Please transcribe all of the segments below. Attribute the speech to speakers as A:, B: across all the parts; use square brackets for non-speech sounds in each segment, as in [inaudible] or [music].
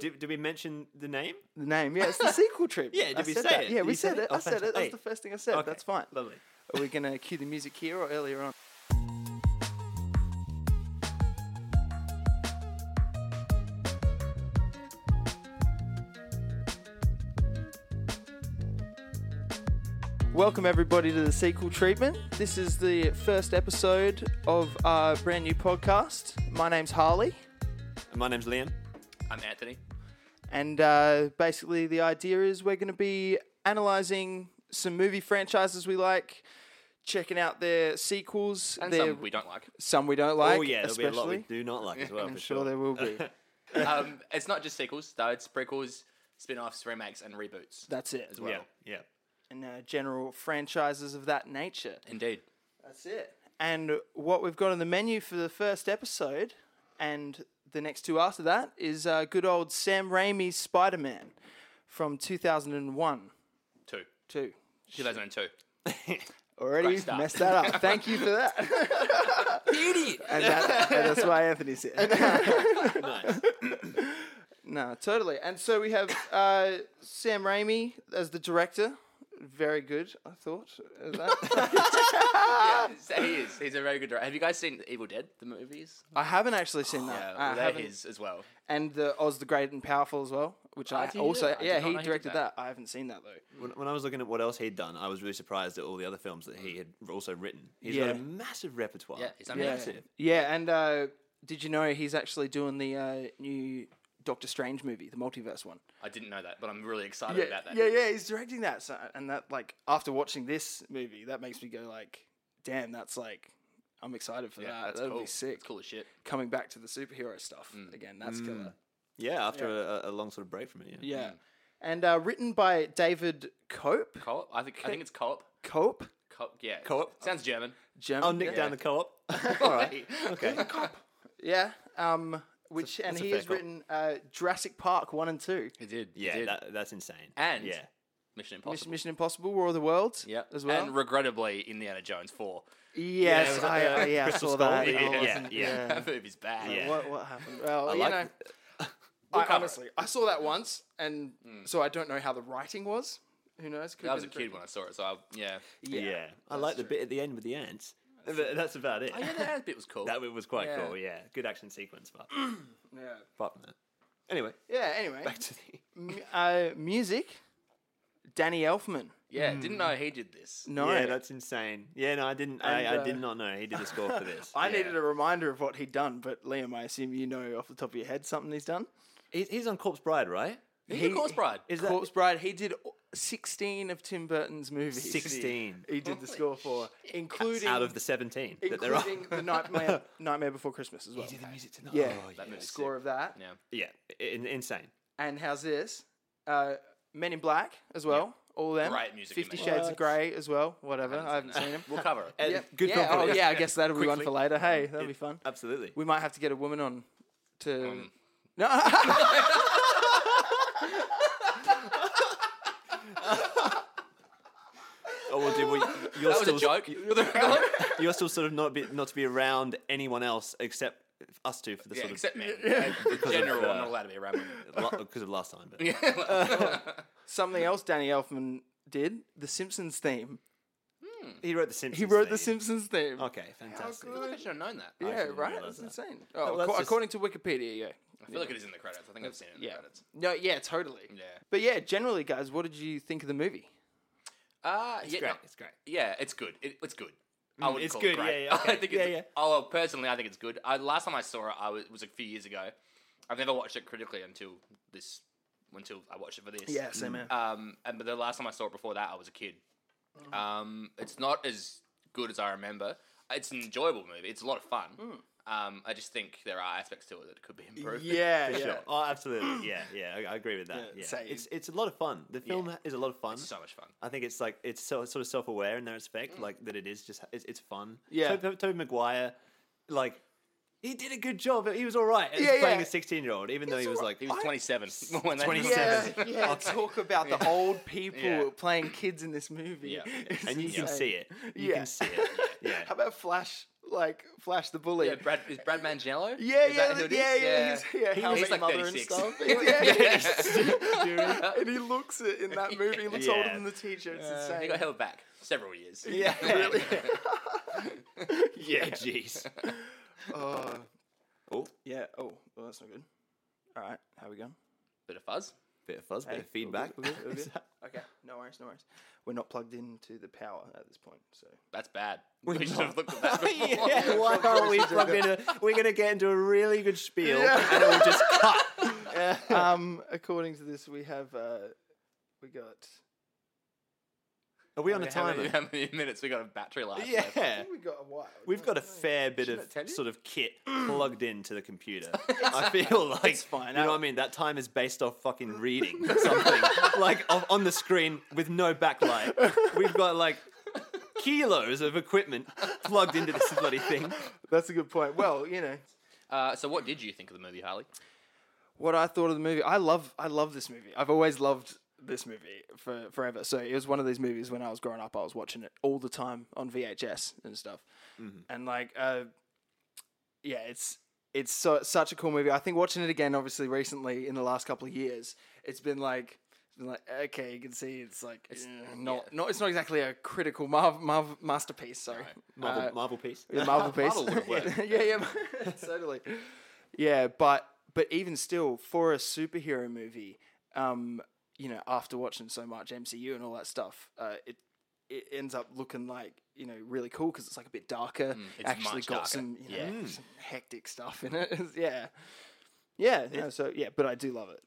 A: Did, did we mention the name?
B: The name, yeah, it's the sequel trip.
A: [laughs] Yeah, did
B: I
A: we
B: said
A: say
B: that.
A: it?
B: Yeah,
A: Did
B: we
A: you say
B: said
A: it?
B: it.
A: Oh,
B: I said it. That's
A: fantastic.
B: the first thing I said.
A: Okay,
B: That's fine.
A: Lovely.
B: Are we going to cue the music here or earlier on? Welcome, everybody, to the sequel treatment. This is the first episode of our brand new podcast. My name's Harley.
A: And my name's Liam.
C: I'm Anthony.
B: And uh, basically, the idea is we're going to be analyzing some movie franchises we like, checking out their sequels,
C: And
B: their,
C: some we don't like. [laughs]
B: some we don't like.
A: oh yeah, there'll
B: especially.
A: be a lot we do not like as well.
B: [laughs] I'm
A: for
B: sure
A: sure.
B: there will
A: [laughs]
B: be.
C: um, it's not just sequels, though. It's prequels, spin offs, remakes, and reboots.
B: That's it. As well.
A: Yeah, yeah.
B: And uh, general franchises of that nature.
C: Indeed.
B: That's it. And what we've got on the menu for the first episode and the next two after that is uh, good old Sam Raimi's Spider Man from 2001.
C: Two.
B: Two.
C: 2002.
B: Already
C: Great start.
B: messed that up. [laughs] Thank you for that.
C: [laughs]
B: and, that, and that's why Anthony's here.
C: [laughs]
A: Nice.
B: no, totally. And so we have uh, Sam Raimi as the director. Very good, I thought. Is
C: [laughs]
B: that-
C: yeah, so he is. He's a very good director. Have you guys seen Evil Dead, the movies?
B: I haven't actually seen that.
C: Yeah,
B: Oh, I
C: well, they're
B: haven't.
C: his as well.
B: And the Oz the Great and Powerful as well, which I,
C: Oh, did, yeah.
B: also,
C: I did
B: yeah,
C: not
B: he
C: know he did
B: directed that.
C: that.
B: I haven't seen that though.
A: When, when I was looking at what else he'd done, I was really surprised at all the other films that he had also written. He's got a
B: Yeah.
A: massive repertoire.
C: Yeah, he's done
B: Yeah,
C: massive.
B: yeah and uh, did you know he's actually doing the uh, new Doctor Strange movie, the multiverse one?
C: I didn't know that, but I'm really excited
B: yeah,
C: about that.
B: Yeah, yeah, he's directing that. So, and that like after watching this movie, that makes me go like, damn, that's like I'm excited for
C: Yeah,
B: that.
C: that's
B: That'll
C: cool.
B: be sick.
C: It's cool as shit.
B: Coming back to the superhero stuff
A: Mm.
B: again, that's killer.
A: Yeah, after A, a long sort of break from it. Yeah.
B: Yeah. And uh, written by David Cope.
C: Co-op? I think I think it's co-op.
B: Cope?
C: Co-op, yeah.
A: Co-op?
C: Sounds German.
B: German.
A: I'll Oh, nick
B: yeah.
A: down the
B: [laughs]
A: co-op. [laughs] all right. Okay.
B: Yeah. Um, which and
A: that's a
B: he
A: fair
B: has
A: call.
B: written uh, Jurassic Park one and two.
C: [laughs] He did. he
A: Yeah,
C: did.
A: that, that's insane.
C: and
A: yeah,
C: Mission
B: Mission,
C: Impossible.
B: Mission Impossible, War of the Worlds.
C: Yeah.
B: As well.
C: And regrettably, Indiana Jones 4.
B: yes,
A: was
B: I,
A: that the uh,
B: I- yeah, I
A: Crystal
B: saw that.
A: Skull?
B: I
A: Yeah,
B: wasn't-
A: yeah, yeah.
C: [laughs] that movie's bad.
A: Yeah.
B: What what happened? Well, you
A: like
B: know, [laughs] I, honestly, I saw that once, and
A: Hmm.
B: so I don't know how the writing was. Who knows? Could
C: I was a kid when I saw it, so I, yeah.
A: yeah. I like the bit at the end with the ants. But that's about it.
C: Oh, yeah, that bit was
A: [laughs]
C: cool.
A: That bit was quite
B: Yeah.
A: cool. Yeah, good action sequence. But
B: Yeah.
A: apart from that, anyway, [laughs]
B: Yeah. Anyway,
A: back to the.
B: m- uh, music. Danny Elfman.
C: yeah,
A: Mm.
C: didn't know he did this.
B: No,
A: Yeah, that's insane. Yeah, no, I didn't. I,
B: And,
A: I
B: uh,
A: did not know he did the score for [laughs] this.
B: I
A: yeah.
B: needed a reminder of what he'd done, but Liam, I assume you know off the top of your head something he's done.
A: He's, he's on Corpse Bride, right?
C: He's
B: He-
C: a Corpse Bride.
A: Is that
B: Corpse Bride. He did o- sixteen of Tim Burton's movies.
A: 16
B: He did the score for, including
A: out of the 17 that there are? [laughs]
B: including the Nightmare Nightmare Before Christmas as well.
A: He did the music tonight. Oh,
B: Yeah,
C: That
A: yeah.
B: the
C: movie's
B: score of that.
C: Yeah.
A: yeah. i- in- insane.
B: And how's this? Uh, Men in Black as well. All them.
C: Great music in
B: Fifty
C: Men in
B: Shades
A: Black.
B: of Grey as well. Whatever. I haven't seen them.
C: We'll cover
A: [laughs]
C: it.
A: Uh,
B: Yeah.
A: Good
B: yeah. Oh
A: compliment.
B: yeah. I guess that'll be one for
A: Quickly.
B: later. Hey, that'll be fun.
A: [laughs] Absolutely.
B: We might have to get a woman on to. No.
A: Oh, well, [laughs] dude, well, y- you're
C: that was
A: still
C: a
A: [laughs]
C: joke.
A: You're still sort of not be, not to be around anyone else except us two for the
C: yeah,
A: sort
C: except men. In general,
A: uh,
C: I'm not allowed to be around
A: [laughs]
C: women. [laughs]
A: of because of last time. But
B: Something else Danny Elfman did. The Simpsons theme.
A: He wrote the Simpsons.
B: He wrote the
A: theme.
B: Simpsons theme.
A: Okay, fantastic.
C: I feel like I should have known that. I
B: Yeah,
A: didn't
B: right.
A: realise
B: That's insane.
A: well,
B: Oh,
A: that's
B: acco-
A: just-
B: according to Wikipedia, yeah.
C: feel like it is in the credits. I think I've seen it in the credits.
B: No, yeah, totally.
C: Yeah.
B: But yeah, generally, guys, what did you think of the movie?
C: Uh, yeah,
A: Great.
C: no,
A: It's great. Mm,
C: yeah, it's good. It, it's good. I would
A: it's
C: call
A: good,
C: It
A: yeah,
C: great.
A: yeah, okay.
C: [laughs] I think
A: Yeah,
C: it's,
A: yeah.
C: Oh, well, personally, I think it's good. I, last time I saw it, I was, it was a few years ago. I've never watched it critically until this, until I watched it for this.
B: same man.
C: Um, and but the last time I saw it before that, I was a kid. Um, it's not as good as I remember. It's an enjoyable movie. It's a lot of fun.
B: Hmm.
C: Um, I just think there are aspects to it that could be improved.
B: yeah,
A: For
B: yeah.
A: sure. Oh, absolutely. Yeah, yeah. I, I agree with that.
B: Yeah,
A: Yeah,
B: same.
A: It's it's a lot of fun. The film is a lot of fun.
C: It's [laughs] so much fun.
A: I think it's like it's so, sort of self aware in that respect, like that it is just it's, it's fun.
B: Mm. Yeah.
A: Toby, Toby Maguire, like he did a good job. He was all right. at
B: Yeah,
A: playing a
B: yeah.
A: sixteen year old, even though he was like
C: He was
A: I-
C: 27 [laughs] when they
A: 27.
B: Yeah,
C: [laughs]
B: yeah. Talk about the old people
C: Yeah.
B: playing kids in this movie. [laughs]
C: Yeah.
B: It's
A: and you can
B: insane.
A: see it. You
B: Yeah. [laughs]
A: can see it. Yeah.
B: How about Flash? like Flash the Bully.
C: Yeah, Brad is Brad Mangello.
B: Yeah,
C: Is
B: yeah,
C: that who it is?
B: yeah, yeah, yeah, he's- yeah. How's
C: he's
B: Your
C: like
B: mother and
C: 36.
B: stuff. Yeah, yeah. and he looks it in that movie. He looks older
A: Yeah.
B: than the teacher. It's
C: Uh, [laughs] he
B: insane.
C: got held back several years.
B: yeah, really.
A: yeah, jeez.
B: oh,
A: Oh,
B: yeah. Oh, well, that's not good. All right, how we going?
C: Bit of fuzz.
A: bit of fuzz, bit
B: Hey,
A: of feedback.
B: we're good, we're good, we're good. Okay, no worries, no worries. We're not plugged into the power at this point, so [laughs]
C: That's bad. We, should
A: not.
C: have looked at that
A: [laughs]
C: before.
A: yeah, why aren't we plugged into? We're gonna get into a really good spiel,
B: Yeah.
A: and it will just cut.
B: um, according to this, we have uh, we got.
A: Are we on a
C: [laughs] How
A: timer?
C: many, how many minutes we got of battery life? left?
B: I
A: Yeah,
B: think we got a while.
A: we've got a fair bit
C: Shouldn't it tell
A: of
C: you?
A: sort of kit plugged into the computer. I feel like
B: it's fine.
A: You know what I mean? That time is based off fucking reading something like of, on the screen with no backlight. We've got like kilos of equipment plugged into this bloody thing.
B: That's a good point. Well, you know
C: Uh, so, what did you think of the movie, Harley?
B: what I thought of the movie. I love, I love this movie. I've always loved this movie for forever. So it was one of these movies when I was growing up. I was watching it all the time on VHS and stuff. And like, uh, yeah, it's it's so, such a cool movie. I think watching it again, obviously recently in the last couple of years, it's been like. it's been Like okay, you can see it's like eh, not not it's not exactly a critical Marvel, Marvel masterpiece. Sorry,
A: Marvel,
B: Uh,
A: Marvel piece.
B: [laughs] the Marvel piece.
C: Marvel would've
B: [laughs]
C: worked.
B: yeah, yeah, totally. Yeah, but but even still, for a superhero movie, um, you know, after watching so much MCU and all that stuff, uh, it it ends up looking like you know really cool because Mm, it's like a bit darker.
C: it's
B: actually
C: much
B: got
C: darker.
B: some you know
C: Yeah.
B: some hectic stuff in it. [laughs] yeah, yeah. No, so yeah, but I do love it.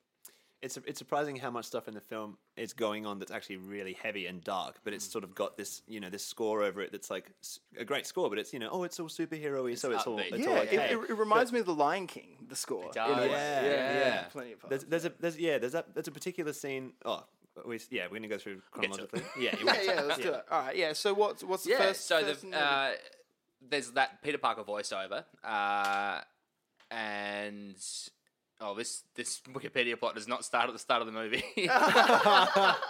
A: it's it's surprising how much stuff in the film is going on that's actually really heavy and dark, but it's sort of got this you know this score over it that's like s- a great score, but it's you know oh it's all superhero-y, so it's all
C: upbeat.
A: it's
B: yeah,
A: all
B: it-
A: okay.
B: it, it reminds me of The Lion King, the score. in a
C: does.
B: way.
A: Yeah, yeah.
B: plenty of
A: there's, there's a there's yeah there's that there's a particular scene. Oh, we, yeah, we're gonna go through
C: We'll get to it.
A: chronologically. yeah, you
B: yeah,
A: went-
B: [laughs] yeah, let's do it. All right, yeah. So what's what's the first?
C: so
B: first
C: the,
B: and everything?
C: uh, there's that Peter Parker voiceover, uh, and oh, this this Wikipedia plot does not start at the start of the movie.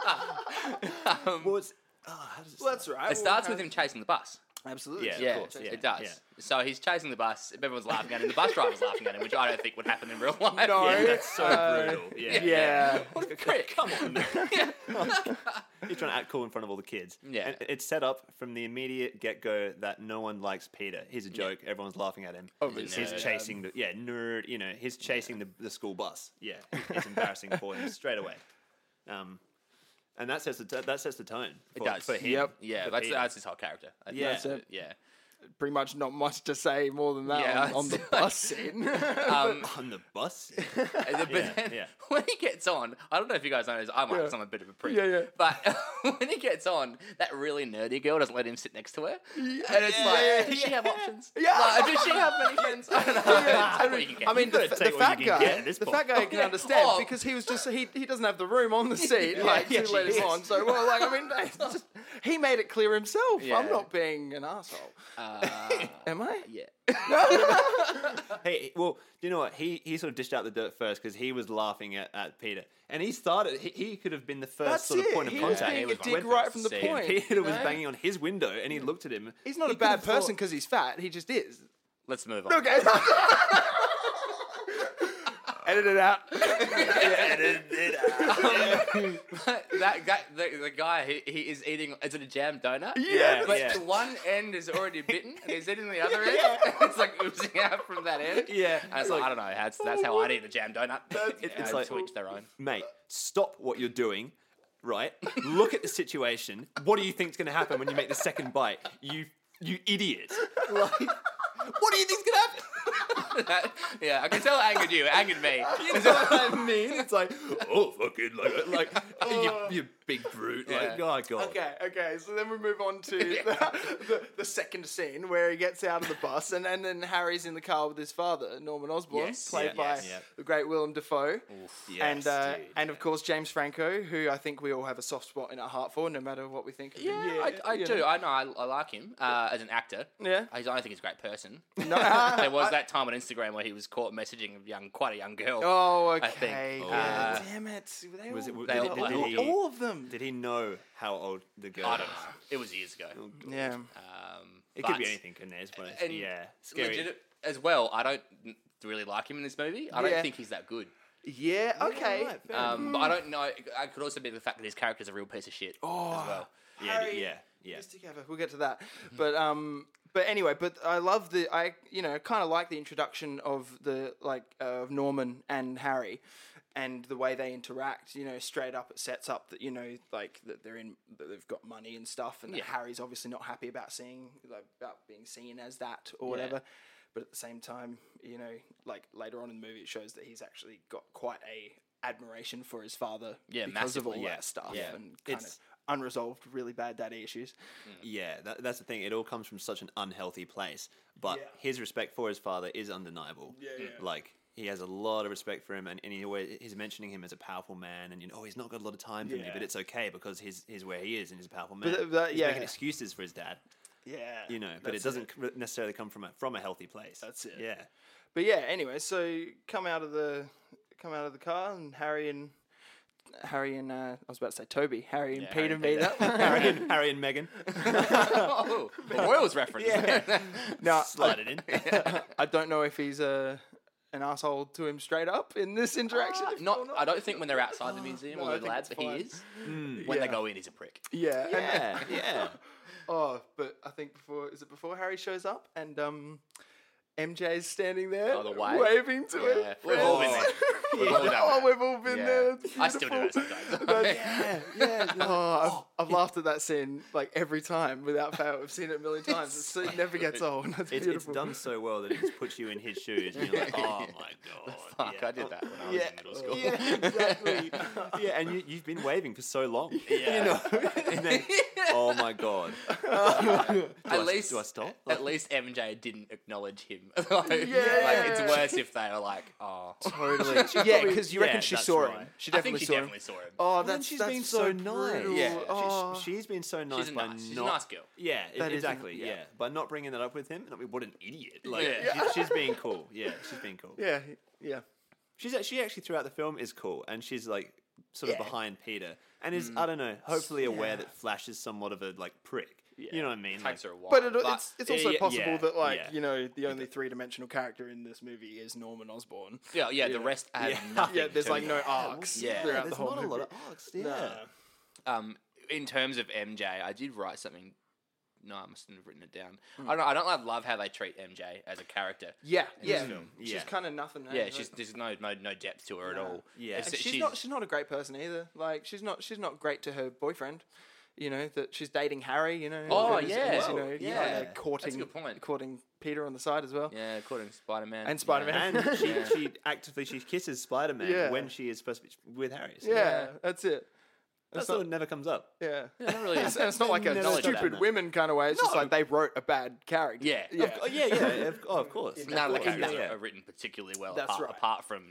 C: Um,
A: Well, it's, oh, how does it
B: Well,
A: start?
B: that's right.
C: it starts with him chasing the bus.
B: Absolutely.
A: Yeah, of
C: Yeah,
A: course, yeah,
C: it does.
A: yeah.
C: So he's chasing the bus. Everyone's laughing at him. The bus driver's laughing at him, which I don't think would happen in real life.
A: [laughs]
B: No.
A: Yeah, that's so
B: Uh,
A: brutal. Yeah.
B: Yeah.
C: What a prick. Come on.
A: you're trying to act cool in front of all the kids.
C: Yeah.
A: and it's set up from the immediate get go that no one likes Peter. He's a joke. Everyone's laughing at him.
C: Oh,
B: Obviously.
A: he's
C: nerd.
A: chasing the yeah nerd. You know, he's chasing the, the school bus. Yeah,
C: [laughs]
A: it's embarrassing for him straight away. Um, and that sets the t- that sets the tone. For,
C: It does.
A: for him.
B: Yep.
C: Yeah,
A: For
C: that's,
A: Peter.
C: that's his whole character. I think
A: Yeah.
C: that's
B: That's it.
C: Yeah.
B: [laughs] Pretty much not much to say more than that
C: Yeah,
B: on, on
C: [laughs]
B: the
C: it's-
B: bus scene.
C: Um,
A: on the bus.
C: but
A: Yeah,
C: then
A: yeah.
C: [laughs] when he gets on, I don't know if you guys know this. I might,
B: Yeah.
C: because I'm a bit of a prick.
B: Yeah, yeah.
C: But [laughs] when he gets on, that really nerdy girl doesn't let him sit next to her, and it's like,
B: yeah,
C: does she have options?
B: Yeah.
C: Like, does she have many friends? I don't know. That's [laughs] what you
B: [laughs]
C: get.
B: I mean, the,
A: gotta
B: f- the
A: take what you
B: fat
A: can
B: guy,
A: get at this
B: the
A: point.
B: fat guy can
C: Yeah.
B: understand
C: Oh.
B: because he was just he, he doesn't have the room on
C: [laughs]
B: the seat like
A: yeah,
B: to let him
A: geez.
B: on. So well, like I mean, it's just, he made it clear himself.
C: Yeah.
B: I'm not being an asshole,
C: Uh,
B: [laughs] am I?
C: yeah.
A: Hey, well, do you know what? He he sort of dished out the dirt first because he was laughing at, at Peter, and he started. He, he could have been the first
B: That's
A: sort of
B: it.
A: point of
B: he was
A: contact.
C: He
B: being a
C: was one
B: dick
C: of the
B: right from the
C: first to see him.
B: point.
A: [laughs] Peter was
B: you know?
A: banging on his window, and he looked at him.
B: He's not
A: He
B: a
A: could
B: bad
A: have thought-
B: person because he's fat. He just
C: [laughs]
B: is.
C: Let's move on. [laughs]
B: Okay. [laughs] Edit it
A: [laughs]
B: [laughs] out.
C: [laughs] that guy, the, the guy, he, he is eating. Is it a jam donut?
B: Yeah.
C: But
A: Yeah.
C: one end is already bitten, and he's eating the other end. [laughs] it's like oozing out from that end.
A: Yeah,
C: And it's like, I don't know. That's that's how I'd eat a jam donut.
A: it's
C: [laughs] it's
A: like-
C: like to each their own.
A: mate, stop what you're doing, right? Look at the situation. What do you think's going to happen when you make the second bite? You you
B: [laughs]
A: idiot. Like, what do you think's going to happen?
C: [laughs] yeah, I can tell it angered you. It angered me.
A: You know what I mean? It's like, oh, fucking, like,
C: [laughs]
A: like [laughs] you, you big brute. Like,
C: Oh. Yeah.
A: oh, God.
B: oh. Okay, okay. So then we move on to the, the, the second scene where he gets out of the bus and, and then Harry's in the car with his father, Norman Osborn,
C: Yes,
B: played
C: yeah,
B: by
A: yes. Yeah.
B: the great Willem Dafoe.
A: Yes,
B: and uh,
A: dude.
B: and of course James Franco, who I think we all have a soft spot in our heart for, no matter what we think. Of him.
C: Yeah, I, I
B: you
C: do.
B: know.
C: I know. I, I like him uh, as an actor.
B: Yeah.
C: I don't think he's a great person. [laughs]
B: No.
C: There was that time on Instagram where he was caught messaging a young, quite a young girl.
B: oh, okay.
C: I think,
B: God
C: uh,
B: damn it! They
A: Was it,
B: all-
A: did,
C: They
A: he-
C: all-
A: did
C: all-
A: he,
B: all of them.
A: did he know how old the girl
C: I
A: was?
C: don't know. It was years ago.
B: Yeah.
C: Um,
A: It could be
C: But-
A: anything, couldn't it? But
C: And
A: yeah, scary.
C: legit- as well, I don't n- really like him in this movie. I don't
B: Yeah.
C: think he's that good.
B: Yeah. Okay.
A: right, fair
C: Um, but I don't know. I could also be the fact that his character's a real piece of shit [laughs] Oh, as well.
A: yeah,
B: Harry
A: yeah, yeah.
B: It's together. We'll get to that. But um, but anyway, but I love the I you know kind of like the introduction of the like uh, of Norman and Harry, and the way they interact. You know, straight up it sets up that you know like that they're in that they've got money and stuff, and that
C: Yeah.
B: Harry's obviously not happy about seeing like about being seen as that or whatever. But at the same time, you know, like later on in the movie, it shows that he's actually got quite a admiration for his father
C: Yeah,
B: because of all
C: massively, yeah. Mm.
B: that stuff
A: Yeah.
B: and kind
A: It's-
B: of unresolved, really bad daddy issues.
A: Yeah, that, that's the thing. It all comes from such an unhealthy place, but
B: Yeah.
A: his respect for his father is undeniable. Yeah,
B: yeah.
A: Like he has a lot of respect for him, and, and he always, he's mentioning him as a powerful man, and you know, oh, he's not got a lot of time for me,
B: Yeah.
A: but it's okay because he's he's where he is, and he's a powerful man.
B: that- that-
A: he's
B: yeah.
A: making excuses for his dad,
B: Yeah,
A: you know, but it
B: that's
A: doesn't c necessarily come from a from a healthy place.
B: That's it.
A: Yeah,
B: But yeah, anyway, so come out of the come out of the car, and Harry and Harry and uh, I was about to say Toby, Harry and Peter
C: Harry
B: meet
C: and
B: up. [laughs]
C: [laughs]
A: Harry and Harry and Meghan
C: oh, the Royals reference. [laughs]
B: Yeah. now,
A: slide [laughs] it in.
B: I don't know if he's uh, an asshole to him straight up in this interaction. if-
C: Ah, Not,
B: or not.
C: I don't think when they're outside the museum,
B: no, I
C: although
B: think
C: glad
B: it's
C: that he
B: fine.
C: is. When they
B: Yeah.
C: go in, he's a prick.
B: yeah, and-
A: yeah, [laughs] yeah.
B: [laughs] oh, but I think before is it before Harry shows up and um. MJ's standing there,
C: Oh, the wave?
B: waving to him.
C: Yeah. We've all been
B: Friends.
C: there. We've all done
B: [laughs] oh,
C: that.
B: we've all been
C: Yeah.
B: there. It's
C: I still do that
B: beautiful.
C: [laughs] sometimes.
B: That's- [laughs] yeah, yeah. Oh, I've, I've laughed at that scene like every time without fail. I've seen it a million times. It's, it never gets old. [laughs] and That's
A: It's, it's
B: beautiful.
A: done so well that it just puts you in his shoes, and you're like, oh [laughs] my god,
C: Fuck,
A: yeah.
C: I did that when I was
B: Yeah,
C: in
B: [laughs]
C: middle school.
B: yeah,
A: [laughs]
B: exactly.
A: yeah, and you, you've been waving for so long. [laughs] You know?
B: [laughs]
A: And then, oh my
C: [laughs]
A: god. Do
C: At
A: I,
C: least-
A: do I stop?
C: At least MJ didn't acknowledge him. [laughs] like, like,
B: yeah,
C: it's
B: yeah.
C: worse if they were like, oh.
A: totally.
B: yeah, because you
A: Yeah,
B: reckon she
A: that's
B: saw
A: right.
B: him. She
C: [laughs] I
B: definitely
C: think she
B: saw
C: definitely
B: him.
C: saw him.
B: Oh,
A: Well, then
B: that's
A: she's
B: that's
A: been so, nice.
B: brutal.
C: Yeah.
B: Oh.
A: She, has been so nice
C: a
A: by
C: nice- she's a
A: not.
C: nice girl.
A: Yeah, e-
B: That is a-
A: exactly.
B: yeah.
A: yeah. by not bringing that up with him, and we- what an idiot. Like,
C: Yeah.
A: she- she's being cool. Yeah, she's being cool.
B: yeah, yeah.
A: She's act- she actually throughout the film is cool, and she's like sort of
B: Yeah.
A: behind Peter, and is I don't know, hopefully aware that Flash is somewhat of a like prick. You know what I mean? Like,
C: Takes her a while.
B: But, it,
C: Oh, but
B: it's it's also
A: yeah,
B: possible
A: yeah,
B: that like
A: yeah.
B: you know the only three dimensional character in this movie is Norman Osborn.
C: yeah, yeah, the rest have
A: Yeah.
C: nothing.
B: Yeah, there's
C: to
B: like
C: it.
B: no
A: Yeah,
B: arcs
A: well, yeah,
B: throughout
A: there's
B: the whole
A: not
B: movie.
A: a lot of arcs. Yeah.
C: um, in terms of MJ, I did write something. No, I must have written it down. I don't. I don't love- love how they treat MJ as a character.
B: Yeah, yeah.
C: film.
B: She's
A: Yeah.
B: kind of nothing. eh?
C: Yeah,
B: Like-
C: she's there's no no no depth to her at all.
A: Yeah.
C: It's-
B: And she's, not she's not a great person either. Like she's not she's not great to her boyfriend. You know that she's dating Harry. You know.
C: Oh,
B: and is-
C: yeah.
B: and is, you
C: Whoa,
B: know,
C: yeah.
B: Kind of courting
C: That's a good point.
B: courting Peter on the side as well.
C: yeah, according to Spider Man
B: And
A: [laughs]
B: Spider-Man.
A: and
B: [laughs]
A: she,
C: Yeah.
A: she actively she kisses Spider Man
B: Yeah.
A: when she is supposed to be with Harry. So
B: Yeah,
C: Yeah.
B: that's it.
A: that
B: not-
A: sort of never comes up.
B: Yeah.
C: Yeah, not
B: [laughs]
C: really.
B: And it's, and it's not like a
A: Never done
B: stupid
A: that.
B: women kind of way. It's just like they wrote a bad character.
C: Yeah. Of
B: yeah.
A: Oh yeah, yeah. of, oh, of course.
C: None of the
A: Of course,
C: characters
A: yeah.
C: are, are written particularly well.
B: That's
C: apart,
B: right.
C: apart from,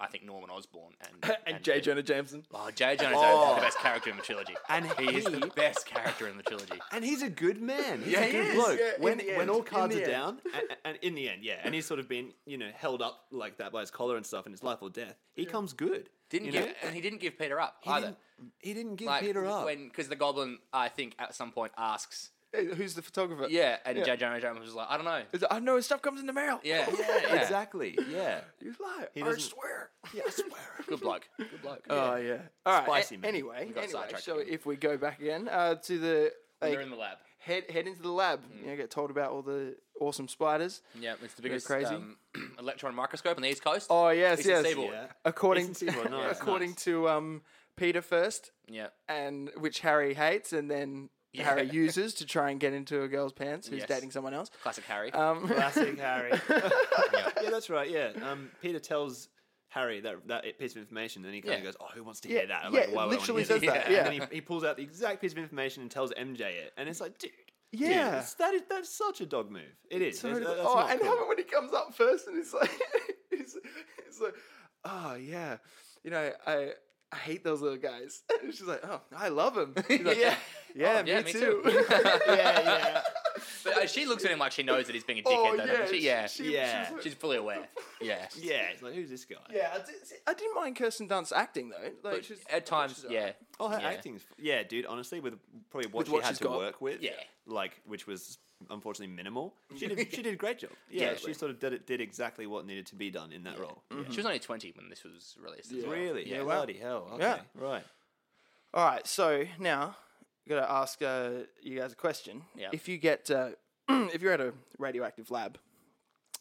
C: I think Norman Osborn and
B: And J. Jonah Jameson.
C: Oh, J. Jonah Jameson is
A: Oh.
C: the best character in the trilogy.
A: And
C: he is the
A: he-
C: best character in the trilogy.
A: And he's a good man. He's
C: Yeah,
A: a
C: he
A: good
C: is.
A: bloke.
B: Yeah, in
A: when
B: the end.
A: when all
B: In
A: cards
B: the
A: are
B: end. [laughs]
A: down, and, and in the end, yeah, and he's sort of been you know held up like that by his collar and stuff, and it's life or death. He comes good.
C: Didn't
A: you
C: give,
A: know?
C: and he didn't give Peter up
A: He
C: either.
A: didn't, he didn't give
C: Like,
A: Peter up.
C: when because the Goblin, I think at some point asks,
B: Hey, Who's the photographer?
C: yeah, and
B: Yeah.
C: J. Jonah Jameson was like, I don't know,
B: He's like, I know his stuff comes in the mail.
C: yeah,
B: [laughs]
A: yeah, exactly. Yeah.
B: You lie. I
A: doesn't-
B: swear.
A: [laughs] Yeah, I swear.
C: Good bloke, good bloke.
B: [laughs] Oh yeah. All right.
A: Spicy,
B: a-
A: man.
B: Anyway,
C: got
B: anyway
C: sidetracked
B: so
C: again.
B: if we go back again uh, to the like,
C: They're in the lab.
B: head head into the lab, you
C: Mm.
B: know, get told about all the awesome spiders.
C: Yeah, it's the biggest
B: crazy.
C: um, [clears throat] electron microscope on the east coast.
B: Oh yes,
C: Eastern
B: yes.
C: Seaboard.
A: Yeah.
B: According
A: Eastern
B: [laughs]
A: Seaboard, nice,
B: according
A: nice.
B: to um, Peter first,
C: yeah,
B: and which Harry hates, and then Harry
C: Yeah.
B: uses to try and get into a girl's pants who's
C: Yes.
B: dating someone else.
C: classic Harry.
B: [laughs] Um,
A: Classic Harry.
C: Yeah.
A: [laughs] yeah. that's right. Yeah. Um, Peter tells Harry that that piece of information, and he kind
C: Yeah.
A: of goes, "Oh, who wants to
B: Yeah,
A: hear that?" I'm
B: yeah,
A: like,
B: it
A: "Why would I
B: literally
A: wanna hear
B: says
A: that?"
B: that,
A: And then he, he pulls out the exact piece of information and tells MJ it, and it's like, dude. dude,
B: Yeah.
A: that's- that is that's such a dog move. It is. It's-
B: Totally.
A: that- that's
B: Oh,
A: not
B: and
A: cool.
B: how when he comes up first and he's like, [laughs] he's, he's like, oh yeah, you know, I I hate those little guys. [laughs] And she's like, oh, I love
C: [laughs]
B: him. He's like,
C: Yeah.
B: yeah,
C: Oh,
B: me,
C: yeah, me
B: too.
C: too. [laughs]
A: yeah, yeah.
C: but uh, she looks at him like she knows that he's being a dickhead.
B: oh
C: though,
B: yeah,
C: doesn't she? yeah,
B: she- she was
A: Yeah.
B: like-
C: she's fully aware.
B: [laughs]
C: Yeah,
A: [laughs] Yeah, it's like who's this guy?
B: yeah. I, did, see, I didn't mind Kirsten Dunst acting though. Like
C: But
B: she's,
C: at times, yeah.
A: Oh, her
C: Yeah.
A: acting's f- yeah, dude. Honestly, with probably what
B: With
A: she
B: what
A: had
B: she's
A: to
B: got.
A: work with,
C: Yeah.
A: like which was unfortunately minimal. She did she did a great job. Yeah,
C: Totally.
A: she sort of did it did exactly what needed to be done in that role.
C: She was only 20 when this was released. as well.
A: Really?
C: Yeah.
A: Bloody hell. Okay.
B: Yeah.
A: Right.
B: All right, so now i got to ask uh, you guys a question.
C: Yeah.
B: If you get, uh, [clears throat] if you're at a radioactive lab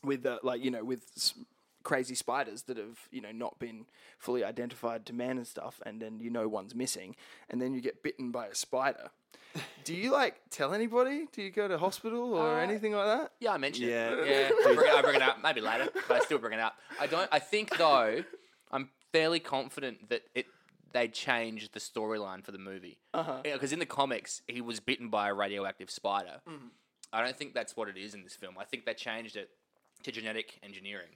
B: with, uh, like, you know, with s- crazy spiders that have, you know, not been fully identified to man and stuff, and then you know one's missing, and then you get bitten by a spider, do you like tell anybody? Do you go to hospital or anything like that?
C: Yeah, I mentioned
A: Yeah.
B: [laughs]
C: it. Yeah, I bring it, I bring it up maybe later, but I still bring it up. I don't. I think though, I'm fairly confident that it they changed the storyline for the movie. Because
B: Uh-huh.
C: in the comics, he was bitten by a radioactive spider.
B: Mm-hmm.
C: I don't think that's what it is in this film. I think they changed it to genetic engineering,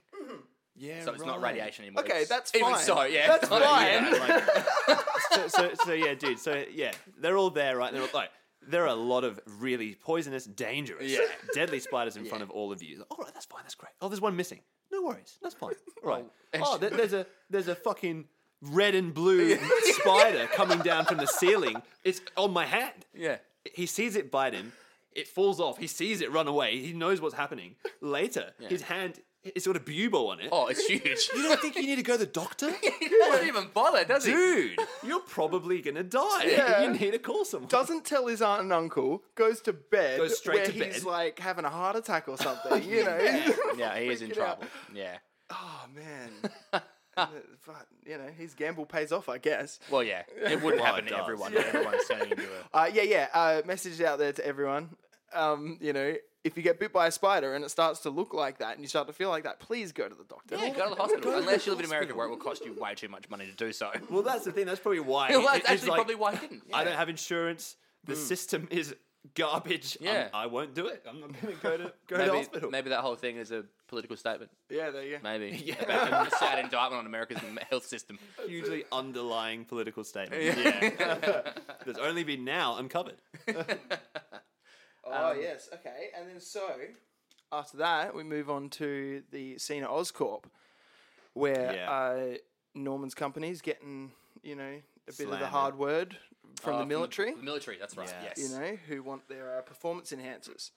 A: Yeah.
C: so it's not radiation anymore.
B: Mm-hmm. Okay,
C: It's-
B: that's
C: even
B: fine.
C: so. Yeah,
B: That's
C: it's not- yeah,
B: fine.
C: like- [laughs]
A: so, so, so yeah, dude. So yeah, they're all there, right? They're all, like, there are a lot of really poisonous, dangerous,
C: [laughs] Yeah.
A: deadly spiders in front of all of you. Like, all right, that's fine, that's great. Oh, there's one missing. No worries, that's
C: [laughs]
A: fine. All right. Oh, there, there's a there's a fucking red and blue [laughs] spider coming down from the ceiling. It's on my hand.
C: yeah.
A: He sees it bite him. It falls off. He sees it run away. He knows what's happening. Later, his hand it's got a bubo on it.
C: Oh,
B: [laughs]
C: it's huge. [laughs]
A: You don't think you need to go to the doctor?
C: he doesn't even bother, does he?
A: dude, you're probably gonna die.
B: Yeah.
A: You need to call someone.
B: Doesn't tell his aunt and uncle, goes to bed,
A: Goes straight
B: where
A: to bed.
B: he's like having a heart attack or something, [laughs] you know?
C: Yeah, he is in
B: Freaking out.
C: trouble. Yeah.
B: Oh man. [laughs] And it- but you know his gamble pays off, I guess.
C: Well, yeah, it would happen
A: it
C: to
A: does.
C: everyone. Everyone's turning into a
B: Uh, yeah, yeah. Uh, message out there to everyone. Um, you know, if you get bit by a spider and it starts to look like that, and you start to feel like that, please go to the doctor.
C: Yeah, go to the hospital. Unless you live in America where it will cost you way too much money to do so. [laughs]
A: Well, that's the thing. That's probably why.
C: Well,
A: It-
C: that's
A: it's
C: actually
A: like,
C: probably why I didn't.
A: I don't have insurance. The system is garbage. I'm-
C: Yeah.
A: I won't do it. I'm not gonna go to go to
C: Maybe,
A: hospital.
C: maybe that whole thing is a political statement.
B: Yeah, there you go.
C: Maybe.
A: [laughs]
C: About the sad indictment on America's m- health system.
A: Hugely underlying political statement. Yeah.
C: [laughs]
A: There's only been now uncovered. Um,
B: Oh yes, okay. And then so after that, we move on to the scene at Oscorp, where
A: Yeah.
B: uh, Norman's company's getting you know a bit of the
A: Slandered.
B: hard word from
C: Uh,
A: Um,
B: the military.
C: military, that's right.
A: Yeah.
C: Yes.
B: you know, who want their uh,
A: [clears throat]
B: performance enhancers.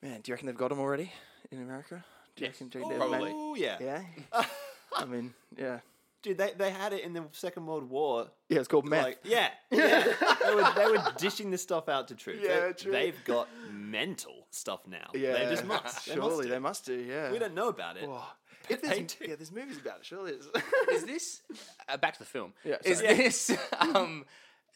B: Man, do you reckon they've got them already in America? Do you
C: Yes.
B: reckon do you
C: Oh,
B: reckon they've
C: Probably.
B: made-
A: Oh yeah. [laughs]
B: Yeah. I mean, yeah.
A: Dude, they, they had it in the Second World War.
B: Yeah, it's called meth.
A: Like
C: [laughs]
A: yeah, yeah. they, were, they were dishing this stuff out to troops.
B: Yeah,
A: they,
B: true.
A: They've got mental stuff now.
B: yeah.
A: they just must. They must
B: Surely
A: do.
B: they must do, yeah.
A: We don't know about it.
B: Oh, if
A: they
B: there's,
A: do.
B: yeah, there's movies about it, surely it's
A: [laughs]
C: Is this, uh, back to the film,
B: Yeah,
C: is
B: sorry.
C: this um,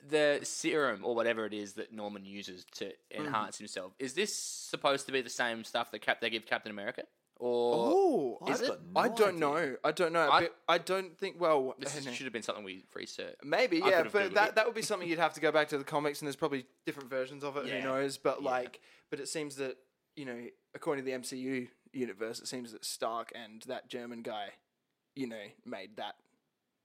C: the serum or whatever it is that Norman uses to
A: Mm.
C: enhance himself? Is this supposed to be the same stuff that Cap- they give Captain America? Or
B: Oh,
A: I've
B: I,
A: got no
B: I don't
A: idea.
B: know. I don't know.
C: I-
B: but I don't think. Well,
C: this is-
B: no.
C: should have been something we researched.
B: maybe
C: I
B: yeah,
C: could've
B: but
C: Googled
B: that,
C: it.
B: that would be something you'd have to go back to the comics, and there's probably different versions of it.
C: Yeah.
B: Who knows? But
C: Yeah.
B: like, but it seems that you know, according to the MCU universe, it seems that Stark and that German guy, you know, made that,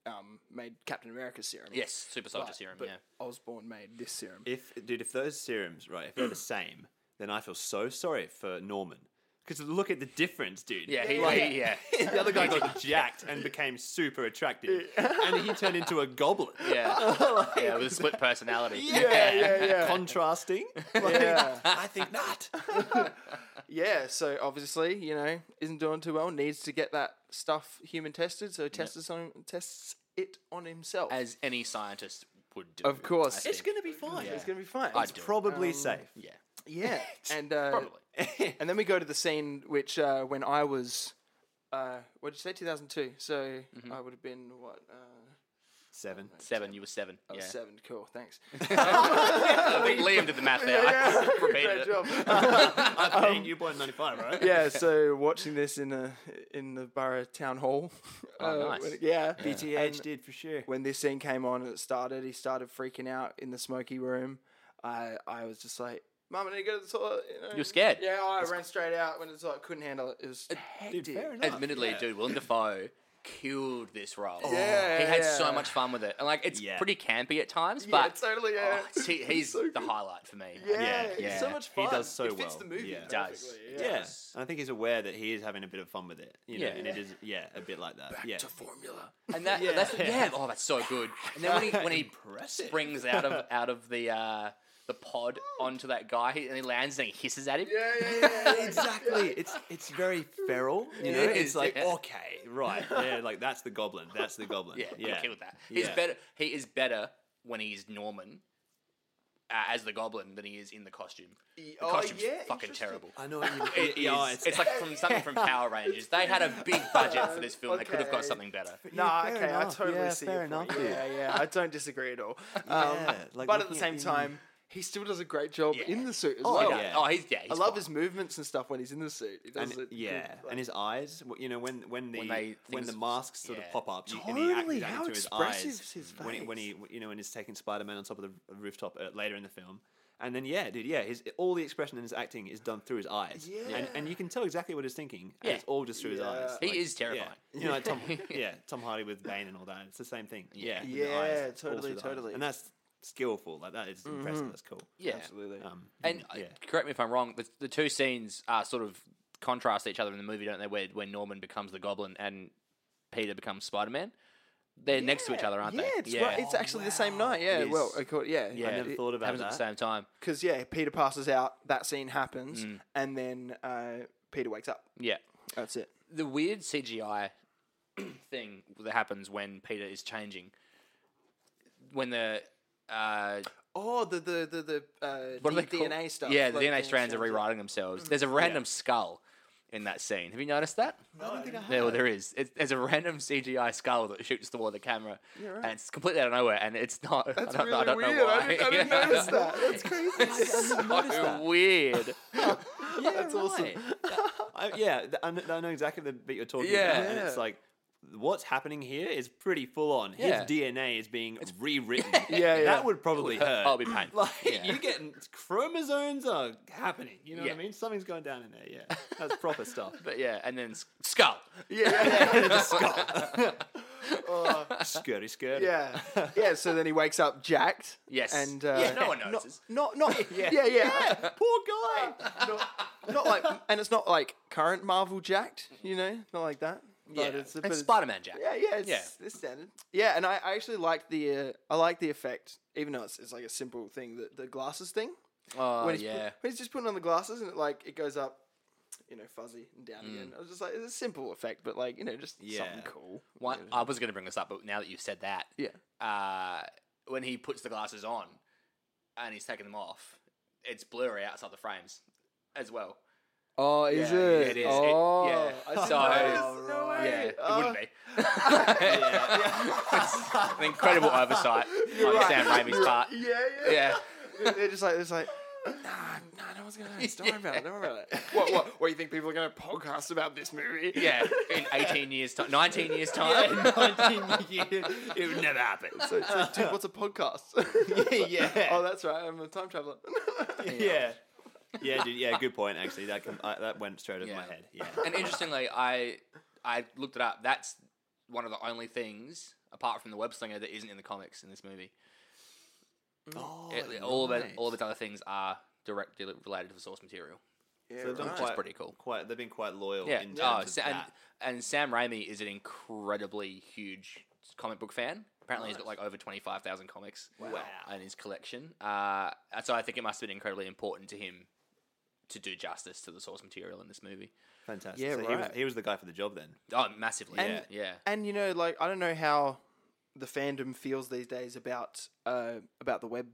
B: um, made Captain America's serum.
C: Yes, super soldier
B: But-
C: serum,
B: but
C: yeah.
B: Osborn made this serum.
A: If dude, if those serums, right, if they're
C: [clears throat]
A: the same, then I feel so sorry for Norman. Because look at the difference, dude.
C: Yeah, he,
A: Like,
C: he- yeah.
A: the other guy got jacked and became super attractive, and he turned into a goblin.
C: [laughs] Yeah. yeah, with a split personality.
B: [laughs] yeah, yeah, yeah.
A: Contrasting. Like,
B: [laughs] Yeah.
A: I think not.
B: Yeah, so obviously, you know, isn't doing too well, needs to get that stuff human tested, so tests, us on, tests it on himself.
C: As any scientist would do.
B: Of course.
C: I
A: It's
C: think.
A: gonna be fine.
B: it's going to be fine.
C: I'd
A: It's
C: do Um, it.
A: probably safe.
C: [laughs]
B: yeah.
C: Yeah.
B: And uh,
C: Probably.
B: and then we go to the scene which uh, when I was uh, what did you say 2002. So
C: Mm-hmm.
B: I would have been what uh,
A: Seven.
C: Seven, you were seven.
B: I
C: yeah.
B: was 7. Cool. Thanks.
C: [laughs] I think Liam did the math there.
B: [laughs]
C: I just [laughs] repeated
B: Great
C: it.
B: job.
C: [laughs]
B: [laughs]
A: I'm paying you by ninety-five, right?
B: Um, yeah, so watching this in the in the borough town hall. [laughs] Uh,
C: Oh, nice.
B: when it- yeah.
A: BTH did for sure.
B: when this scene came on and it started, he started freaking out in the smoky room. I I was just like, Mum, I need to go to the toilet. You, know?
C: You're scared.
B: Yeah, I ran straight out when it's like couldn't handle it. It was hectic.
A: fair enough.
C: Admittedly, dude, Willem Dafoe killed this role.
B: Yeah,
C: he had
B: Oh. yeah.
C: so much fun with it. And like it's
A: Yeah.
C: pretty campy at times,
B: yeah,
C: but
B: totally.
C: oh,
B: Yeah.
C: it's- [laughs] he- he's
B: so
C: the
B: good.
C: highlight for me.
B: [laughs] yeah,
A: yeah.
B: it's so
C: yeah.
B: much
A: He
B: fun.
A: does so
B: it fits
A: well.
B: the movie.
A: Yeah. He
C: does.
B: perfectly,
A: Yeah.
B: Yeah.
A: And I think he's aware that he is having a bit of fun with it. You know,
C: Yeah.
A: and it is yeah, a bit like that. yeah.
B: formula.
C: And
B: [laughs]
C: that
A: Yeah. [laughs]
C: that's yeah, oh that's so good. And then when he when he [laughs]
A: Impressive.
C: springs out of out of the uh the pod onto that guy, and he lands and he hisses at him.
B: Yeah,
C: [laughs]
B: yeah, yeah.
A: exactly. It's it's very feral, you know.
C: It
A: it's
C: is,
A: like
C: yeah.
A: okay, right, yeah, like that's the goblin. That's the goblin.
C: Yeah, yeah.
A: yeah.
C: I'm with that. He's
A: Yeah.
C: better. He is better when he's Norman uh, as the Goblin than he is in the costume. The
B: oh,
C: costume's
B: yeah,
C: fucking
B: interesting. [laughs]
C: terrible.
A: I know. What you,
C: [laughs] It is.
A: yeah,
C: oh, it's, like from something [laughs] from Power Rangers. They had a big budget for this film. They could have got
B: Okay.
C: something better.
B: Nah,
A: fair
B: okay,
A: enough.
B: I totally
A: Yeah,
B: see
A: fair
B: your
A: enough,
B: point.
A: dude.
B: Yeah, yeah,
A: [laughs]
B: I don't disagree at all. Um,
A: Yeah, like
B: but at the
A: looking
B: same
A: at the-
B: time, he still does a great job
C: Yeah.
B: in the suit as
C: Oh,
B: well.
C: yeah. oh he's yeah. He's
B: I love
C: fine.
B: his movements and stuff when he's in the suit. He does
A: and,
B: it good,
A: yeah,
B: like-
A: and his eyes. w- You know, when when the when,
C: they-
A: the
C: things-
A: masks sort of
C: yeah.
A: pop up, you, and
B: Totally,
A: he acts
B: how
A: into his
B: expressive
A: eyes.
B: is his
A: When he, when
B: face.
A: he you know when he's taking Spider Man on top of the rooftop uh, later in the film. And then yeah, dude, yeah, his all the expression in his acting is done through his eyes, and and you can tell exactly what he's thinking, and
C: Yeah.
A: it's all just through his eyes.
C: He
A: Like,
C: is
A: yeah.
C: terrifying.
A: You know, like
C: [laughs]
A: Tom, yeah, Tom Hardy with Bane and all that. It's the same thing. Yeah, with the
B: Yeah,
A: eyes, all
B: totally,
A: through the eyes.
B: totally. Mm-hmm.
A: And that's skillful. Like that is impressive. That's cool.
C: Yeah.
B: absolutely.
A: Um,
C: And uh,
A: yeah,
C: correct me if I'm wrong. The, the two scenes are sort of contrast each other in the movie, don't they? Where when Norman becomes the Goblin and Peter becomes Spider Man, they're next to each other, aren't
B: yeah,
C: they?
B: it's right. It's actually the same night. Yeah,
A: It
B: well,
A: is.
B: of course, yeah,
C: yeah.
A: I never thought about
C: happens at the
A: that.
C: same time.
B: because yeah, Peter passes out. That scene happens,
C: Mm.
B: and then uh, Peter wakes up.
C: Yeah.
B: That's it.
C: the weird CGI [clears throat] thing that happens when Peter is changing, when the uh,
B: Oh, the the the the uh,
C: what
B: d-
C: are they called?
B: DNA stuff.
C: Yeah, the
B: like,
C: DNA
B: things
C: strands are
B: change.
C: rewriting themselves. There's a random skull in that scene. Have you noticed that?
A: I don't think I
C: Yeah, well, there is. It's, there's a random CGI skull that shoots toward the camera,
B: right.
C: and it's completely out of nowhere. And it's not.
B: That's
C: I don't,
B: really
C: I don't
B: weird.
C: know why.
B: I didn't, I
C: [laughs]
B: didn't
C: Yeah.
B: notice that. That's crazy.
A: I never noticed
C: So
A: that.
C: weird.
A: Yeah,
B: That's awesome.
A: [laughs] I, yeah, th- I, kn- I know exactly the bit you're talking
C: Yeah.
A: about, and it's
B: Yeah.
A: like what's happening here is pretty full on.
C: Yeah.
A: His DNA is being
C: [laughs]
A: rewritten.
B: Yeah, yeah.
A: that would probably hurt.
C: I'll be
B: [laughs]
C: pained.
A: [laughs] Like
C: Yeah.
A: you getting chromosomes are happening. You know
C: Yeah.
A: what I mean? Something's going down in there. Yeah, that's proper
C: [laughs]
A: stuff.
C: But yeah, and then s- skull. [laughs]
B: Yeah, [laughs] Oh,
A: Skirty skirt.
B: yeah, yeah. yeah. So then he wakes up jacked.
C: Yes.
B: and uh,
C: Yeah,
B: [laughs]
C: no one
B: not-
C: notices.
B: Not not,
C: [laughs]
B: yeah. yeah
A: Poor guy.
B: Not, not like and it's not like current Marvel jacked. You know, not like that. But
C: yeah,
B: it's, a- but it's-
C: it's Spider Man Jack.
B: Yeah, yeah, it's,
C: Yeah.
B: it's standard. Yeah, and I, I actually like the uh, I like the effect, even though it's, it's like a simple thing, the, the glasses thing.
C: Oh
B: When he's, put-
C: yeah.
B: when he's just putting on the glasses and it like it goes up, you know, fuzzy and down
C: Hmm.
B: again. I was just like, it's a simple effect, but like you know, just something
A: Yeah.
B: cool.
C: One, I was going to bring this up, but now that you've said that,
B: Yeah,
C: uh, when he puts the glasses on and he's taking them off, it's blurry outside the frames as well.
B: Oh, is
A: Yeah, it?
C: It is. it-
B: Oh,
C: yeah.
B: I
C: so,
B: didn't notice, no
A: right.
C: yeah,
B: way.
C: it
B: Oh.
A: Uh,
C: wouldn't be.
A: [laughs]
C: It's an incredible oversight on
B: right.
C: Sam Raimi's part.
B: Yeah, yeah.
C: Yeah.
B: They're just like, it's like, nah, nah, no one's gonna notice. Don't worry about it. Don't worry about it. [laughs] What, what? What do you think people are gonna podcast about this movie?
C: Yeah, in 18 years' time, 19
A: [laughs]
C: years' time.
A: it would never happen.
B: [laughs] So it's like, dude, what's a [laughs] podcast?
A: yeah.
B: oh, that's right. I'm a time [laughs] traveler.
A: [laughs] yeah. Yeah, dude. Yeah, good point. Actually, that com- I, that went straight over my
C: Yeah.
A: head. Yeah.
C: And interestingly, I I looked it up. That's one of the only things, apart from the web slinger, that isn't in the comics in this movie.
A: Oh,
C: It- all of it,
A: nice.
C: all of its other things are directly related to the source material,
B: yeah
A: So they've done
C: which is
A: Quite-
C: pretty cool.
A: Quite, they've been quite loyal.
C: Yeah.
A: In terms
C: Oh,
A: of
C: Sa- and,
A: that.
C: and Sam Raimi is an incredibly huge comic book fan. Apparently, he's got like over 25,000 comics
A: Wow.
C: in his collection. Uh, and so I think it must have been incredibly important to him to do justice to the source material in this movie.
A: Fantastic.
B: Yeah,
A: so he, was,
B: right.
A: he was the guy for the job then.
C: Oh, massively.
B: And-
C: yeah. Yeah.
B: And you know, like I don't know how the fandom feels these days about uh, about the web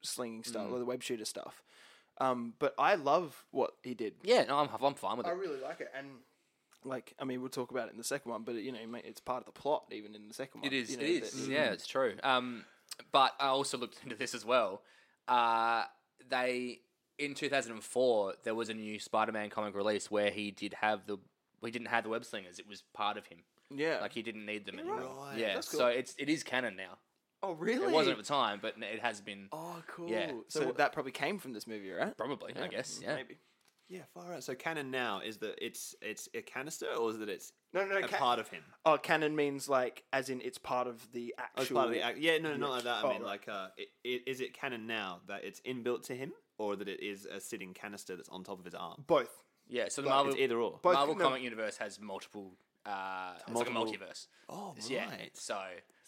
B: slinging stuff or the web shooter stuff. Um, but I love what he did.
C: Yeah, no, I'm, I'm fine with it.
B: I really like it, and like I mean, we'll talk about it in the second one, but you know, ma- it's part of the plot even in the second one.
C: It is.
B: you know,
C: it is.
B: that- Mm.
C: Yeah, it's true. Um, but I also looked into this as well. Uh, they in 2004 there was a new Spider-Man comic release where he did have the he didn't have the web slingers. It was part of him.
B: yeah.
C: Like he didn't need them anymore.
A: Right,
C: Yeah.
B: Oh. that's
C: So
B: cool.
C: it's it is canon now.
B: oh, really?
C: It wasn't at the time, but it has been
B: Oh, cool.
C: Yeah.
B: So,
A: So wha-
B: that probably came from this movie, right?
C: probably. I guess. Yeah.
B: Mm, Maybe.
A: Yeah, far out. So canon now is that it's it's a canister or is that it's
B: No, no, no.
A: a
B: ca-
A: part of him?
B: oh, canon means like, as in, it's part of the actual.
A: Oh, it's part of the act. Yeah, no, no, not like that. I
B: Oh,
A: mean,
B: right.
A: like, uh, i i is it canon now that it's inbuilt to him or that it is a sitting canister that's on top of his arm?
B: Both.
C: Yeah. So the
A: Well,
C: Marvel
A: it's either or.
B: Both-
C: Marvel
B: no.
C: comic universe has multiple. Uh, it's like a
A: Multiple-
C: multiverse.
A: oh,
C: Yeah. So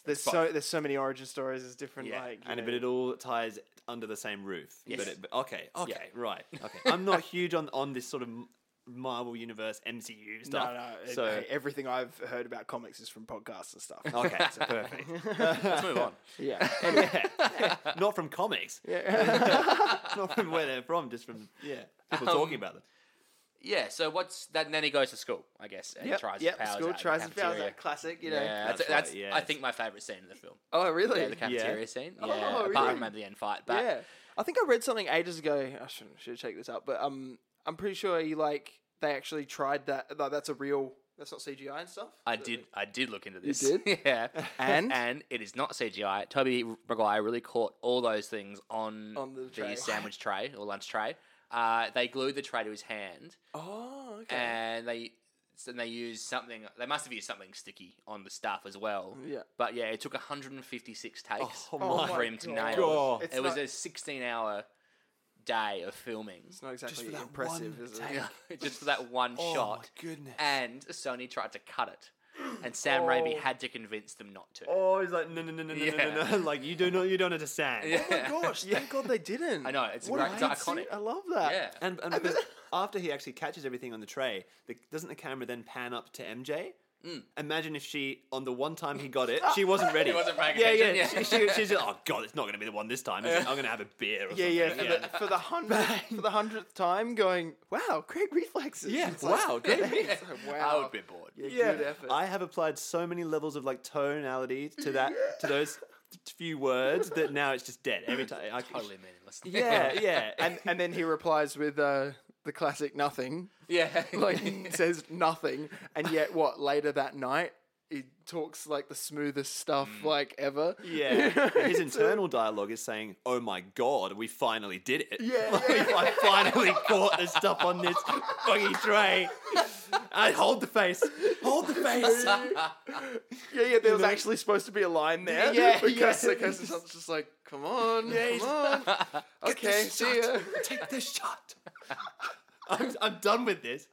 B: There's so there's so many origin stories. There's different
C: Yeah,
B: like you
A: And
B: know-
A: but it all ties under the same roof.
C: Yes.
A: But it, but okay, okay, right. Okay. I'm not huge on on this sort of M- Marvel Universe MCU
B: no,
A: stuff.
B: no. it-
A: so
B: hey, everything I've heard about comics is from podcasts and stuff.
A: okay, so perfect.
C: [laughs]
A: [laughs]
C: Let's move on.
B: [laughs]
C: [laughs]
B: yeah.
A: not from comics.
B: [laughs]
A: not from where they're from, just from yeah, people talking about them.
C: Yeah, so what's that? And then he goes to school, I guess, and
B: Yep,
C: tries
B: yep,
C: his powers
B: school
C: out. in the
B: tries his powers
C: cafeteria.
B: out, Classic, you know.
C: Yeah, that's,
A: That's
C: that's
A: right, yeah,
C: I
A: it's-
C: think my favorite scene in the film.
B: Oh really? Oh,
C: Yeah, the cafeteria scene. Yeah, apart
B: really?
C: from maybe the end fight, but
B: yeah. I think I read something ages ago. I should should check this out, but um, I'm pretty sure you like they actually tried that. Like, that's a real. That's not CGI and stuff.
C: I
B: So-
C: did. I did look into this.
B: did?
C: [laughs]
B: [laughs]
C: yeah.
B: And?
C: and it is not CGI. Toby Maguire really caught all those things on
B: On the tray.
C: sandwich tray or lunch tray. Uh, they glued the tray to his hand,
B: Oh, okay.
C: and they and they used something. They must have used something sticky on the stuff as well.
B: Yeah.
C: But yeah, it took 156 takes
A: Oh my
C: for him to
B: God.
C: nail.
A: God.
C: It
B: It's
C: It was
B: not-
C: a 16-hour day of filming.
B: it's not exactly
A: for that
B: impressive,
A: one
B: is it?
A: take.
C: [laughs] just for that one
A: Oh
C: shot.
A: my goodness.
C: And Sony tried to cut it, and Sam
B: Oh.
C: Raimi had to convince them not to.
A: Oh, he's like no, no, no, no, no, no, no,
C: Yeah.
A: no. [laughs] Like you do not, you don't understand.
C: [laughs]
A: [laughs]
C: Yeah.
B: Oh my gosh! Thank God they didn't.
C: [laughs] I know, it's
B: what
C: great-
B: a
C: it's
B: great scene.
C: iconic.
B: I love that.
C: Yeah.
A: And, and because after he actually catches everything on the tray, the, doesn't the camera then pan up to MJ? Imagine if she, on the one time he got it, she wasn't ready.
C: He wasn't paying
A: yeah, yeah.
C: attention,
A: She, she, she's like, oh god, it's not going to be the one this time. is it? I'm going to have a beer. Or
B: Yeah, yeah. For,
A: something."
B: The, for the
C: [laughs]
B: hundredth, for the hundredth time, going, wow, great reflexes.
A: Yeah,
B: It's like- [laughs]
A: wow, great
B: It's like,
C: [laughs] I
B: wow.
C: would be bored.
A: yeah.
B: Good effort.
A: I have applied so many levels of like tonality to that, to those few words that now it's just dead every time. I,
C: Totally meaningless.
A: Yeah, yeah.
B: and and then he replies with uh, the classic nothing.
C: [laughs] yeah. [laughs]
B: Like he says nothing, and yet what? Later that night, he talks like the smoothest stuff like ever.
A: Mm.
B: [laughs]
C: [laughs]
A: Yeah. His internal dialogue is saying, Oh my god, we finally did it. [laughs]
B: Yeah,
A: Like, I finally caught the stuff on this fucking tray. I hold the face. Hold the face.
B: yeah, yeah. There was actually supposed to be a
A: [laughs]
B: line there.
A: Yeah,
B: [laughs] because
A: yeah.
B: because it's just like, come on,
A: Yeah,
B: come
A: [laughs]
B: on. [laughs] Okay,
A: This
B: see ya.
A: shot. [laughs] Take this shot. I'm, I'm done with this.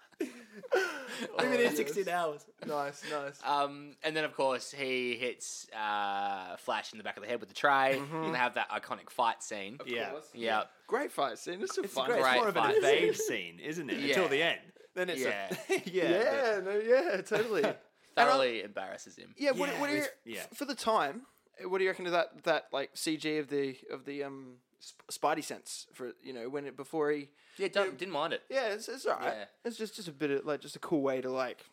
A: I've been here 16 hours.
B: [laughs] Nice, nice.
C: Um, and then, of course, he hits uh, Flash in the back of the head with the tray, and they have that iconic fight scene.
A: Yeah.
C: Yeah.
B: Great fight scene. It's a
A: It's,
B: fun
A: great. it's
C: Right,
A: more of an
C: fine.
B: [laughs]
A: evade scene, isn't it? Until
C: Yeah.
A: the end. Then it's
C: Yeah.
A: a, yeah. but-
B: Yeah, no, yeah, totally.
A: [laughs]
C: Thoroughly embarrasses him.
B: yeah, what,
A: Yeah,
B: what do you,
A: it's- yeah.
B: f- for the time? uh, What do you reckon of that that like CG of the of the um sp- Spidey sense for you know when it before he
C: Yeah, don't, didn't mind it.
B: yeah it's, it's alright.
C: Yeah.
B: It's just just a bit of like just a cool way to like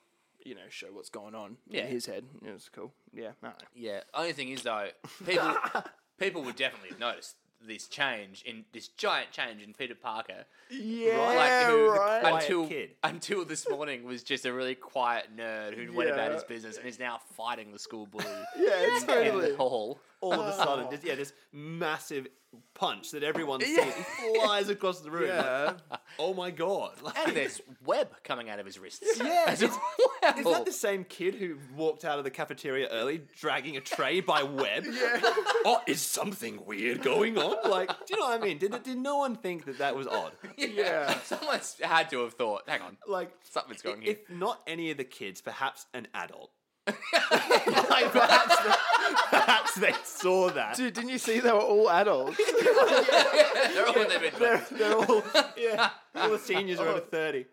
B: you know show what's going on
C: Yeah.
B: in his head. It was cool. Yeah, I don't know.
C: Yeah. Only thing is though, people people would definitely have noticed this change in this giant change in Peter Parker.
B: yeah,
C: who-
B: right.
A: Quiet
C: Until
A: kid.
C: until this morning was just a really quiet nerd who went about
B: Yeah.
C: his business and is now fighting the school bully
B: yeah,
C: in
B: totally.
C: the hall.
A: all of a sudden,
C: Oh.
A: just, yeah, this massive punch that everyone's seen flies across the room.
B: Yeah.
A: Like, oh my god! Like, [laughs]
C: And there's web coming out of his wrists.
A: yeah,
C: [laughs] As
A: is, is
C: well.
A: that
C: [laughs]
A: the same kid who walked out of the cafeteria early, dragging a tray by web? Yeah. Oh, is something weird going on? Like, do you know what I mean? Did did no one think that that was odd?
B: Yeah.
C: Someone's had to have thought, hang on,
A: Like.
C: something's going here. [laughs]
A: If not any of the kids, perhaps an adult. like perhaps, they, perhaps they saw that.
B: Dude, didn't you see they were all [laughs] adults?
C: They're all in their [laughs] mid
A: They're all yeah, [laughs] all the seniors are over thirty.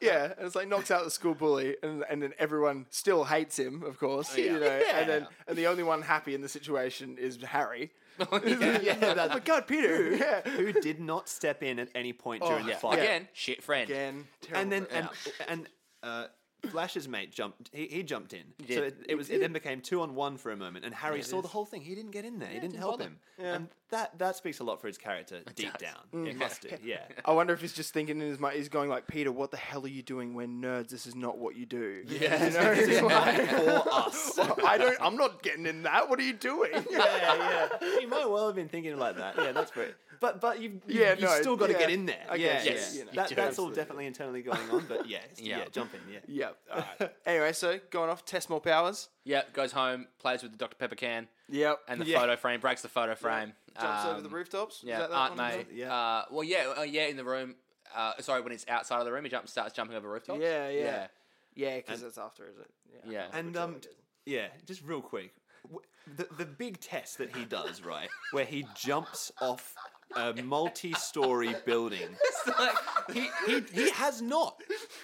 B: Yeah, and it's like knocks out the school bully, and and then everyone still hates him, of course. You know, and then and the only one happy in the situation is Harry.
C: yeah.
A: Yeah,
B: Oh my God, Peter! [laughs] Yeah.
A: who did not step in at any point during the
C: Yeah.
A: fight.
C: Again, shit friend.
B: Again,
A: And then and,
C: Yeah.
A: and uh, Flash's mate jumped. He, he jumped in.
C: did.
A: So it, it was it then became two on one for a moment, and Harry saw the whole thing. He didn't get in there. he didn't,
C: didn't
A: help
C: bother.
A: him. And that that speaks a lot for his character deep down. It must do. Yeah.
B: I wonder if he's just thinking in his mind, he's going like, Peter, what the hell are you doing? We're nerds. This is not what you do. [laughs] Yeah, you know? He's like,
A: For
B: [laughs]
A: us.
B: I don't. I'm not getting in that. What are you doing?
A: yeah, yeah. You might well have been thinking like that. Yeah, that's great. But but you've you
B: Yeah,
A: you've
B: no,
A: still got to
B: yeah.
A: get in there.
B: I
A: yeah,
B: guess,
A: yeah.
B: yes, you know.
A: That,
B: You do,
A: that's all definitely internally going on. But yeah, yeah,
C: Yeah.
A: jump in. Yeah.
B: [laughs] Yeah. All right. [laughs] anyway, so going off, test more powers.
C: Yeah, goes home, plays with the Dr. Pepper can
B: Yep.
C: and the
A: Yeah.
C: photo frame, breaks the photo frame.
B: jumps over the
C: Um,
B: rooftops.
C: Yeah,
B: Is that that
C: aren't
B: one?
C: they?
A: Yeah.
C: Uh, well, yeah, uh, yeah, in the room. Uh, sorry, when it's outside of the room, he jumps, starts jumping over rooftops.
B: Yeah, yeah.
C: yeah,
B: Yeah, because that's after, is it?
C: yeah.
A: And um, yeah, just real quick. W- The, the big test that he does, right, where he jumps off a multi story building,
C: [laughs] It's like,
A: he, he, he has not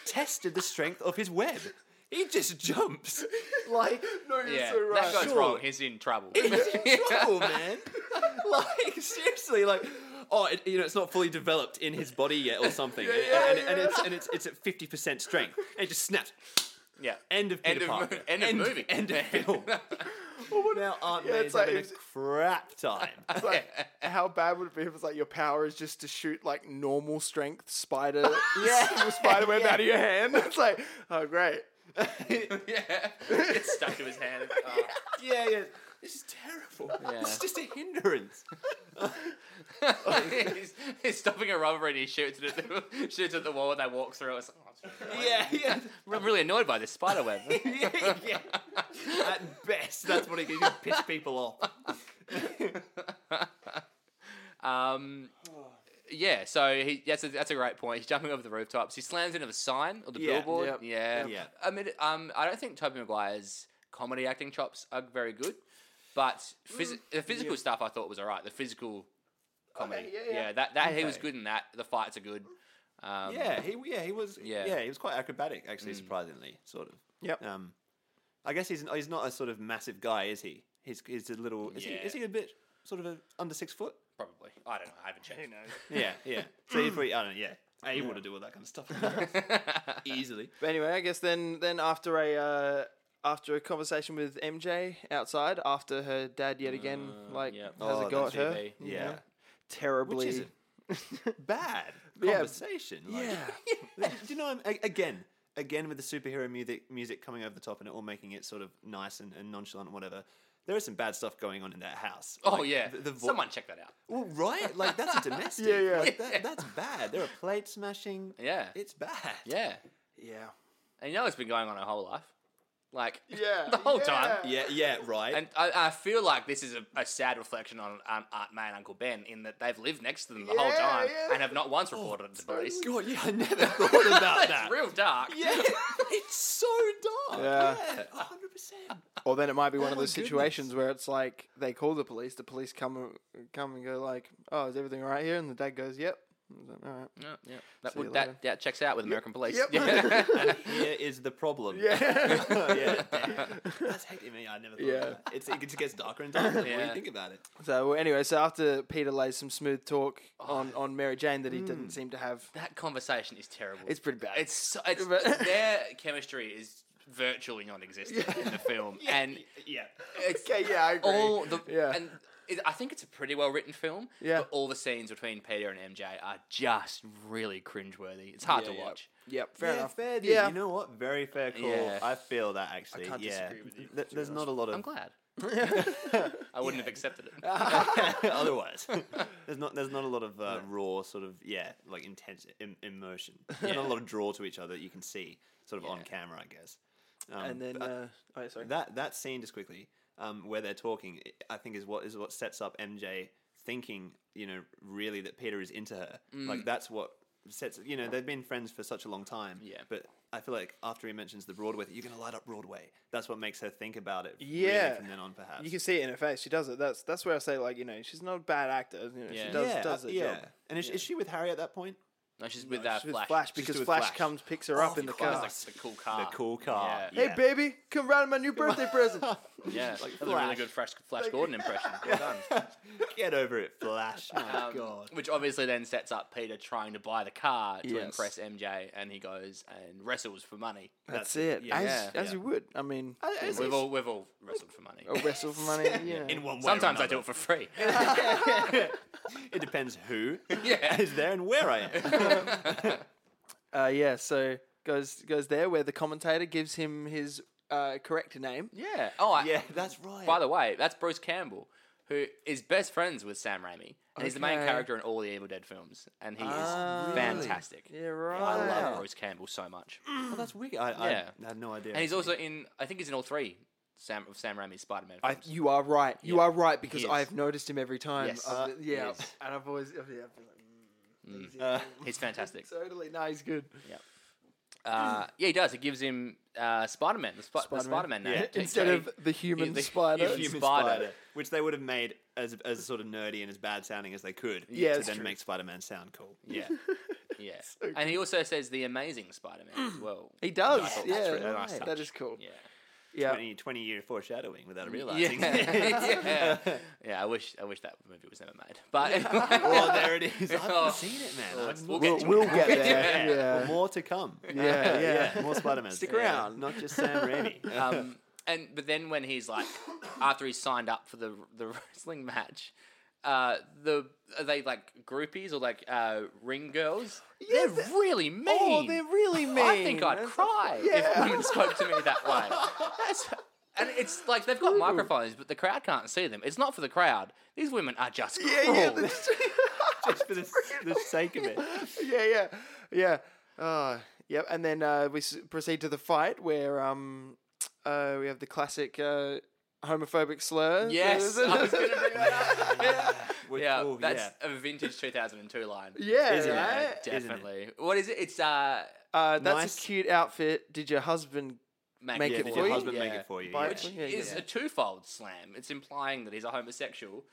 A: tested the strength of his web. He just jumps.
B: [laughs]
A: Like,
B: No, you're
C: yeah,
B: so right.
C: that goes
A: Sure.
C: wrong. He's in trouble.
A: he's
C: [laughs]
A: in trouble, man. Like, seriously, like, oh, it, you know, it's not fully developed in his body yet or something. and, and, and it's, and it's, it's at 50% strength. And it just snaps.
C: yeah.
A: End of Peter
C: End of,
A: Parker.
C: mo- end of movie.
A: End
C: [laughs]
A: of film. [laughs] now Aunt
B: Yeah,
A: May's
B: it's like
A: having
B: it's-
A: a crap [laughs] time.
B: It's like, how bad would it be if it's like your power is just to shoot like normal strength [laughs] spider
A: Yeah.
B: spider web out of your hand? [laughs] It's like, oh great.
C: yeah. [laughs] It's stuck to his [laughs] hand. Oh.
A: yeah, yeah. This is terrible.
C: Yeah.
A: This is just a hindrance.
C: Oh. [laughs] he's, he's stopping a robbery and he shoots it at the, [laughs] shoots at the wall and they walk through. It's like, oh,
A: [laughs] yeah, yeah.
C: I'm really annoyed by this spider [laughs] web.
A: yeah, yeah. At best, that's what it can do, piss people off.
C: Um, yeah, so he that's a, that's a great point. He's jumping over the rooftops. He slams into the sign or the
A: Yeah,
C: billboard.
B: yep,
C: Yeah,
A: yep.
C: I mean, um, I don't think Toby Maguire's comedy acting chops are very good, but phys- the physical stuff I thought was all right. The physical comedy,
B: yeah, yeah.
C: that that he was
A: Okay.
C: good in that. The fights are good. Um,
A: Yeah, he yeah he was
C: Yeah.
A: yeah. Mm. he was quite acrobatic actually, surprisingly, sort of.
B: Yep.
A: Um, I guess he's he's not a sort of massive guy, is he? He's he's a little. Is
C: Yeah.
A: he is he a bit sort of a, under six foot?
C: probably. I don't know. I haven't checked.
A: Yeah, yeah. [clears throat] So he's probably I don't know. Yeah, I want to do all that kind of stuff [laughs] easily.
B: But anyway, I guess then then after a uh, after a conversation with MJ outside, after her dad yet again like
C: yep.
B: has
A: Oh,
B: a go at
A: that's
B: her,
C: GB,
B: you
A: yeah.
B: know, terribly.
A: Which is [laughs]
C: [laughs]
A: bad
B: Yeah.
A: conversation. [laughs] like-
B: yeah,
A: Do you know? I'm, a- again, again with the superhero music, music coming over the top and it all making it sort of nice and, and nonchalant and whatever. There is some bad stuff going on in that house.
C: Oh
A: Like,
C: yeah,
A: the, the vo-
C: someone check that out.
A: Well, right, like that's a
C: [laughs]
A: domestic.
B: Yeah, yeah.
A: Like, that, that's bad. There are plate smashing.
C: Yeah,
A: It's bad.
C: yeah.
B: yeah,
C: And you know it's been going on her whole life, like
A: [laughs]
B: yeah.
C: the whole time.
A: yeah, yeah, right.
C: And I, I feel like this is a, a sad reflection on Aunt, Aunt May and Uncle Ben in that they've lived next to them the whole
B: Yeah,
C: time
B: yeah.
C: and have not once reported it to police. [laughs]
A: God, yeah, I never thought about that.
C: It's real dark.
A: Yeah,
B: [laughs]
A: it's so dark.
B: Yeah.
A: Yeah, hundred percent.
C: [laughs]
B: Or then it might be one of
A: my
B: those
A: goodness.
B: situations where it's like they call the police. The police come come and go like, "Oh, is everything all right here?" And the dad goes, "Yep." And it's like, all right.
C: Yeah, yeah. That,
B: See you
C: would,
B: later.
C: that, that checks out with American police.
B: Yep.
C: Yeah.
A: [laughs] And here is the problem.
B: Yeah.
A: yeah, [laughs] that's hectic. Me, I never thought.
B: Yeah.
A: Yeah, it's, it just gets darker and darker. When
C: Yeah.
A: you think about it.
B: [laughs] so well, anyway, so after Peter lays some smooth talk on, on Mary Jane that he didn't seem to have,
C: [laughs] that conversation is terrible.
B: it's pretty bad.
C: it's, so, it's
B: But-
C: their chemistry is virtually non-existent in the film, and
A: Yeah,
C: it's
B: okay. [laughs] Yeah, I agree.
C: all the
B: Yeah.
C: and it, I think it's a pretty well written film.
B: Yeah.
C: but all the scenes between Peter and MJ are just really cringeworthy. It's hard
A: Yeah,
C: to
A: yeah.
C: watch.
B: yep. Fair [laughs]
A: yeah, [laughs]
B: enough.
A: Fair, dude.
B: yeah.
A: You know what? Very fair call.
C: Yeah.
A: I feel that actually.
B: can't
A: yeah.
B: disagree with you,
A: Th- there's not a lot [laughs]
C: I'm
A: of
C: glad. I wouldn't have
B: [laughs]
C: accepted it.
A: otherwise. [laughs] there's not there's not a lot of uh, raw sort of yeah like intense Im- immersion. There's Not a lot of draw to each other that you can see sort of on
C: Yeah.
A: camera, I guess. Um,
B: and then,
A: but
B: uh, oh, yeah, sorry.
A: that that scene just quickly um, where they're talking i- i think is what is what sets up mj thinking you know really that peter is into her like that's what sets you know they've been friends for such a long time
C: Yeah.
A: but i feel like after he mentions the broadway that you're going to light up broadway that's what makes her think about it really
B: Yeah.
A: from then on perhaps
B: you can see it in her face. She does it. That's that's where I say like you know she's not a bad actor. You know,
C: Yeah.
B: She does
A: yeah
B: does
A: uh,
B: it.
A: yeah and is, is she with harry at that point
C: No, she's with uh,
B: She's with
C: Flash.
B: Flash, because
A: with
B: Flash,
A: Flash.
B: comes picks her up in
C: [laughs]
B: the
A: of course.
B: car.
C: That's like the cool car.
A: the cool car
C: Ah, Yeah.
B: Hey
A: Yeah.
B: baby, come round my new birthday present.
C: Yeah, that was a really
A: Flash.
C: good Flash, Flash Gordon impression.
B: [laughs]
C: Well done.
A: get over it flash my
B: Oh,
C: Um,
A: god
C: Which obviously then sets up Peter trying to buy the car to
B: Yes.
C: impress MJ, and he goes and wrestles for money.
B: That's it.
A: yeah.
B: as
C: Yeah.
B: as you would. I mean,
A: As
C: We've all we've all wrestled for money.
B: a wrestle for money. Yeah.
A: in one way or
C: Sometimes I do it
A: another.
C: for
B: [laughs]
C: free.
A: it depends who
C: Yeah.
A: is there and where i am
B: Uh, yeah. So goes goes there where the commentator gives him his uh, correct name.
C: yeah. Oh, I,
A: yeah that's right
C: By the way, that's Bruce Campbell, who is best friends with Sam Raimi, and he's the main
B: Okay.
C: character in all the Evil Dead films, and he
B: Ah.
C: is
B: Really?
C: fantastic.
B: Yeah. Right.
C: I love Bruce Campbell so much,
A: Oh, that's weird. I,
C: Yeah.
A: I had no idea. Uh,
C: and he's also in. I think he's in all three Sam of Sam Raimi's Spider-Man
B: I,
C: films.
B: you are right. You are right because
C: He is.
B: I've noticed him every time.
C: Yes.
B: I've-
A: Uh,
B: yeah.
C: yes.
A: [laughs]
B: And I've always. Yeah, I've been like, mm, he's-
A: Uh,
C: he's fantastic.
B: Totally. No, he's good.
C: Yeah. Uh, yeah, he does. It gives him uh, Spider Man, the, Sp- the Spider Man name.
B: Yeah,
C: So
B: Instead
C: he-
B: of the human
C: the
B: spider.
C: human
A: Human
C: Spider.
A: spider. which they would have made as as sort of nerdy and as bad sounding as they could.
B: Yeah,
A: to
B: it's
A: then
B: true.
A: make Spider Man sound cool.
B: [laughs]
C: Yeah. Yeah. and he also says the amazing Spider Man
B: Mm.
C: as well.
B: He does.
C: I thought
B: yeah,
C: that's really nice
B: that
C: touch.
B: is cool.
C: [laughs] Yeah.
B: Yeah,
A: 20, 20 year foreshadowing without
C: Yeah.
A: realizing.
B: [laughs]
C: [laughs] yeah.
A: [laughs]
C: I wish I wish that movie was never made. But [laughs] anyway.
A: well, there it is. I haven't
C: Oh.
A: seen it, man.
C: Well,
A: I just-
C: we'll
B: we'll,
C: get to
B: we'll
C: it.
A: [laughs]
B: get
A: yeah.
B: there.
A: Well,
B: yeah.
A: more to come. Uh,
B: Yeah, yeah.
A: more Spider Man.
B: Stick
C: around.
A: not just Sam Raimi.
B: [laughs]
C: um, and but then when he's like, after he's signed up for the the [laughs] wrestling match, uh, the are they like groupies or like uh, ring girls?
B: Yeah,
C: they're
B: they're-
C: really mean.
B: Oh, they're really mean.
C: I think I'd cry if
B: Yeah.
C: women spoke to me that way. That's- and it's like they've got microphones, but the crowd can't see them. It's not for the crowd. These women are
B: [laughs]
C: just
B: Yeah,
C: cruel.
B: yeah. that's true.
A: [laughs] just for the, the sake of it.
B: [laughs] yeah, yeah, yeah. Uh, yep. And then uh, we s- proceed to the fight where um, uh, we have the classic uh, homophobic slur.
C: Yes, I was gonna bring
B: [laughs]
C: that up. Yeah.
A: Which-
C: [laughs] Yeah,
A: oh,
C: that's a vintage 2002 line.
B: yeah,
A: Isn't it?
B: right?
A: Isn't it?
C: Definitely. What is it? It's uh,
B: Uh, that's
A: Nice.
B: a cute outfit. Did your husband? [laughs]
C: Mac-
B: Make
A: yeah.
B: it
A: Did
B: for
A: your
B: you?
A: husband make
C: Yeah.
A: it for you?
B: By-
A: Yeah.
C: which
B: Yeah, yeah,
C: is
B: yeah.
C: a twofold slam. It's implying that he's a homosexual,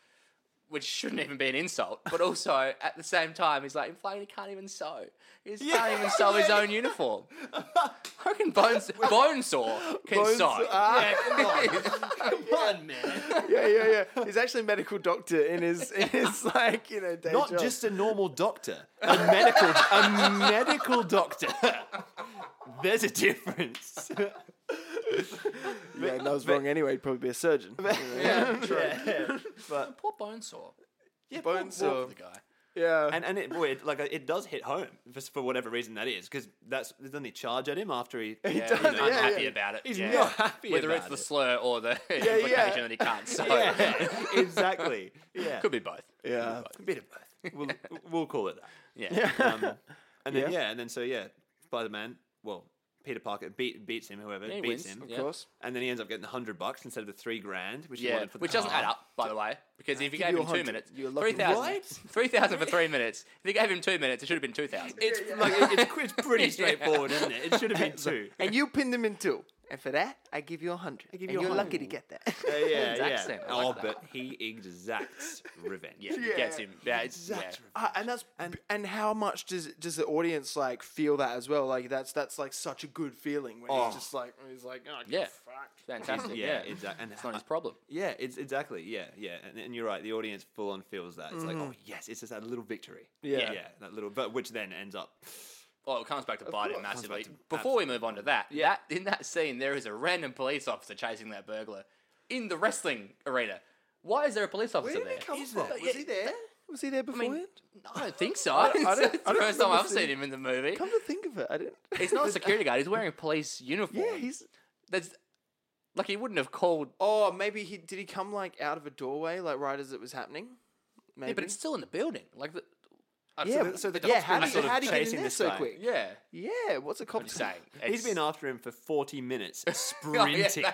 C: which shouldn't even be an insult, but also at the same time, he's like implying he can't even sew. He just can't even sew his own uniform. I reckon Bones Bonesaw can
B: Bones-
C: sew.
B: ah.
C: Yeah, come [laughs] on.
A: Come on, man.
B: Yeah, yeah, yeah. He's actually a medical doctor in [laughs] his in his like you know day
A: Not
B: job.
A: just a normal doctor, a medical, a medical doctor. There's a difference.
B: yeah. No, I was wrong anyway. He'd probably be a [laughs] surgeon.
C: yeah.
A: Yeah. But
C: Poor Bonesaw.
A: [laughs] yeah,
B: Bones
A: well,
B: are-
C: For the guy.
B: yeah. [laughs]
A: And and it boy, it, like it does hit home for, for whatever reason that is because that's doesn't he charge at him after he?
B: He
A: yeah.
B: does,
C: he's
B: yeah,
C: unhappy
B: yeah.
C: about it.
A: He's
C: yeah.
A: not happy
C: Whether it's
A: about
C: the
A: it.
C: slur or the
B: yeah.
C: implication that he can't sew.
A: "Oh, Yeah, [laughs] exactly. Yeah,
C: Could be both.
B: Yeah.
A: a bit of both. We'll, we'll call it that.
C: Yeah.
A: Um, and then
B: Yeah.
A: yeah. and then so yeah, Spider Man. Well, Peter Parker beat beats him. Whoever
C: he
A: beats
C: wins.
A: him,
B: Of
C: Yeah.
B: course.
A: and then he ends up getting the hundred bucks instead of the three grand, which he
C: Yeah,
A: wanted for the
C: which doesn't
A: car.
C: add up, by the way, because if
B: give
C: you gave
B: you
C: him two
B: 100,
C: minutes,
B: you're lucky.
C: 3,000
A: What?
C: 3,000 for three minutes. If you gave him two minutes, it should have been 2,000.
A: It's like it- it's, it's [laughs] pretty straightforward, isn't it? It should have been
B: So-
A: two.
B: and you pinned them in two. And for that, I give you a hundred. I
A: give
B: and
A: you a
B: are lucky to
A: hundred.
B: get that.
A: [laughs] Yeah, yeah,
C: His accent, I
A: Oh,
C: like that.
A: but he exacts revenge.
C: Yeah,
B: Yeah.
C: it gets him. Yeah, it's, yeah.
A: Exacts
B: Uh, and that's and, and how much does does the audience like feel that as well? Like that's that's like such a good feeling when
A: Oh.
B: he's just like he's like oh,
C: Yeah.
B: fucked.
C: fantastic.
A: Yeah,
C: Yeah,
A: exactly. And
C: It's not his problem.
A: yeah, it's exactly. Yeah, yeah. And, and you're right. The audience full on feels that. It's like, oh yes, it's just that little victory.
B: Yeah.
A: yeah, that little. But which then ends up.
C: Well, it comes back to bite him
B: course.
C: massively.
A: Comes back to-
C: Before we move on to that, that, in that scene, there is a random police officer chasing that burglar in the wrestling arena. Why is there a police officer there?
A: Is from?
C: Was he
B: there? Was he there beforehand?
C: I don't think so. I
B: don't-
C: it's
B: I
C: the
B: don't
C: first time
B: remember
C: I've
B: seeing-
C: seen him in the
B: [laughs]
C: movie.
B: Come to think of it, I didn't. [laughs]
C: It's not a security guard. He's wearing a police uniform.
B: yeah, he's.
C: That's like he wouldn't have called
B: Oh, maybe he did. He come like out of a doorway, like right as it was happening. Maybe.
C: Yeah, but it's still in the building. Like the I've
B: yeah.
C: seen
B: but-
A: so the
B: yeah
A: cops
B: how
A: were
B: do you,
A: sort of
B: how do you get in
A: chasing
B: there
A: this
B: so
A: guy.
B: quick?
C: yeah.
B: Yeah. What's a cop
C: I'm
B: to-
C: [laughs] saying
A: He's been after him for 40 [laughs] minutes,
C: Oh, yeah,
A: sprinting.
B: [laughs]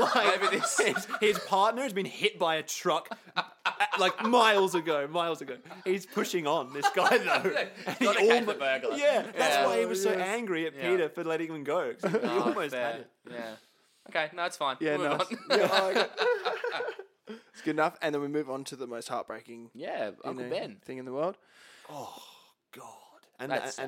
A: [laughs] like,
C: Maybe
A: [laughs]
C: this-
A: his, his partner has been hit by a truck [laughs] like miles ago, miles ago. He's pushing on this guy though. And
C: Gotta
A: he
C: catch the
A: almo-
C: burglar.
A: Yeah, that's
C: [laughs] Yeah.
A: why he was so
B: Yes.
A: angry at
C: Yeah.
A: Peter for letting him go. 'cause He
C: Oh,
A: almost
C: fair.
A: had it.
C: Yeah. Okay, no, it's fine.
B: [laughs] Yeah,
C: We'll move
B: nice.
C: on.
B: Yeah, I like
A: [laughs]
B: it. it's good enough. And then we move on to the most heartbreaking you
C: [laughs] yeah, Uncle
B: know,
C: Ben.
B: thing in the world.
A: God. And,
C: That's Hmm.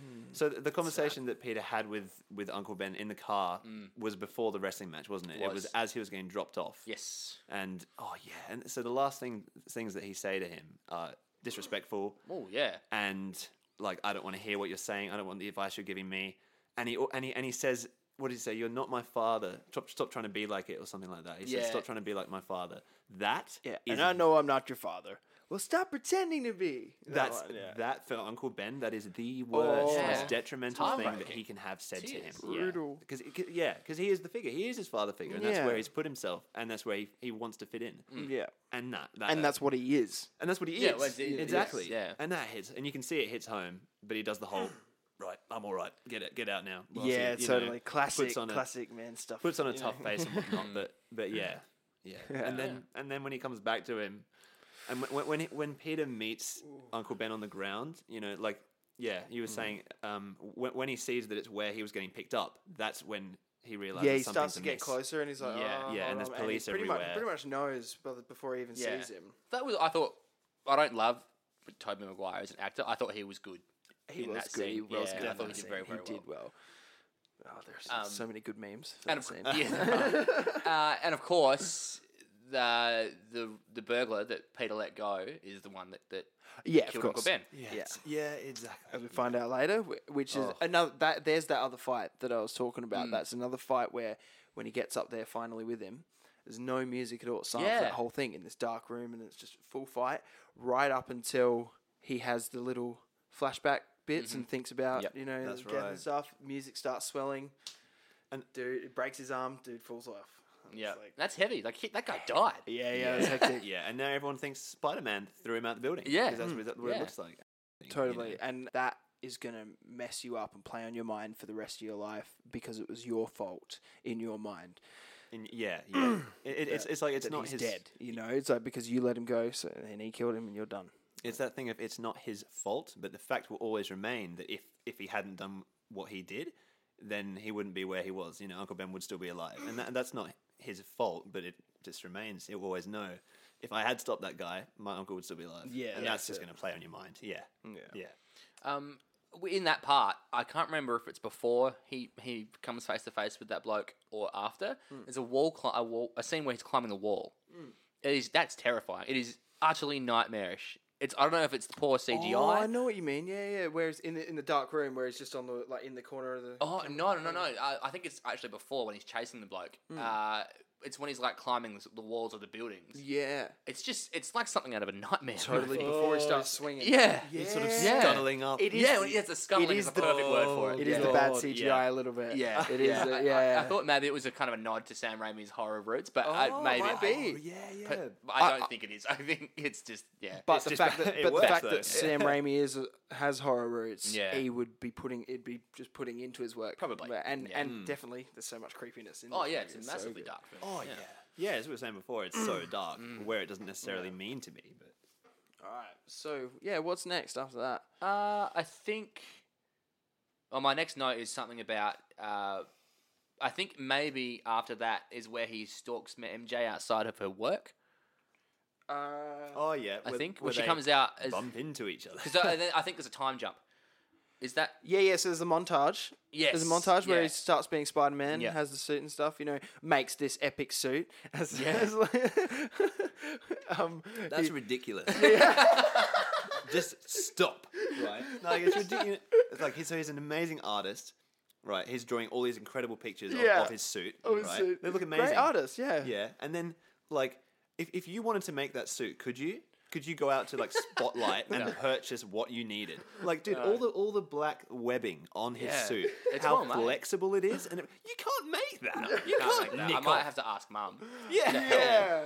A: and so the the conversation that Peter had with, with Uncle Ben in the car was before the wrestling match, wasn't it? It was
C: Hmm. Was.
A: as he was getting dropped off.
C: Yes.
A: And oh yeah, and so the last thing things that he say to him are disrespectful.
C: Oh yeah.
A: and like I don't want to hear what you're saying. I don't want the advice you're giving me. And he and he and he says, "What did he say? You're not my father. Stop, stop trying to be like it, or something like that." He
C: Yeah.
A: says, "Stop trying to be like my father." That
B: Yeah,
A: is-
B: and I know I'm not your father. Well, stop pretending to be. uh, That
A: that's
B: one, yeah.
A: that for Uncle Ben. That is the worst,
B: Oh.
A: most
C: Yeah.
A: detrimental thing that he
C: heartbreaking.
A: can have said to him.
C: Tears.
B: brutal.
A: Because yeah, because he is the figure. He is his father figure, and that's
B: Yeah.
A: where he's put himself, and that's where he, he wants to fit in.
B: Yeah,
A: And that,
B: and that's what he is.
A: and that's what he
C: Yeah,
A: is.
C: well, it's- it-
A: exactly.
C: yes, yeah.
A: And that hits, and you can see it hits home. But he does the whole, right, I'm all right. Get it, get out now. whilst
B: yeah,
A: he, you know,
B: totally classic,
A: puts on a-
B: classic man stuff.
A: puts on a
B: you know.
A: tough face and whatnot. But [laughs] but yeah, yeah. And then and then when he comes back to him, and when when, he, when Peter meets Uncle Ben on the ground, you know, like Yeah, you were saying um, when, when he sees that it's where he was getting picked up, that's when he realizes
B: Yeah, he
A: something's
B: starts to get
A: amiss.
B: closer, and he's like,
C: Yeah.
B: "Oh,
A: Yeah, and
B: hold
A: there's
B: on,"
A: police
B: he pretty
A: everywhere.
B: Much, pretty much knows, but before he even
C: Yeah.
B: sees him,
C: That was I thought I don't love Toby Maguire as an actor. I thought he was good.
B: he
C: In
B: was
C: that
B: good.
C: scene,
B: He was
C: yeah,
B: good.
C: I
B: in
C: thought
B: that
C: he did
B: scene.
C: very, very
B: He did well. Oh, there's
C: Um,
B: so many good memes. For
C: And
B: that
C: of,
B: scene. [laughs]
C: [laughs] yeah. uh, and of course, the the the burglar that Peter let go is the one that that
B: yeah, of
C: killed Uncle
B: course.
C: Ben.
A: Yeah, yeah, exactly. Oh.
B: as we find out later, wh- which is another that there's that other fight that I was talking
A: Mm.
B: about. That's another fight where when he gets up there finally with him, there's no music at all. It's silent for
C: Yeah.
B: that whole thing in this dark room, and it's just full fight right up until he has the little flashback bits and thinks about
A: Mm-hmm. Yep,
B: you know
A: that's
B: death
A: right.
B: and stuff. Music starts swelling, and
A: And-
B: dude it breaks his arm. Dude falls off. It's
C: Yeah,
B: like-
C: that's heavy. Like he, that
B: [laughs]
C: guy died.
B: yeah, yeah, it's hectic.
A: [laughs]
B: Mm.
A: Yeah, and now everyone thinks Spider Man threw him out the building.
C: Yeah.
A: 'cause that's what, that's what
C: Yeah.
A: it looks like. You know?
B: Totally. And that is going to mess you up and play on your mind for the rest of your life because it was your fault in your mind.
A: And yeah,
B: [clears throat]
A: yeah. It- it- it's, it's like it's
B: that
A: not
B: he's
A: his
B: dead. You know, it's like because you let him go so, and he killed him and you're done.
A: It's that thing of it's not his fault, but the fact will always remain that if if he hadn't done what he did, then he wouldn't be where he was. You know, Uncle Ben would still be alive, and that, that's not his fault, but it just remains. He'll always know. If I had stopped that guy, my uncle would still be alive.
B: Yeah,
A: and
B: that's
A: that's just going to play on your mind. Yeah, yeah,
C: Um, w- in that part, I can't remember if it's before he he comes face to face with that bloke or after.
B: Hmm.
C: There's a wall, cli- a wall, a scene where he's climbing the wall. It is that's terrifying. It is utterly nightmarish. It's I don't know if it's the poor CGI.
B: Oh, I know what you mean. Yeah, yeah. Whereas in the in the dark room, where it's just on the like in the corner of the.
C: Oh no no no no! I, I think it's actually before when he's chasing the bloke.
B: Hmm.
C: Uh, it's when he's like climbing the, s- the walls of the buildings.
B: Yeah.
C: It's just it's like something out of a nightmare.
B: Totally. [laughs]
C: [laughs]
B: Before he starts swinging.
C: Yeah.
A: He's sort of
C: Yeah.
A: scuttling up.
B: It is.
C: Yeah, when he has the scuttling
B: is
C: is the
B: the-
C: perfect word for it.
B: It
C: yeah.
B: is the bad
A: God,
B: CGI
A: yeah.
B: a little bit.
C: Yeah.
B: It is.
A: Yeah.
B: the-
C: I- I-
B: Oh, yeah.
C: I, thought maybe it was a kind of a nod to Sam Raimi's horror roots, but I,
B: Oh,
C: maybe
B: might be.
A: yeah, Oh, yeah.
C: But I don't
B: I-
C: think it is. I think it's just yeah.
A: It's
B: But the
A: just
B: fact
A: that-
B: that,
A: it
B: but the
A: works,
B: fact
A: though.
B: that Sam Raimi is has horror roots,
C: Yeah.
B: he would be putting it'd be just putting into his work
C: Probably,
B: and
C: yeah.
B: and definitely there's so much creepiness in.
C: [laughs] oh
B: this
C: yeah,
B: movie,
C: it's a
B: so
C: massively
B: good.
C: dark film.
A: Oh yeah. yeah, as we were saying before, it's so
C: Mm.
A: dark
B: Mm.
A: where it doesn't necessarily mean to be. But
B: All right, so yeah, what's next after that?
C: Uh, I think. Well, my next note is something about. Uh, I think maybe after that is where he stalks M- MJ outside of her work.
B: Uh,
A: oh yeah,
C: I
A: where-
C: think
A: where
C: when she
A: they
C: comes out as
A: bump into each
C: [laughs]
A: other.
C: because I, I think there's a time jump. Is that
B: yeah, yeah. So there's the montage. There's a
C: Yes,
B: montage where he
C: yeah.
B: starts being Spider Man,
C: Yeah.
B: has the suit and stuff. You know, makes this epic suit. [laughs] As,
C: Yeah.
B: as like- [laughs] um,
A: That's
B: he-
A: ridiculous. [laughs]
C: [laughs]
A: Just stop. Right? Like it's ridiculous. It's like he's, so he's an amazing artist, right? He's drawing all these incredible pictures of-
B: Yeah.
A: of, his suit.
B: oh, his
A: right?
B: suit.
A: They look amazing.
B: Great artist, yeah.
A: Yeah, and then like if if you wanted to make that suit, could you? Could you go out to
B: [laughs]
A: like Spotlight and purchase what you needed? Like, dude, all the all the black webbing on his
C: Yeah.
A: suit,
C: It's
A: how
C: well made.
A: flexible it is, and it, you can't make that. you
C: I
A: can't,
C: can't make that. I
A: nick
C: might
A: off.
C: have to ask [laughs] mum.
A: Yeah,
B: Yeah.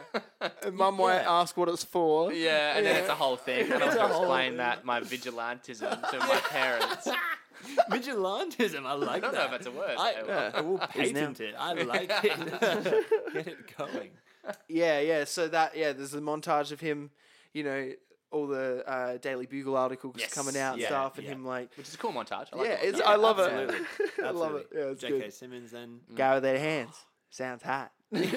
B: and Mum might
A: Yeah.
B: ask what it's for.
C: Yeah, and then it's a whole thing. And I have to
A: a whole
C: explain that my vigilantism to my parents.
A: Vigilantism, I like that.
C: [laughs] I don't know if that's a word.
A: I,
C: Uh,
A: I will
B: Is now.
A: patent it.
C: [laughs]
A: I like it. [laughs] Get it going.
B: Yeah, yeah. So that yeah, there's a montage of him, you know, all the uh, Daily Bugle articles
C: Yes,
B: coming out and
A: yeah,
B: stuff, and
A: yeah.
B: him like,
C: Which is a cool montage. I like
B: yeah,
C: that
B: it's
C: montage.
B: I love [laughs]
A: absolutely.
B: it. [laughs] I love it.
A: Absolutely.
B: Yeah, it's
A: J.K.
B: good.
A: Simmons then,
B: Go with their hands. Sounds hot.
A: [laughs] and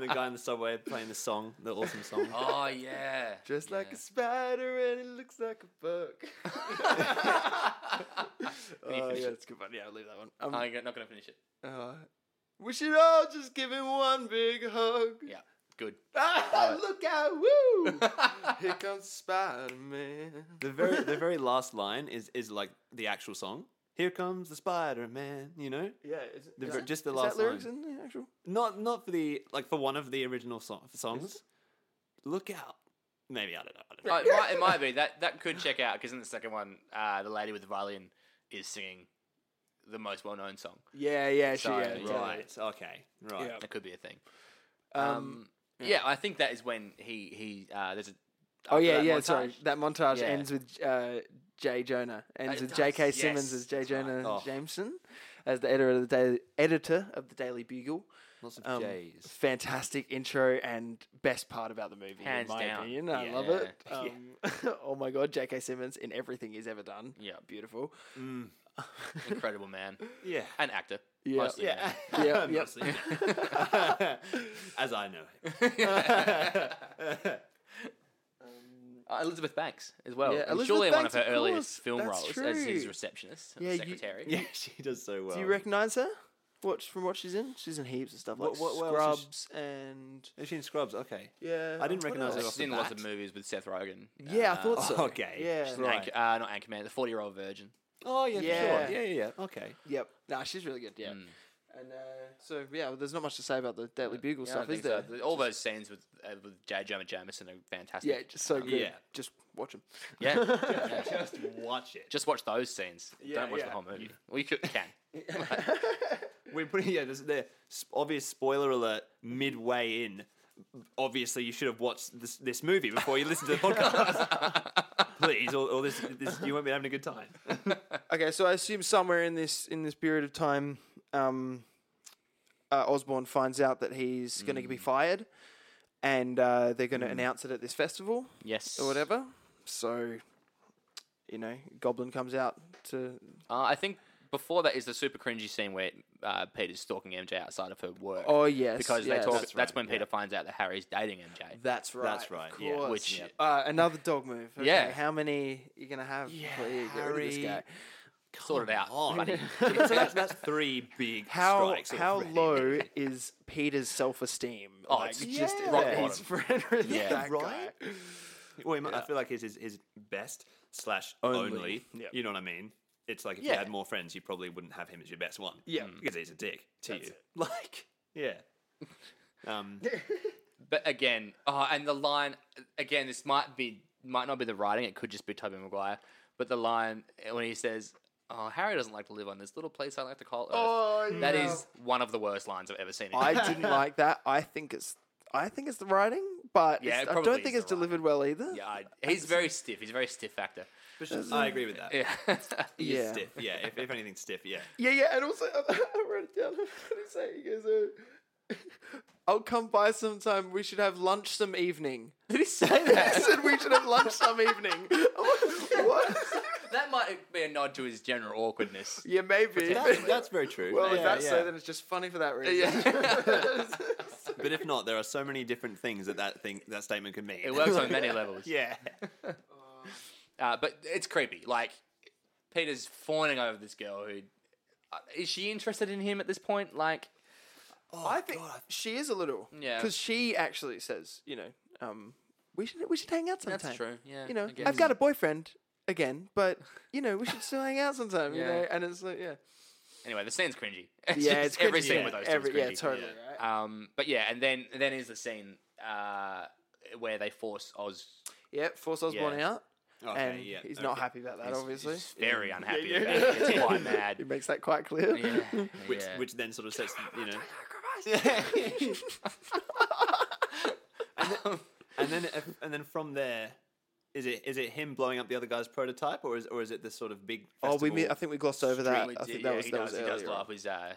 A: the guy in the subway playing the song, the awesome song.
C: Oh yeah.
B: [laughs] Just like [laughs]
C: [laughs] Yeah.
B: a spider, and it looks like a
A: [laughs]
B: bug. oh
C: finish
B: yeah,
C: it?
B: it's a good one. Yeah, I'll leave that one. Um,
C: I'm g- not gonna finish it.
B: [laughs] uh, we should all just give him one big hug.
C: Yeah. Good.
B: [laughs] Ah, look out! Woo!
A: [laughs]
B: Here comes Spider Man.
A: The very the very last line is is like the actual song. Here comes the Spider Man. You know,
B: Yeah, is,
A: the,
B: is
A: ver-
B: that-
A: just the
B: is
A: last
B: that lyrics
A: line.
B: in the actual?
A: Not not for the like for one of the original song, songs. Look out. Maybe I don't know. I don't know.
C: Oh, it, might, it might be that that could check out because in the second one, uh, the lady with the violin is singing the most well-known song.
B: Yeah, yeah, she, yeah,
C: So, yeah.
B: totally.
A: Right. Okay. Right.
B: Yeah.
C: That could be a thing. Um,
B: Um,
C: yeah. I think that is when he he uh, there's a
B: oh
C: after
B: yeah,
C: that
B: yeah.
C: montage-
B: Sorry, that montage
C: Yeah.
B: ends with uh, Jay Jonah ends
C: It
B: with
C: does,
B: J.K. Simmons
C: yes,
B: as Jay
C: that's right.
B: Jonah
A: Oh.
B: Jameson as the editor of the daily, editor of the Daily Bugle,
A: Lots of
B: Um,
A: J's.
B: Fantastic intro and best part about the movie,
C: Hands
B: in my
C: down.
B: opinion. I love
C: Yeah.
B: it. Um, [laughs] oh my god, J.K. Simmons in everything he's ever done.
C: Yeah.
B: beautiful.
C: Incredible man.
A: Yeah.
C: And actor.
B: Yeah.
C: Mostly
A: Yeah. [laughs]
C: man.
B: Yeah, yep.
A: Mostly. As I know him. [laughs]
B: [laughs]
C: Uh, Elizabeth Banks as well.
B: Yeah,
C: And
B: Elizabeth
C: surely one of
B: Banks,
C: her
B: of course.
C: earliest film
B: That's
C: roles as his
B: true.
C: receptionist,
B: Yeah,
C: yeah,
B: you-
C: secretary.
A: Yeah, she does so well.
B: Do you recognise her? Watch from what she's in. She's in heaps of stuff like
A: What- what- what else is
B: Scrubs and
A: Is she in Scrubs? Okay.
B: yeah.
A: I didn't
B: what
A: recognise her
B: else?
A: off
C: She's
A: the
C: in lots of
A: bat.
C: movies with Seth Rogen. Uh,
B: Yeah, I thought so.
A: okay.
B: Yeah.
C: Anch-
A: Right.
C: uh, not Anchorman, the 40 year old virgin.
A: Oh yeah,
B: Yeah.
A: yeah. sure. Yeah, yeah, yeah. Okay.
B: Yep. Nah, she's really good. Yeah.
C: Mm.
B: And uh, so yeah, well, there's not much to say about the Daily Bugle
C: Yeah, I
B: stuff, is
C: think
B: there?
C: so. The- All those scenes with, uh, with J. Jonah Jameson are fantastic.
B: Yeah, just so good.
A: Yeah.
B: Just watch them. [laughs]
C: Yeah.
A: Just watch it.
C: Just watch those scenes.
B: Yeah,
C: Don't watch
B: yeah.
C: the whole movie. We
B: [laughs]
C: could, can.
A: We're putting yeah. There's the s- obvious spoiler alert midway in. Obviously, you should have watched this, this movie before you listen to the podcast. [laughs] Please, or, or this, this you won't be having a good time.
B: Okay, so I assume somewhere in this in this period of time, um, uh, Osborne finds out that he's going
C: Mm.
B: to be fired, and uh, they're going to announce it at this festival
C: Yes.
B: or whatever. So, you know, Goblin comes out to
C: Uh, I think before that is the super cringy scene where uh, Peter's stalking MJ outside of her work.
B: oh yes
C: because
B: yes.
C: they talk.
A: That's
C: That's,
A: right,
C: when Peter
A: yeah.
C: finds out that Harry's dating MJ.
B: That's right.
A: That's
B: Of
A: right, yeah.
B: course.
C: Which- Yep.
B: uh, another dog move. Okay,
C: Yeah.
B: How many you gonna have? before you get rid of this
A: Harry.
B: guy?
C: Sort it
A: [laughs]
C: out. buddy.
A: so that's, that's three big
B: How
A: strikes.
B: how
A: already.
C: [laughs]
B: low is Peter's self esteem?
C: Oh, it's
A: Yeah.
B: rock
A: rock
B: bottom. He's
C: bottom.
B: friend with
C: Yeah.
B: that
A: Right?
B: [laughs] guy.
A: Well, he might- I feel like his his, his best slash
B: Only.
A: only.
B: Yep.
A: You know what I mean? It's like if
B: Yeah.
A: you had more friends, you probably wouldn't have him as your best one.
B: Yeah.
A: because he's a dick to
B: That's
A: you.
B: it. [laughs]
A: Like, yeah. Um,
C: But again, oh, and the line again. This might be might not be the writing. It could just be Toby Maguire. But the line when he says, "Oh, Harry doesn't like to live on this little place I like to call Earth."
B: Oh,
C: That
B: yeah.
C: is one of the worst lines I've ever seen. [laughs] in-
B: I didn't like that. I think it's I think it's the writing, but it's-
C: Yeah, it
B: I don't
C: probably
B: think
C: is
B: it's
C: the
B: delivered well either.
C: yeah, I, he's very stiff. He's a very stiff actor.
A: but sh- I agree with that.
C: [laughs] Yeah.
A: He is
B: Yeah.
A: stiff. Yeah, if, if anything, stiff. Yeah.
B: Yeah, yeah, and also [laughs] I wrote it down. [laughs] What did he say? He goes, uh, [laughs] "I'll come by sometime. We should have lunch some evening."
C: Did he say
B: I
C: that?
B: said we should have lunch some evening.
C: [laughs]
B: I'm like, what?
C: that might be a nod to his general awkwardness.
B: Yeah, maybe.
A: That's, that's very true.
C: [laughs]
B: well, if
A: Yeah,
B: that's
A: yeah.
B: so, then it's just funny for that reason. [laughs]
A: But if not, there are so many different things that that thing that statement could mean. [laughs]
C: It works on
B: [laughs]
C: many levels.
A: yeah.
C: Uh, but it's creepy. Like Peter's fawning over this girl. Who uh, is she interested in him at this point? Like,
B: I think she is a little.
C: Oh, Yeah.
B: Because she actually says, you know, um, we should we should hang out sometime.
C: true, yeah,
B: You know,
C: I guess.
B: I've got a boyfriend again, but you know, we should still hang out sometime. You
C: Yeah.
B: know, and it's like, yeah,
C: anyway, the scene's cringy. [laughs] It's
B: yeah,
C: just
B: it's
C: every
B: cringy,
C: scene
B: yeah,
C: with those
B: every,
C: two is
B: yeah,
C: cringy.
B: totally
A: Yeah.
B: right.
C: Um, but yeah, and then and then is the scene uh, where they force Oz.
B: Yeah, force Osborne
C: Yeah.
B: out,
A: Okay,
B: and
A: yeah,
B: he's not
A: okay.
B: happy about that. obviously,
C: He's very [laughs] unhappy.
B: yeah.
C: about it. It's quite
B: [laughs] he
C: mad.
B: makes that quite clear.
C: Yeah,
A: Which
C: yeah.
A: which then sort of sets you know. and, then, and then and then from there, is it is it him blowing up the other guy's prototype, or is or is it this sort of big?
B: [laughs] Oh, we mi-
A: festival-
B: I think we glossed over that.
C: Really
B: I
C: do-
B: think that
C: yeah,
B: was
C: he
B: that
C: does,
B: was
C: he does
B: earlier.
C: blow
B: on.
C: up his uh,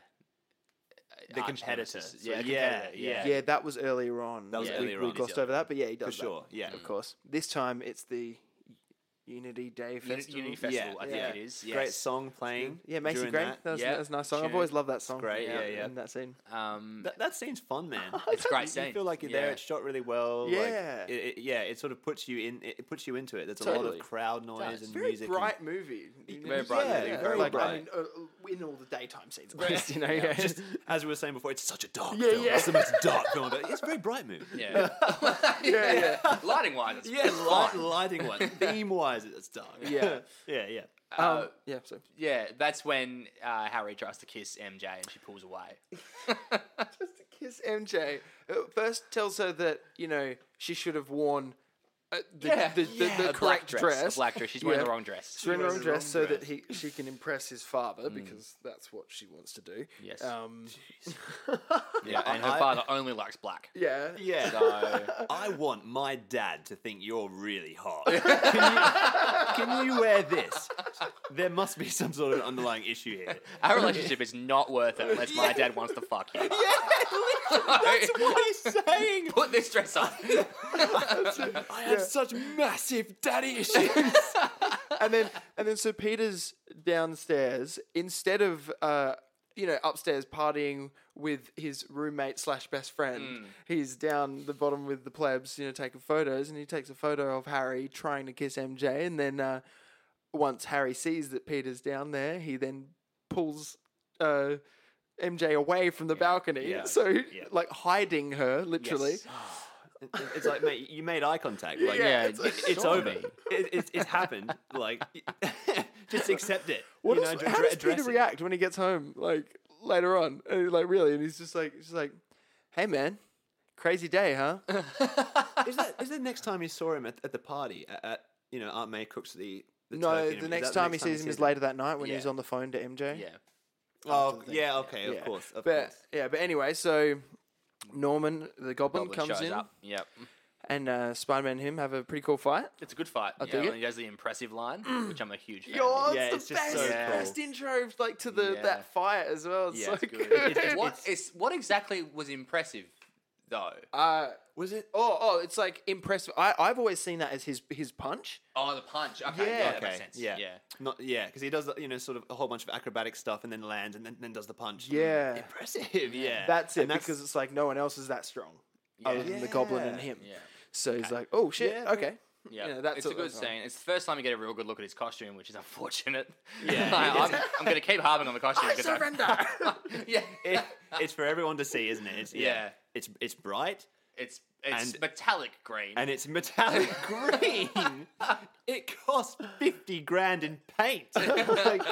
A: The
C: arch
A: competitor.
C: nemesis.
A: Yeah,
C: competitor,
A: yeah, yeah.
B: Yeah, that was earlier on.
A: That was
B: Yeah.
A: earlier
B: we, we
A: on.
B: glossed over that, but yeah, he
A: for
B: does that,
A: sure. Yeah,
B: Of course, this time it's the Unity Day
C: Uni-
B: Festival.
C: Uni Festival, I think
B: yeah.
C: it is. Yes.
A: great song playing.
B: Yeah, Macy
A: during
B: Gray. That,
A: That.
B: was,
C: Yeah,
B: that was a nice song. I've
C: tune.
B: always loved that song.
A: great, yeah, yeah.
B: And that scene.
C: Um,
A: That, that scene's fun, man.
C: it's a great
A: You-
C: scene.
A: You feel like you're there.
C: Yeah.
A: It's shot really well. like,
B: Yeah.
A: it, it- yeah. It sort of puts you in. It, it puts you into it. There's a lot
B: Totally.
A: of crowd noise
C: It's
A: and
B: Very
A: music. [laughs]
B: bright movie. you know?
C: Very bright
A: Yeah,
C: movie.
A: very
C: Very
B: like,
A: bright.
B: I mean, uh, uh, in all the daytime scenes, at least, [laughs] you know. Yeah.
A: And just as we were saying before, it's such a dark
B: Yeah,
A: film.
B: yeah.
A: It's the most dark film. I've ever- It's a very bright movie.
C: yeah.
B: yeah, yeah. [laughs]
C: Lighting wise, it's
A: Yeah, light, lighting wise, theme wise, it's dark.
B: Yeah.
A: [laughs] yeah, yeah.
B: Um, yeah, so
C: Yeah, that's when uh, Harry tries to kiss MJ and she pulls away.
B: [laughs] just to kiss MJ. Uh, First tells her that, you know, she should have worn uh, the,
C: Yeah.
B: the, the,
C: Yeah.
B: the
C: A black
B: correct
C: dress, a
B: dress.
C: black dress. She's wearing the
B: Yeah.
C: wrong dress. Mm.
B: She's wearing the
D: wears
B: wrong
D: the
B: dress so
D: wrong
B: that he she can impress his father because that's what she wants to do.
C: Yes.
B: Um,
C: yeah, and her
A: I-
C: father only likes black.
B: yeah. [laughs]
A: Yeah.
C: So
A: I want my dad to think you're really
B: [laughs]
A: hot. can, you, can you wear this? There must be some sort of underlying issue here.
C: our relationship is not worth it unless my dad wants to fuck
B: [laughs]
C: you.
A: That's what he's saying.
C: [laughs] Put this
B: [laughs]
C: dress on.
A: I have such massive daddy
B: [laughs]
A: issues.
B: and then and then so Peter's downstairs instead of uh you know upstairs partying with his roommate slash best friend.
A: Hmm.
B: He's down the bottom with the plebs, you know, taking photos, and he takes a photo of Harry trying to kiss MJ, and then uh, once Harry sees that Peter's down there, he then pulls. Uh, MJ away from the balcony,
A: yeah,
B: so like hiding her literally.
C: Yes.
A: It's like, mate, you made eye contact. Like,
B: Yeah,
A: it's,
B: it's-
A: it's
C: saw
A: over.
C: me.
A: It, it's it's happened. Like, [laughs] just accept it.
B: What
A: you
B: does-
A: know,
B: how
A: dre-
B: does
A: address
B: Peter
A: it.
B: react when he gets home, like later on? And he's like, really? And he's just like, she's like, hey man, crazy day, huh?
A: Is that is the next time you saw him at, at the party at, at you know Aunt May cooks the, the
B: no,
A: turkey and-
B: the
A: is
B: next
A: that
B: time he sees him is later that night when he's
C: Yeah.
B: on the phone to MJ.
C: Yeah.
A: Oh yeah, okay, of course, of
B: but
A: course.
B: yeah, but anyway, so Norman the Goblin,
C: Goblin
B: comes
C: shows
B: in
C: Up. Yep.
B: and uh, Spider-Man and him have a pretty cool fight.
C: It's a good fight. yeah,
B: dig
C: and
B: it. Mm.
C: He does the impressive line, which I'm a huge fan
B: Yo,
C: of.
A: Yeah,
B: it's the
A: it's just
B: best,
A: so
C: cool.
B: best intro like to the
C: Yeah.
B: that fight as well. It's
C: Yeah,
B: so
C: it's
B: good.
C: good. [laughs] what is what exactly was impressive though?
B: Uh,
A: Was it?
B: oh, oh, it's like impressive. I, I've always seen that as his his punch.
C: Oh, the punch. Okay, yeah,
B: Yeah.
C: that makes
A: Okay,
C: sense.
A: yeah,
C: yeah.
A: not yeah, because he does the- you know sort of a whole bunch of acrobatic stuff and then lands and then, then does the punch.
B: Yeah.
A: impressive. Yeah,
B: That's it
A: And
B: because it's like no one else is that strong other than the
A: Yeah.
B: goblin and him.
C: Yeah.
B: So he's like, oh shit,
A: Yeah.
B: okay.
C: Yeah,
B: You know, that
C: it's a
B: sort of
C: good
B: thing.
C: scene. It's the first time you get a real good look at his costume, which is [laughs] unfortunate. [laughs]
A: Yeah.
C: I'm, I'm going to keep harping on the costume.
B: I
C: 'cause I- [laughs] yeah,
A: [laughs] it, it's for everyone to see, isn't it? It's, yeah.
C: Yeah.
A: it's it's bright
C: it's it's
A: And-
C: metallic green.
A: and it's metallic green. it cost fifty grand in paint.
B: [laughs]
A: Like,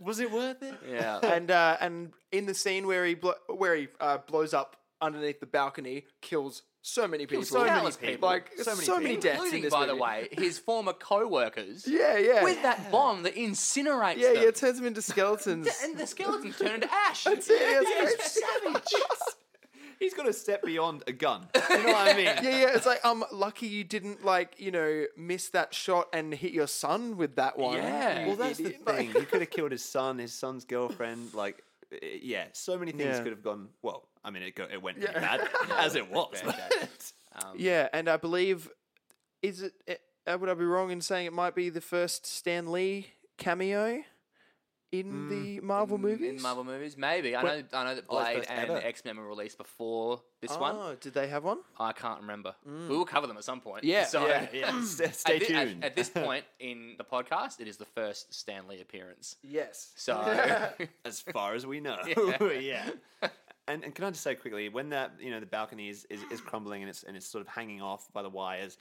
A: was it worth it?
C: yeah,
B: and uh, and in the scene where he blo- where he uh, blows up underneath the balcony, kills so many people.
C: so many Countless people. people.
B: Like
A: So
B: so
A: many
B: many,
A: people.
B: deaths
C: including
B: in this
C: by the
B: movie.
C: way his former co-workers
B: Yeah, yeah.
C: with that bomb that incinerates
B: yeah,
C: them.
B: yeah, turns him into skeletons.
C: and the skeletons turn into ash.
B: That's it, yeah,
C: That is
B: it's [laughs]
C: savage.
A: [laughs] He's got to step beyond a gun. You know what I
B: [laughs]
A: mean?
B: yeah, yeah, it's like um lucky you didn't like, you know, miss that shot and hit your son with that one.
C: Yeah.
B: you
A: Well, that's
B: idiot.
A: the
B: Like-
A: thing. He could have killed his son, his son's girlfriend. Like, uh, yeah, so many things
B: Yeah.
A: could have gone. Well, I mean, it go, it went
B: Yeah.
A: pretty bad as it was.
C: Bad, Um,
B: Yeah, and I believe is it? eh, Uh, would I be wrong in saying it might be the first Stan Lee cameo in the Marvel movies?
C: In Marvel movies, maybe. I know. I know that
A: Oh, it's
C: Blade
A: first
C: and
A: ever.
C: X Men were released before this
B: oh,
C: one.
B: did they have one?
C: I can't remember. We will cover them at some point.
B: Yeah,
C: So
A: Mm.
C: [laughs]
A: yeah, yeah. Stay, stay
C: at, thi- at-
A: tuned. [laughs]
C: at this point in the podcast, it is the first Stanley appearance.
B: Yes.
C: So
A: [laughs]
C: [laughs]
A: as far as [laughs] we know. Yeah. And, and can I just say quickly, when that you know the balcony is, is, is crumbling and it's and it's sort of hanging off by the wires,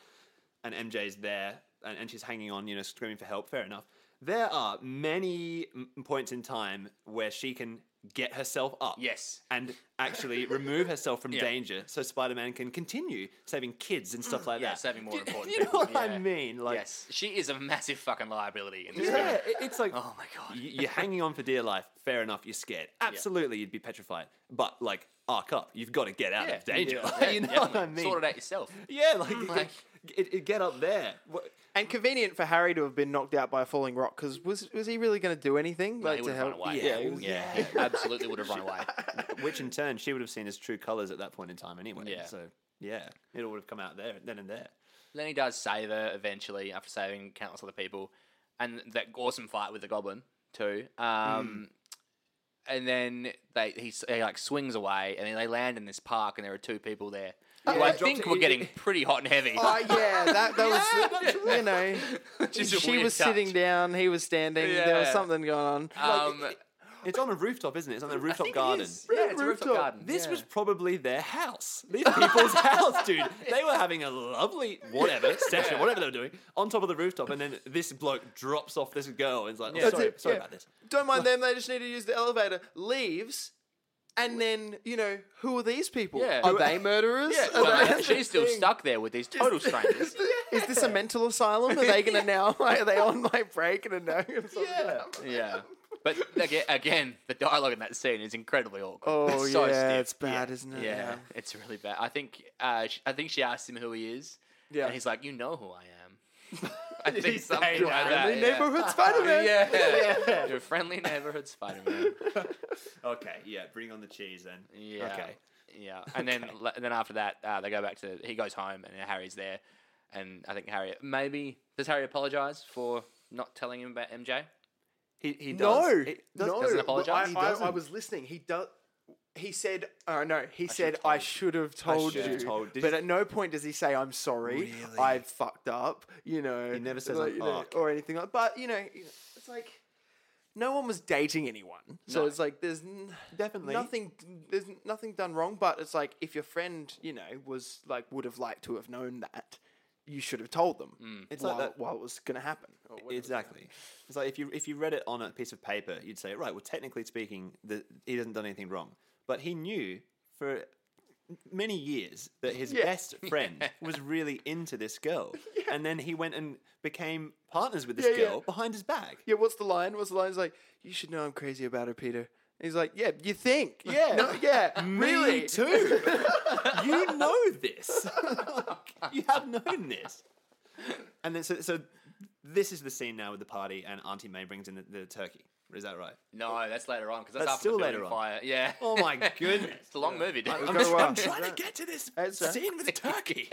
A: and MJ's there and, and she's hanging on, you know, screaming for help. Fair enough. There are many m- points in time where she can get herself up.
C: Yes.
A: And actually remove herself from
C: [laughs] Yeah.
A: danger, so Spider-Man can continue saving kids and stuff like
C: Mm, yeah,
A: that.
C: saving more important.
A: you know
C: people.
A: what I
C: yeah.
A: mean? Like,
C: yes, she is a massive fucking liability in this
A: yeah,
C: film.
A: it- it's like
C: [laughs] Oh my god.
A: you- you're hanging on for dear life. Fair enough, you're scared. Absolutely, you'd be petrified. But like, arc up. You've got to get out of danger. [laughs]
C: Yeah,
A: you know what I
C: definitely.
A: mean?
C: Sort it
A: [laughs]
C: out yourself.
A: Yeah, like,
C: Like-
A: it, it- get up there. What-
B: [laughs] And convenient for Harry to have been knocked out by a falling rock because was was he really going to do anything
C: No,
B: like to
C: he would have run
B: help?
C: away.
A: Yeah,
B: he was-
C: yeah, he absolutely would have run away.
A: Which in turn, she would have seen his true colors at that point in time anyway.
C: Yeah.
A: So yeah, it all would have come out there then and there.
C: Then he does save her eventually after saving countless other people, and that awesome fight with the goblin too. Um, And then they he, s- he like swings away, and then they land in this park, and there are two people there. who I
B: dropped
C: think
A: it-
C: we're
A: it-
C: getting pretty hot and heavy.
B: Oh yeah, that that was you know
C: Just a
B: she
C: weird
B: was
C: touch.
B: sitting down, he was standing. There was
C: Yeah.
B: something going on.
C: [laughs] Um,
A: Like, it- It's on a rooftop, isn't it? It's on a
C: I
A: rooftop
C: think it
A: garden.
C: is. Yeah, it's a rooftop
B: Rooftop.
C: garden.
A: This
C: yeah.
A: was probably their
B: [laughs]
A: house. These people's house, dude. They were having a lovely whatever session, whatever they were doing, on top of the rooftop, and then this bloke drops off this girl and is like, oh,
B: That's
A: sorry,
B: it,
A: sorry
B: yeah.
A: about this.
B: Don't mind them; they just need to use the elevator. Leaves, And then, you know, who are these people?
C: Yeah.
B: Are they murderers?
C: Yeah,
B: Are [laughs]
C: well,
B: they-
C: man, she's still stuck there with these
A: [laughs]
C: total strangers.
B: Is this a mental asylum? Are they going to now, [laughs] like, are they on like break and a no?
A: Yeah.
C: yeah. But aga- again, the dialogue in that scene is incredibly awkward.
B: [laughs] Oh,
C: it's [laughs] so
B: yeah,
C: stiff.
B: it's bad, isn't it?
C: Yeah,
B: Yeah.
C: it's really bad. I think uh, sh- I think she asked him who he is,
B: Yeah.
C: and he's like, "You know who I am."
A: [laughs]
C: I
A: he
C: think
A: say
C: something
A: that?
C: like that.
B: Friendly
C: Yeah.
B: neighborhood Spider-Man. [laughs]
C: Yeah.
A: [laughs]
C: You're a friendly neighborhood Spider-Man.
A: Okay, yeah, bring on the cheese then.
C: Yeah.
A: Okay.
C: Yeah. And then le- and then after that, uh, they go back to he goes home and Harry's there, and I think Harry maybe does Harry apologize for not telling him about MJ?
A: He, he does.
B: No,
A: He does-
B: no.
C: doesn't
B: but
C: apologize?
B: I,
C: He
B: I, I
A: doesn't.
B: was listening. He does. He said, "Oh no." He
C: should've
B: said, "I
C: told you.
B: should have told you."
A: should've told- did
B: But
A: you-
B: at no point does he say, "I'm sorry,
A: Really?
B: I fucked up." You know,
A: He never says,
B: like,
A: like,
B: you know,
A: "Fuck."
B: or anything like. But you know, it's like no one was dating anyone, so
C: No.
B: it's like there's n-
A: Definitely.
B: nothing. There's nothing done wrong. But it's like if your friend, you know, was like would have liked to have known that. You should have told them
A: It's like
B: while,
A: Mm. that-
B: while it was going to happen. or whatever.
A: Exactly. It's like if you if you read it on a piece of paper, you'd say, right, well, technically speaking, the, he hasn't done anything wrong. But he knew for many years that his
B: [laughs] Yeah.
A: best friend was really into this
B: [laughs]
A: girl, and then he went and became partners with this
B: Yeah, yeah.
A: girl behind his back.
B: Yeah, what's the line? What's the line? He's like, you should know I'm crazy about her, Peter. And he's like, yeah,
A: [laughs]
B: you think? Yeah, yeah, really?
A: Me too.
B: [laughs]
A: you know this. [laughs] you have known
B: [laughs]
A: this. And then so so this is the scene now with the party, and Auntie May brings in the, the turkey. Is that right?
C: No, that's later on because that's,
A: That's
C: after the
A: still
C: building
A: later on.
C: fire. Yeah.
A: Oh
C: [laughs]
A: my goodness.
C: it's a long movie, dude.
A: I'm,
B: got a
A: just-
B: while.
C: [laughs]
A: I'm trying to get to this
B: That's right.
A: scene with turkey.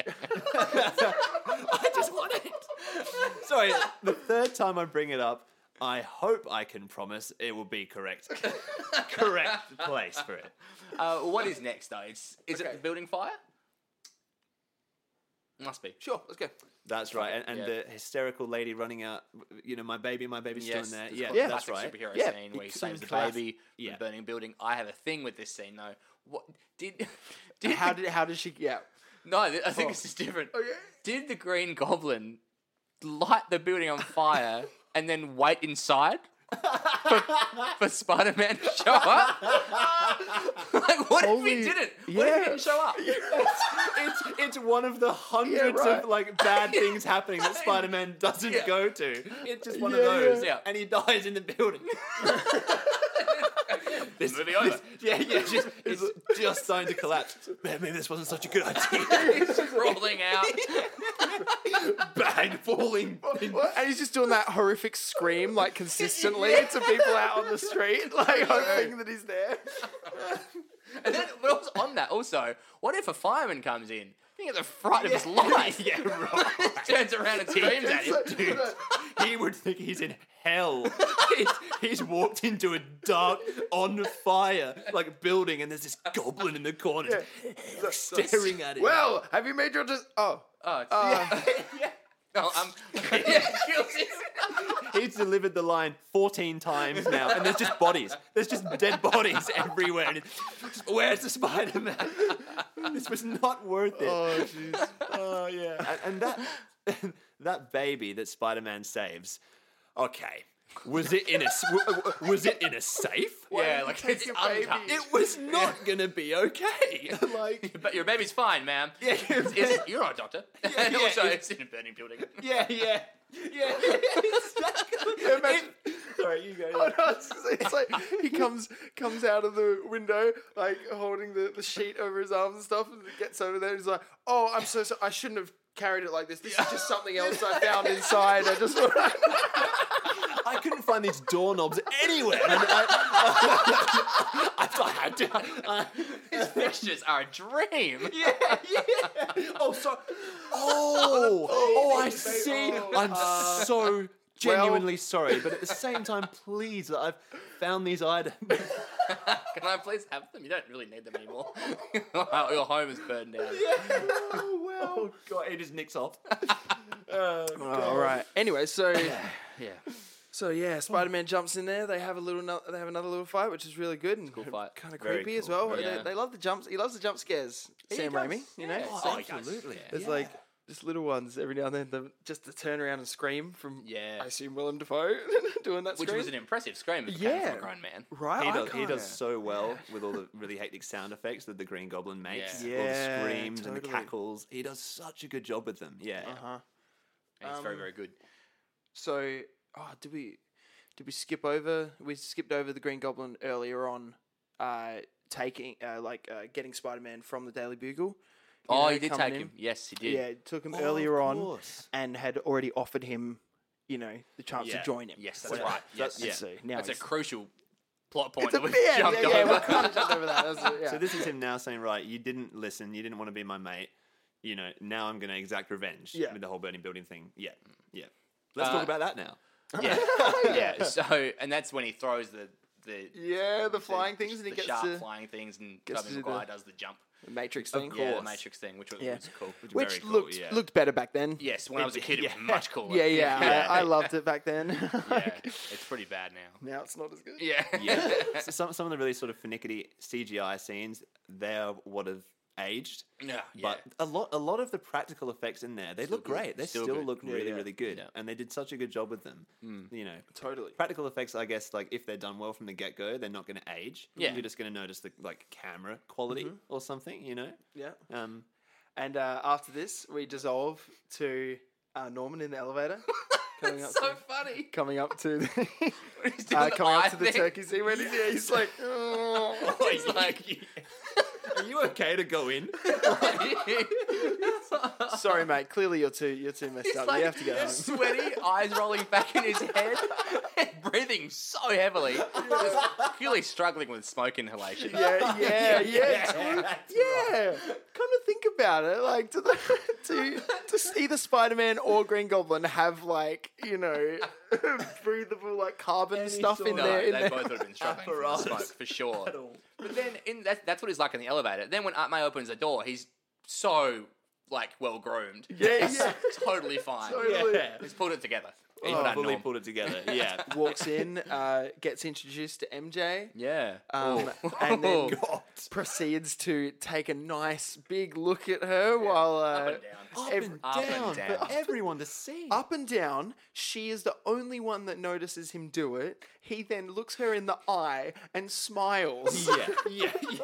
A: I just want it. Sorry, [laughs] the third time I bring it up, I hope I can promise it will be correct. correct place for it.
C: Uh, what is next though? It's is it
B: Okay.
C: the building fire? Must be.
B: [laughs] Sure, let's go.
A: That's right. And, and
C: Yeah.
A: the hysterical lady running out, you know, my baby, my baby's
C: Yes,
A: still in there.
C: it's
A: Yeah,
C: called the
A: that's right.
C: classic Superhero
B: Yeah,
C: scene where he
B: it-
C: saves the
B: class-
C: baby from
A: yeah.
C: the burning building. I have a thing with this scene though. What did [laughs] did
B: How did how did she? Yeah,
C: no? th- I think this is different.
B: Okay.
C: Did the Green Goblin light the building on fire and then wait inside? for, for Spider-Man to show up? [laughs] like, what if
B: Holy-
C: he didn't? What if
B: yeah.
C: he didn't show up?
A: it's, it's one of the hundreds
B: right.
A: of like bad things happening that Spider-Man doesn't
C: Yeah.
A: go to. It's just one of
B: Yeah, yeah.
A: those,
C: Yeah.
A: and he dies in the building. this,
C: Movie over.
A: this- yeah, yeah, it's just, it's just starting to collapse. Man, maybe this wasn't such a good idea. [laughs]
C: He's just rolling out.
A: Bang, falling. [laughs]
B: and he's just doing that horrific scream
A: [laughs]
B: like consistently to people out on the street, like hoping that he's
A: [laughs]
B: there.
C: And then, but also on that, also, what if a fireman comes in? I think it's a fright of
B: [laughs]
C: his life.
A: [laughs] yeah, right.
C: [laughs] Turns around and screams at him.
B: It's like-
A: Dude, he would think he's in hell. [laughs] he's, he's walked into a dark, on fire, like building, and there's this goblin in the corner staring at him.
B: Well, have you made your dis- oh?
C: Oh, it's,
B: Uh,
C: [laughs] yeah. Oh, um, No,
B: [laughs]
C: I'm. Yeah, kills him.
A: he's delivered the line 14 times now, and there's just bodies. There's just dead bodies [laughs] everywhere. And it's, where's the Spider Man? [laughs] this was not worth it.
B: Oh jeez.
A: Oh yeah, and, and that [laughs] that baby that Spider Man saves. Okay, was it in a s- w- w- was it in a safe?
C: [laughs] yeah, like
B: take
C: it's
B: your baby?
C: untouched.
A: It [laughs] was not gonna be okay.
B: [laughs]
A: [laughs]
B: Like
C: But your baby's
B: [laughs]
C: fine, ma'am.
A: yeah,
C: Is it? You're not a doctor. and
A: yeah,
C: [laughs] also,
A: it's-
C: it's in a burning
B: [laughs]
C: building.
A: yeah, yeah, yeah. [laughs]
B: Yeah, imagine-
A: Sorry, you go.
B: [laughs] Oh, no, it's, just- it's like he comes comes out of the window like holding the, the sheet over his arms and stuff and gets over there and he's like, Oh, I'm so sorry I shouldn't have carried it like this. This is just something else I found inside. I just
A: [laughs] I couldn't find these doorknobs anywhere. And I, [laughs] I, I had to. I-
C: His fixtures are a
B: [laughs]
C: dream.
A: yeah, yeah. Oh, sorry. [laughs] Oh, oh, I
B: baby.
A: see.
B: Oh,
A: I'm [laughs] so genuinely sorry, but at the same time, pleased that I've found these items.
C: Can I please have them? You don't really need them anymore. [laughs] your home is burned down.
A: [laughs] oh, Uh, wow. Oh, God, it just nicks [laughs] off.
B: All right. Anyway, so
C: Yeah.
B: so yeah, Spider Man jumps in there. They have a little no- they have another little fight, which is really good and
C: cool fight.
B: kind of
A: Very
B: creepy as
A: cool.
B: well. They-
C: Yeah.
B: They, love the jumps. He loves the jump scares. Sam Raimi, you know.
C: Yeah.
B: It's
A: Oh,
B: like-
C: Psychos.
A: absolutely.
B: It's
A: yeah.
B: like just little ones every now and then. The, just the turnaround and scream from
C: Yeah.
B: I assume Willem Dafoe [laughs] doing that
C: Which
B: scream.
C: was an impressive scream. As yeah,
B: Yeah.
C: from a grown man.
B: right.
A: He
B: I
A: does, he
B: kinda-
A: does so well with all the really hectic sound effects that the Green Goblin makes.
C: Yeah.
A: all
B: Yeah,
A: the screams and the
B: totally.
A: cackles. He does such a good job with them. Yeah.
B: Uh-huh.
C: And he's very
B: Um,
C: very good.
B: So, oh, did we did we skip over? We skipped over the Green Goblin earlier on, uh, taking uh, like uh, getting Spider Man from the Daily Bugle. You
C: Oh,
B: know,
C: he did
B: coming
C: take
B: in.
C: him. Yes, he did.
B: Yeah, took him
A: Oh, of
B: Um, earlier on
A: course.
B: and had already offered him, you know, the chance
C: Yeah.
B: to join him.
C: Yes, that's
B: Whatever.
C: right. Yes.
A: That's-
B: And
A: yeah.
B: so now
C: That's a
B: he's-
C: crucial plot
B: [laughs]
C: point
B: it's a
C: that we
B: yeah,
C: jumped
B: yeah, yeah,
C: over.
B: we kinda jumped over that. That's a- yeah.
A: So this is him now saying, right, you didn't listen, you didn't want to be my mate. You know, now I'm going to exact revenge
B: Yeah.
A: with the whole burning building thing. Yeah, yeah. Let's
C: Uh,
A: talk about that now.
C: [laughs] yeah. yeah. So and that's when he throws the the
B: yeah, the
C: the-
B: flying
C: the-
B: things and
C: the
B: he gets
C: sharp
B: to
C: flying things and
B: gets
C: Toby
B: to do the-
C: Maguire does the jump.
B: the Matrix thing.
C: Yeah, the
A: course.
C: Matrix thing, which was,
B: Yeah.
C: was cool.
A: Which, is
B: Which
A: very cool,
B: looked
A: yeah.
B: looked better back then.
C: Yes, when I was a kid, it was
A: yeah.
C: much cooler.
B: Yeah, yeah,
A: Yeah.
B: [laughs] I, I loved it back then.
C: yeah. It's pretty bad
B: [laughs]
C: now.
B: Now it's not as good.
C: Yeah.
A: yeah. [laughs] so some some of the really sort of finicky CGI scenes, they're what have aged.
C: Yeah,
A: But a lot a lot of the practical effects in there, they look
C: good.
A: great. They
C: Still
A: still,
C: good.
A: look
B: Yeah,
A: really,
B: yeah.
A: really good.
C: Yeah.
A: And they did such a good job with them. You know.
B: Totally.
A: Practical effects, I guess, like if they're done well from the get go, they're not gonna age.
C: Yeah.
A: You're just gonna notice the like camera quality or something, you know?
B: Yeah.
A: Um
B: And uh, after this, we dissolve to uh, Norman in the elevator. [laughs] Coming up,
C: so
B: to,
C: funny.
B: [laughs] coming up to the,
C: He's doing
B: uh,
C: the
B: coming
C: eye
B: up [laughs] to the
C: thing.
B: turkey scene. When he's, yeah, he's [laughs] like, "Oh." [laughs]
C: Oh, [laughs] he's like,
A: Are you okay to go in? [laughs]
B: [laughs] sorry, mate. Clearly, you're too you're too messed
C: he's
B: up.
C: like
B: you have to go home. [laughs]
C: sweaty, eyes rolling back in his head, [laughs] breathing so heavily, just clearly struggling with smoke inhalation. [laughs]
B: yeah, yeah, yeah,
A: Yeah,
B: dude.
A: that's
B: yeah. Come to think about it, like to the [laughs] to to either Spider Man or Green Goblin have like you know [laughs] breathable like carbon stuff in
A: sort
C: No,
B: there. In
C: they
B: there.
C: both would have been struggling from the
A: apparatus
C: smoke for sure.
A: all.
C: But then in that, that's what he's like in the elevator. Then when Aunt May opens the door, he's so like well groomed.
B: Yeah,
C: He's
B: yeah.
C: totally fine.
B: Totally.
A: Yeah.
C: He's pulled it together. He's
A: Oh,
C: done
A: fully
C: Norm.
A: pulled it [laughs] together. Yeah.
B: [laughs] Walks in, uh, gets introduced to MJ,
C: Yeah.
B: um,
C: Oh.
B: and
C: [laughs]
B: then
C: Oh.
A: God.
B: proceeds to take a nice big look at her while uh,
C: Up and down.
B: [laughs]
A: Up
B: ev-
A: and
C: up and
A: down,
C: down.
A: for everyone to see.
B: up and down. She is the only one that notices him do it. He then looks her in the eye and smiles.
A: Yeah, yeah, yeah.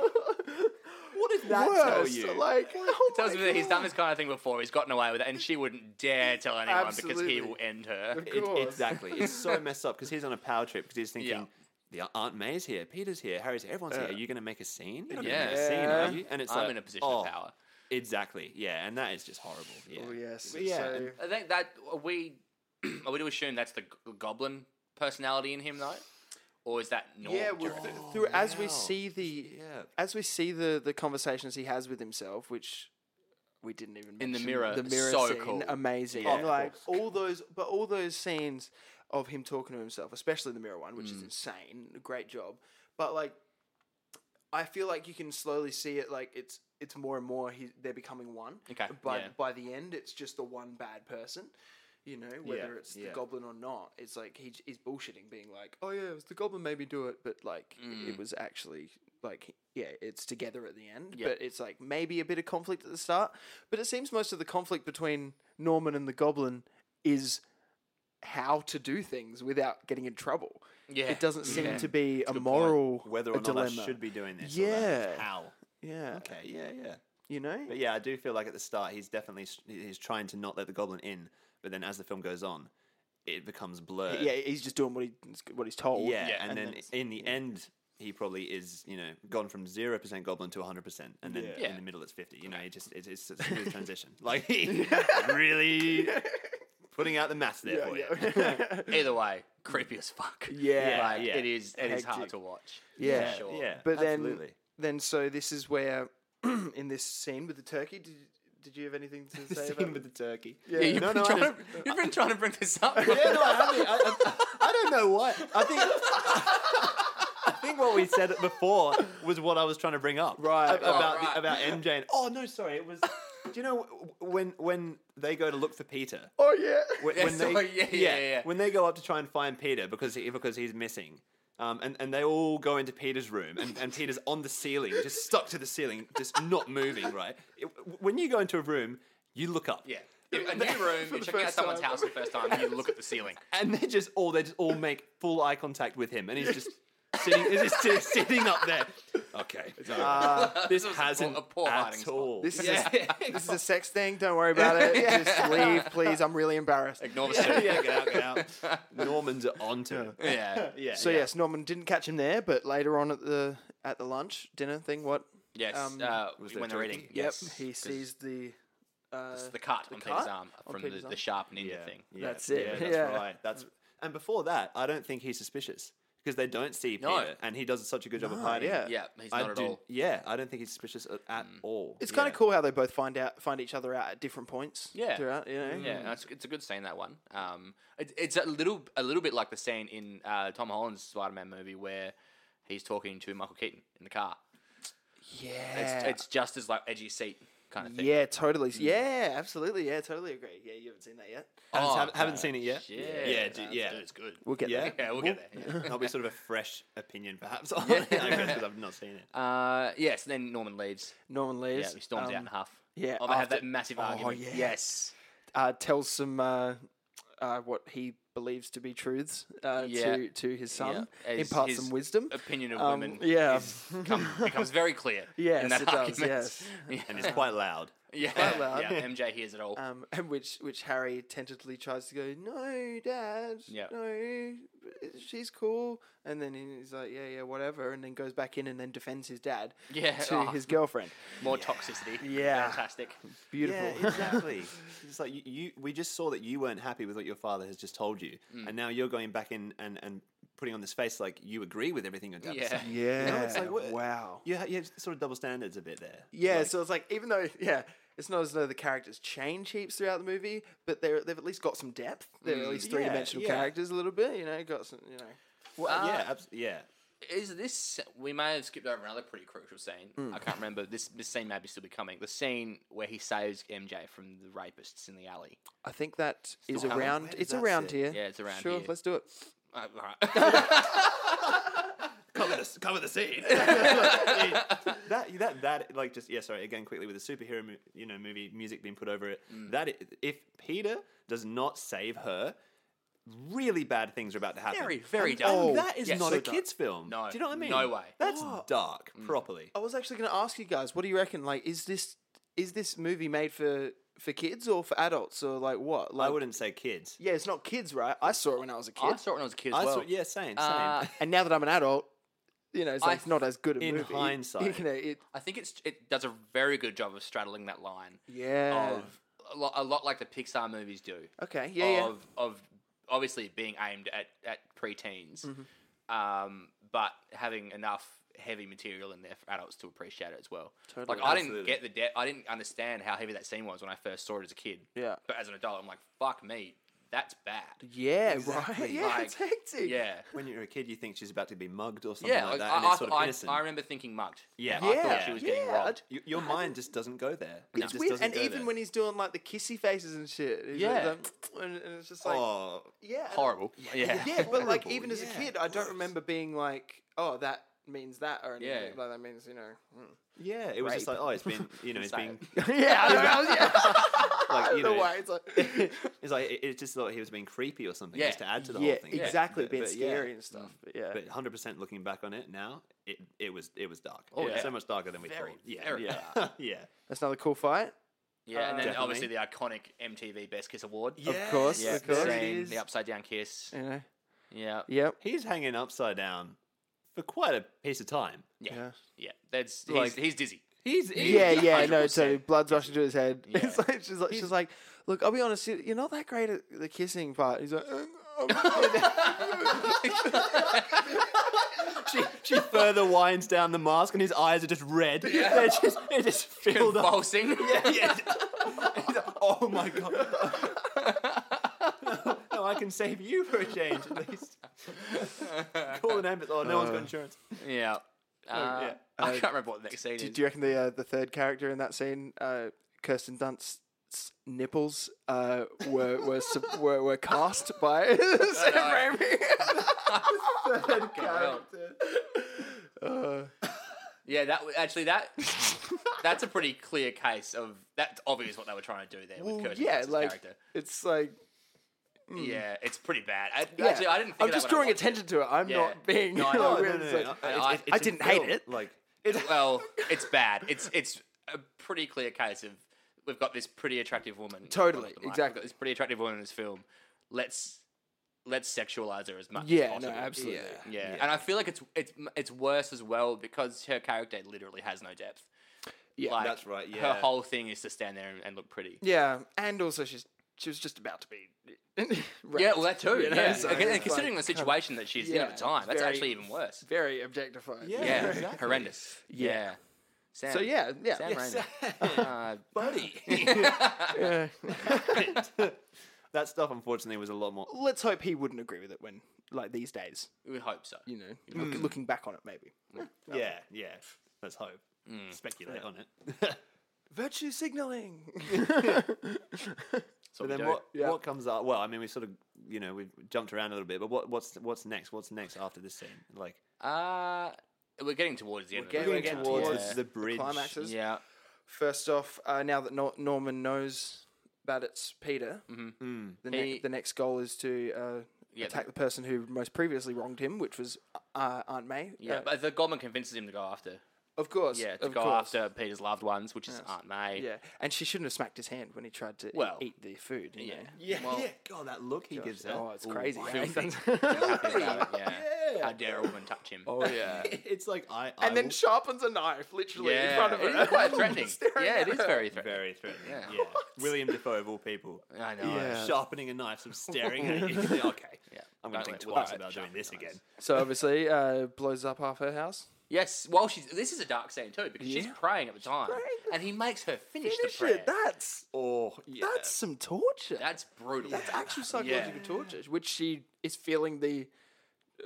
A: What did that tell
B: Worse,
A: you?
B: Like, oh
C: tells
B: my
C: me that he's done
B: God.
C: this kind of thing before. He's gotten away with it, and she wouldn't dare tell anyone because he
B: Absolutely.
C: will end her.
A: It-
B: course.
A: exactly. It's so messed up because he's on a power trip because he's
C: Yeah. Uh,
A: thinking, the Aunt May's here, Peter's here, Harry's here, everyone's here. Are you going to make a scene? You're not
C: Yeah.
A: going to make a scene,
B: Yeah.
A: are you? And it's
C: I'm
A: like,
C: in a position
A: oh,
C: of power.
A: Exactly. Yeah, and that is just horrible. Yeah.
B: Oh yes.
A: But yeah,
B: so-
A: and-
C: I think that are we [clears throat] are we to assume that's the g- goblin personality in him though, or is that normal?
B: yeah. Well, th-
C: Oh,
B: through as we
A: wow.
B: see the
A: Yeah.
B: as we see the the conversations he has with himself, which we didn't even
C: In the
B: mention,
C: mirror,
B: the mirror
C: so
B: scene,
C: cool.
B: amazing,
C: Yeah.
B: and
C: Of
B: like all those, but all those scenes of him talking to himself, especially the mirror one, which
C: Mm.
B: is insane, great job. But like, I feel like you can slowly see it, like it's it's more and more he, they're becoming one.
C: Okay,
B: By
C: yeah.
B: by the end, it's just the one bad person. You know, whether it's the
A: yeah.
B: goblin or not, it's like he, he's bullshitting, being like, "Oh yeah, it was the goblin made me do it," but like
A: Mm.
B: it was actually like yeah, it's together at the end.
C: Yeah.
B: But it's like maybe a bit of conflict at the start. But it seems most of the conflict between Norman and the goblin is how to do things without getting in trouble.
C: Yeah.
B: it doesn't seem
C: Yeah.
B: to be
A: Good
B: a
A: point.
B: moral
A: Whether
B: a
A: or not I
B: dilemma.
A: should be doing this. or that.
B: Yeah.
A: How?
B: yeah,
A: Okay, yeah, yeah.
B: you know,
A: But yeah, I do feel like at the start he's definitely s- he's trying to not let the goblin in, but then as the film goes on, it becomes blurred.
B: yeah, he's just doing what he what he's told. [laughs]
A: Yeah,
C: Yeah.
A: and,
B: And
A: then,
B: then it's-
A: in the end, he probably is, you know, gone from zero percent goblin to hundred percent, and then
C: Yeah.
A: in the middle it's fifty. You know, it just it's, it's a smooth transition. [laughs] Like he [laughs]
B: [laughs]
A: really putting out the maths there for you.
B: yeah. [laughs]
C: Either way, creepy as fuck.
B: Yeah,
A: [laughs]
C: like,
A: yeah.
C: it is. It is hard
B: Hectic.
C: to watch.
B: Yeah.
C: for sure.
A: Yeah,
B: But then-
A: absolutely.
B: [laughs] then so this is where [clears throat] in this scene with the turkey did did you have anything
C: [laughs]
B: to say about
A: the turkey.
B: Yeah.
C: Yeah, you've,
A: No, no,
C: been
A: I
C: trying
A: just-
C: to, [laughs] you've been trying to bring this up.
B: [laughs]
A: Yeah, [laughs] no, I, haven't. e, I, I, I don't know what. I think [laughs] I think what we said before was what I was trying to bring up.
B: Right.
A: Ab- About
C: Oh, right.
A: The, about MJ. And, oh no, sorry, it was. Do you know when when they go to look for Peter?
B: Oh yeah.
A: when,
C: Yeah,
A: when they,
C: sorry, [laughs] yeah, yeah, yeah.
A: when they go up to try and find Peter because he, because he's missing. Um, and, and they all go into Peter's room, and, and Peter's on the ceiling, just stuck to the ceiling, just not moving, right? It- when you go into a room, You look up.
C: [laughs] Yeah. A new room,
B: [laughs] For
C: you're
B: the
C: checking out
B: first
C: someone's
B: time.
C: house for the first time, and you look at
B: [laughs]
C: the ceiling.
A: And they just all they just all make full eye contact with him, and he's
C: [laughs]
A: just sitting. He's just sit- sitting up there. Okay. Uh,
C: [laughs]
A: this
C: was a
A: hasn't
C: poor- a poor hiding
A: at
C: spot.
A: all.
B: This is
C: [laughs]
B: a, this is a sex thing. Don't worry about [laughs] it. Just leave, please. I'm really embarrassed.
C: Ignore
B: [laughs]
C: the
A: [laughs]
C: ceiling. [laughs]
A: yeah, get out, get out. Normans are onto him.
C: Yeah.
A: Yeah.
B: So yes, Norman didn't catch him there, but later on at the at the lunch dinner thing, what?
C: Yes.
B: Um,
C: uh,
A: was there
C: when they're
A: turkey?
C: eating. Yes.
B: Yep, he
C: 'Cause
B: sees the. Uh,
C: it's the cut on
B: cut
C: Peter's arm
B: on
C: from the,
B: Peter's
C: the
B: arm.
C: sharp ninja
A: Yeah,
C: thing.
A: yeah,
B: That's it,
C: [laughs]
A: Yeah, that's
B: yeah.
A: right. That's and before that, I don't think he's suspicious because they don't see Peter,
C: No.
A: and he does such a good job of
B: No,
A: hiding.
B: yeah.
C: Yeah, he's
A: I
C: not at
A: do-
C: all.
A: Yeah, I don't think he's suspicious at, at all.
B: it's kind
A: Yeah.
B: of cool how they both find out find each other out at different points.
C: Yeah. Mm-hmm.
B: Throughout, you know.
C: Yeah, no, it's, it's a good scene that one. Um, it, it's a little a little bit like the scene in uh, Tom Holland's Spider-Man movie where he's talking to Michael Keaton in the car.
B: Yeah.
C: It's, it's just as like edgy seat kind of thing. Mm.
B: yeah, totally. Yeah, absolutely. Yeah, totally agree. Yeah, you haven't seen that yet.
A: Haven't,
C: Oh,
A: haven't- haven't
C: no.
A: seen it yet.
C: Yeah,
A: yeah, d-
C: that's-
A: yeah.
C: dude, it's good.
B: We'll get
A: yeah.
B: there.
C: Yeah, we'll get there. [laughs] yeah.
A: That'll be sort of a fresh opinion, perhaps, on it, I guess, because I've not seen it.
C: Uh, yes, then Norman leaves.
B: Norman
C: Yeah,
B: leaves.
C: he storms out
B: um,
C: in half.
B: yeah,
C: oh, they have
B: after-
C: that massive
B: Oh,
C: argument.
B: yeah.
C: Yes,
B: uh, tells some uh, uh, what he believes to be truths uh,
C: Yeah.
B: to to his son,
C: Yeah. His-
B: imparts
C: his
B: some wisdom.
C: opinion of
B: Um,
C: women.
B: yeah.
C: is- come, becomes
B: [laughs]
C: very clear.
B: Yes,
C: in that
B: it does,
C: argument.
B: yes.
C: [laughs] Yeah.
A: And it's quite loud.
C: Yeah,
B: loud.
C: yeah. MJ hears it all.
B: Um, [laughs] and which which Harry tentatively tries to go, no, Dad,
C: Yeah.
B: no, she's cool. And then he's like, yeah, yeah, whatever. And then goes back in and then defends his dad
C: Yeah.
B: to
C: Oh.
B: his
C: [laughs]
B: girlfriend.
A: [laughs]
C: More toxicity.
B: Yeah.
C: fantastic.
B: Beautiful.
A: Yeah,
B: [laughs]
A: exactly. it's like you, you. We just saw that you weren't happy with what your father has just told you, and now you're going back in and and putting on this face like you agree with everything your dad was
C: Yeah.
A: saying.
B: yeah.
A: it's like, what-
B: wow.
A: You, ha- you have sort of double standards a bit there.
B: Yeah, so it's like even though yeah, it's not as though the characters change heaps throughout the movie, but they're they've at least got some depth. They're at least
A: yeah,
B: three dimensional
A: yeah.
B: characters a little bit, you know, got some you know.
A: Well,
C: Uh,
A: yeah, abs- yeah.
C: Is this? We may have skipped over another pretty crucial scene.
A: Hmm.
C: I can't remember. This this scene may be still be coming. The scene where he saves MJ from the rapists in the alley.
B: I think that is
A: not-
B: around
A: where does
B: it's
A: that
B: around
A: sit?
B: here.
C: Yeah, it's around
B: Sure,
C: here.
B: let's do it.
C: Uh, right.
A: [laughs] cover the cover the scene. that that that like just yeah. Sorry again quickly with the superhero mo- you know movie music being put over it.
C: Mm.
A: That i- if Peter does not save her, really bad things are about to happen.
C: [laughs] Very, very
A: and,
C: dark. Oh,
A: And that is
C: Yes.
A: not
C: So
A: a
B: dark.
A: kids film.
C: No,
A: do you know what I mean?
C: no way. Oh. Mm.
A: That's dark properly.
B: I was actually gonna ask you guys, what do you reckon? Like, is this is this movie made for for kids or for adults or like what? Like
A: I wouldn't say kids.
B: Yeah, it's not kids, right? I saw it when I was a kid.
C: I saw it when I was a kid as
A: I
C: well.
A: saw, yeah, same, same.
C: Uh,
B: [laughs] and now that I'm an adult, you know, it's, like,
C: I
B: it's not as good a
A: in
B: movie. [laughs]
A: hindsight.
B: You know, it,
C: I think it's it does a very good job of straddling that line
B: yeah.
C: of a lot, a lot like the Pixar movies do.
B: okay, yeah,
C: of of obviously being aimed at at preteens,
B: Mm-hmm.
C: um, but having enough heavy material in there for adults to appreciate it as well.
B: Totally.
C: like I didn't
A: Absolutely.
C: get the de- I didn't understand how heavy that scene was when I first saw it as a kid.
B: Yeah.
C: But as an adult, I'm like, fuck me, that's bad.
B: yeah. Yeah, right.
A: Exactly.
B: [laughs] Yeah,
C: Like,
B: it's hectic.
C: Yeah.
A: [laughs] when you're a kid, you think she's about to be mugged or something
C: Yeah,
A: like
C: like,
A: that,
C: I,
A: and
C: I,
A: it's sort of innocent.
C: I, I remember thinking mugged.
A: yeah,
C: I thought
B: Yeah.
C: she was getting
B: Yeah,
C: robbed.
A: Y- your mind just doesn't go there. It
B: It's
A: just
B: weird,
A: doesn't
B: and
A: go
B: even
A: there.
B: when he's doing like the kissy faces and shit, he's
C: Yeah.
B: like, and, and it's just like,
A: oh,
B: yeah, and-
C: Horrible. [laughs] Yeah.
B: yeah.
C: [laughs]
B: uh, But like,
A: Horrible,
B: even as a
A: yeah.
B: kid, I don't remember being like, oh, that means that, or anything.
C: Yeah.
B: like that means you know, hmm.
A: Yeah, it was just like,
B: Rape.
A: oh, it's been,
B: [laughs]
A: you know, it's
C: Say
A: been [laughs]
B: mm. yeah, I don't know, I was- [laughs] yeah.
A: like, you
B: Either
A: know,
B: way, it's like,
A: it's like it- it's just like he was being creepy or something, just
C: Yeah.
A: to add to the
B: yeah,
A: whole thing.
B: exactly,
A: But-
B: being
A: but yeah.
B: scary and stuff. But yeah,
A: But 100 percent looking back on it now, it, it was it was dark.
C: Oh,
A: Oh yeah,
C: yeah.
A: so much darker than we
C: Very,
A: thought. Yeah,
C: very
A: yeah, [laughs] yeah.
B: that's another cool fight.
C: Yeah, and then
A: Definitely.
C: obviously the iconic MTV Best Kiss Award.
A: Yes,
B: course,
C: Yeah,
B: of course.
C: the,
A: there
B: it
C: scene,
A: is.
C: the upside down kiss.
B: You know,
C: Yeah,
B: yep.
A: He's hanging upside down for quite a piece of time.
C: yeah, yeah.
B: Yeah.
C: That's he's,
A: Like-
C: he's dizzy.
A: He's, he's
C: [laughs]
B: Yeah, yeah, no,
C: 100%.
B: totally. Blood's rushing to his head.
C: Yeah.
B: It's like, she's like, she's like, look, I'll be honest, you- you're not that great at the kissing part. He's like,
C: [laughs]
B: "Uh, I'm-
A: she, she further winds down the mask, and his eyes are just red. Yeah. They're just they're just filled up.
B: [laughs]
C: Convulsing. yeah,
A: Yeah. oh my god. [laughs] no, I can save you for a change at least. Call an ambulance. Oh, no one's got insurance.
C: Yeah.
B: Oh,
C: Uh,
A: yeah.
C: I can't remember what the next scene
B: do,
C: is.
B: do you reckon the uh, the third character in that scene, uh, Kirsten Dunst's nipples, uh, were were, sub- [laughs] were were cast by [laughs] Sam
C: [laughs]
B: Raimi?
C: Fucking hell.
B: Uh,
C: Yeah, that w- actually that
B: [laughs]
C: that's a pretty clear case of that's obvious what they were trying to do there with Curtis
B: yeah,
C: Watson's
B: like
C: character.
B: it's like
C: Yeah, it's pretty bad. I,
B: yeah.
C: Actually, I didn't. Think
B: I'm
C: of that
B: just
C: when I
B: drawing
C: watched
B: attention to it. I'm
C: Yeah.
B: not being.
C: No,
B: [laughs] like,
C: I
A: [laughs]
C: know.
A: No,
B: weird,
A: no,
B: it's
A: no,
B: like-
A: no.
C: I-
A: It's-
C: I-
A: it's
B: I
A: a
B: didn't hate
A: film.
B: it.
A: Like it's
C: it. Well, it's bad. It's it's a pretty clear case of we've got this pretty attractive woman.
B: Totally,
C: Well, not the mic, We've
B: exactly.
C: got this pretty attractive woman in this film. Let's let's sexualize her as much.
B: Yeah,
C: as
B: no,
C: possible.
B: absolutely.
A: Yeah.
C: Yeah. and I feel like it's it's it's worse as well because her character literally has no depth.
B: Yeah,
C: like,
A: that's right,
C: her
A: yeah.
C: whole thing is to stand there and, and look pretty.
B: Yeah, and also she's she was just about to be. [laughs]
C: Yeah,
B: raped,
C: well, that too.
B: you know,
C: yeah.
B: so
C: Again,
B: it's
C: and
B: like
C: considering the
B: kind of
C: situation that she's in
B: yeah,
C: at the time, that's
B: very-
C: actually even worse.
B: very objectified.
A: Yeah.
C: Yeah,
B: [laughs]
A: exactly.
C: horrendous. Yeah. [laughs] Sam,
B: So yeah, yeah,
C: Sam
B: yeah.
C: Raimi.
A: [laughs]
C: Uh,
A: buddy.
B: [laughs] yeah.
A: that stuff, unfortunately, was a lot more.
B: Let's hope he wouldn't agree with it when, like these days,
C: we hope so.
B: you know, look,
C: Hmm.
B: looking back on it, maybe.
A: Yeah, yeah. Let's hope. Speculate on it. [laughs]
B: Virtue signaling. [laughs]
C: So
A: But then what? What comes up? Well, I mean, we sort of, you know, we jumped around a little bit, but what, what's what's next? What's next after this scene? Like
C: Uh, we're getting towards the end.
B: We're
C: of the
A: we're
B: we're
C: movie.
B: getting
A: getting
B: towards
A: towards
C: yeah.
A: the bridge.
B: climaxes.
C: Yeah.
B: First off, uh, now that Nor- Norman knows that it's Peter,
A: Mm-hmm.
B: the,
C: He-
B: ne- the next goal is to uh,
C: Yeah,
B: attack the person who most previously wronged him, which was uh, Aunt May.
C: Yeah,
B: Uh,
C: but the Goblin convinces him to go after.
B: of course.
C: Yeah, to
B: of
C: go
B: course.
C: after Peter's loved ones, which is Aunt May.
B: Yeah, and she shouldn't have smacked his hand when he tried to
C: Well,
B: eat the food. You know?
A: Yeah,
C: [laughs] Well-
A: yeah. God, that look he gives her.
B: Oh, it's crazy.
A: wow.
B: [laughs] eh?
C: [laughs] Filthy. Happy about it, yeah.
A: Yeah.
C: How dare a woman touch him?
B: oh yeah.
A: [laughs] it's like I. I
B: and then
A: will-
B: sharpens a knife literally
C: yeah.
B: in front of
C: it
B: her.
C: is
B: [laughs]
C: quite threatening.
B: Staring
C: yeah,
B: at
C: it is
B: her.
C: very threatening.
A: very threatening.
C: Yeah.
A: Yeah, [laughs] William Defoe of all people,
C: I know.
B: Yeah.
A: sharpening a knife, sort of staring
C: [laughs]
A: at you. [laughs] okay,
C: Yeah.
A: I'm gonna
C: Don't
A: think
C: let women
A: twice about doing
C: sharpen
A: this
C: knives.
A: again.
B: So obviously, uh, blows up half her house.
C: Yes. Well, she's. This is a dark scene too because she's
B: Yeah.
C: praying at the time,
B: praying.
C: and he makes her finish, the
B: Finish
C: prayer.
B: it. That's
A: Oh, yeah.
B: that's some torture.
C: That's brutal.
B: That's actual psychological torture, which she is feeling the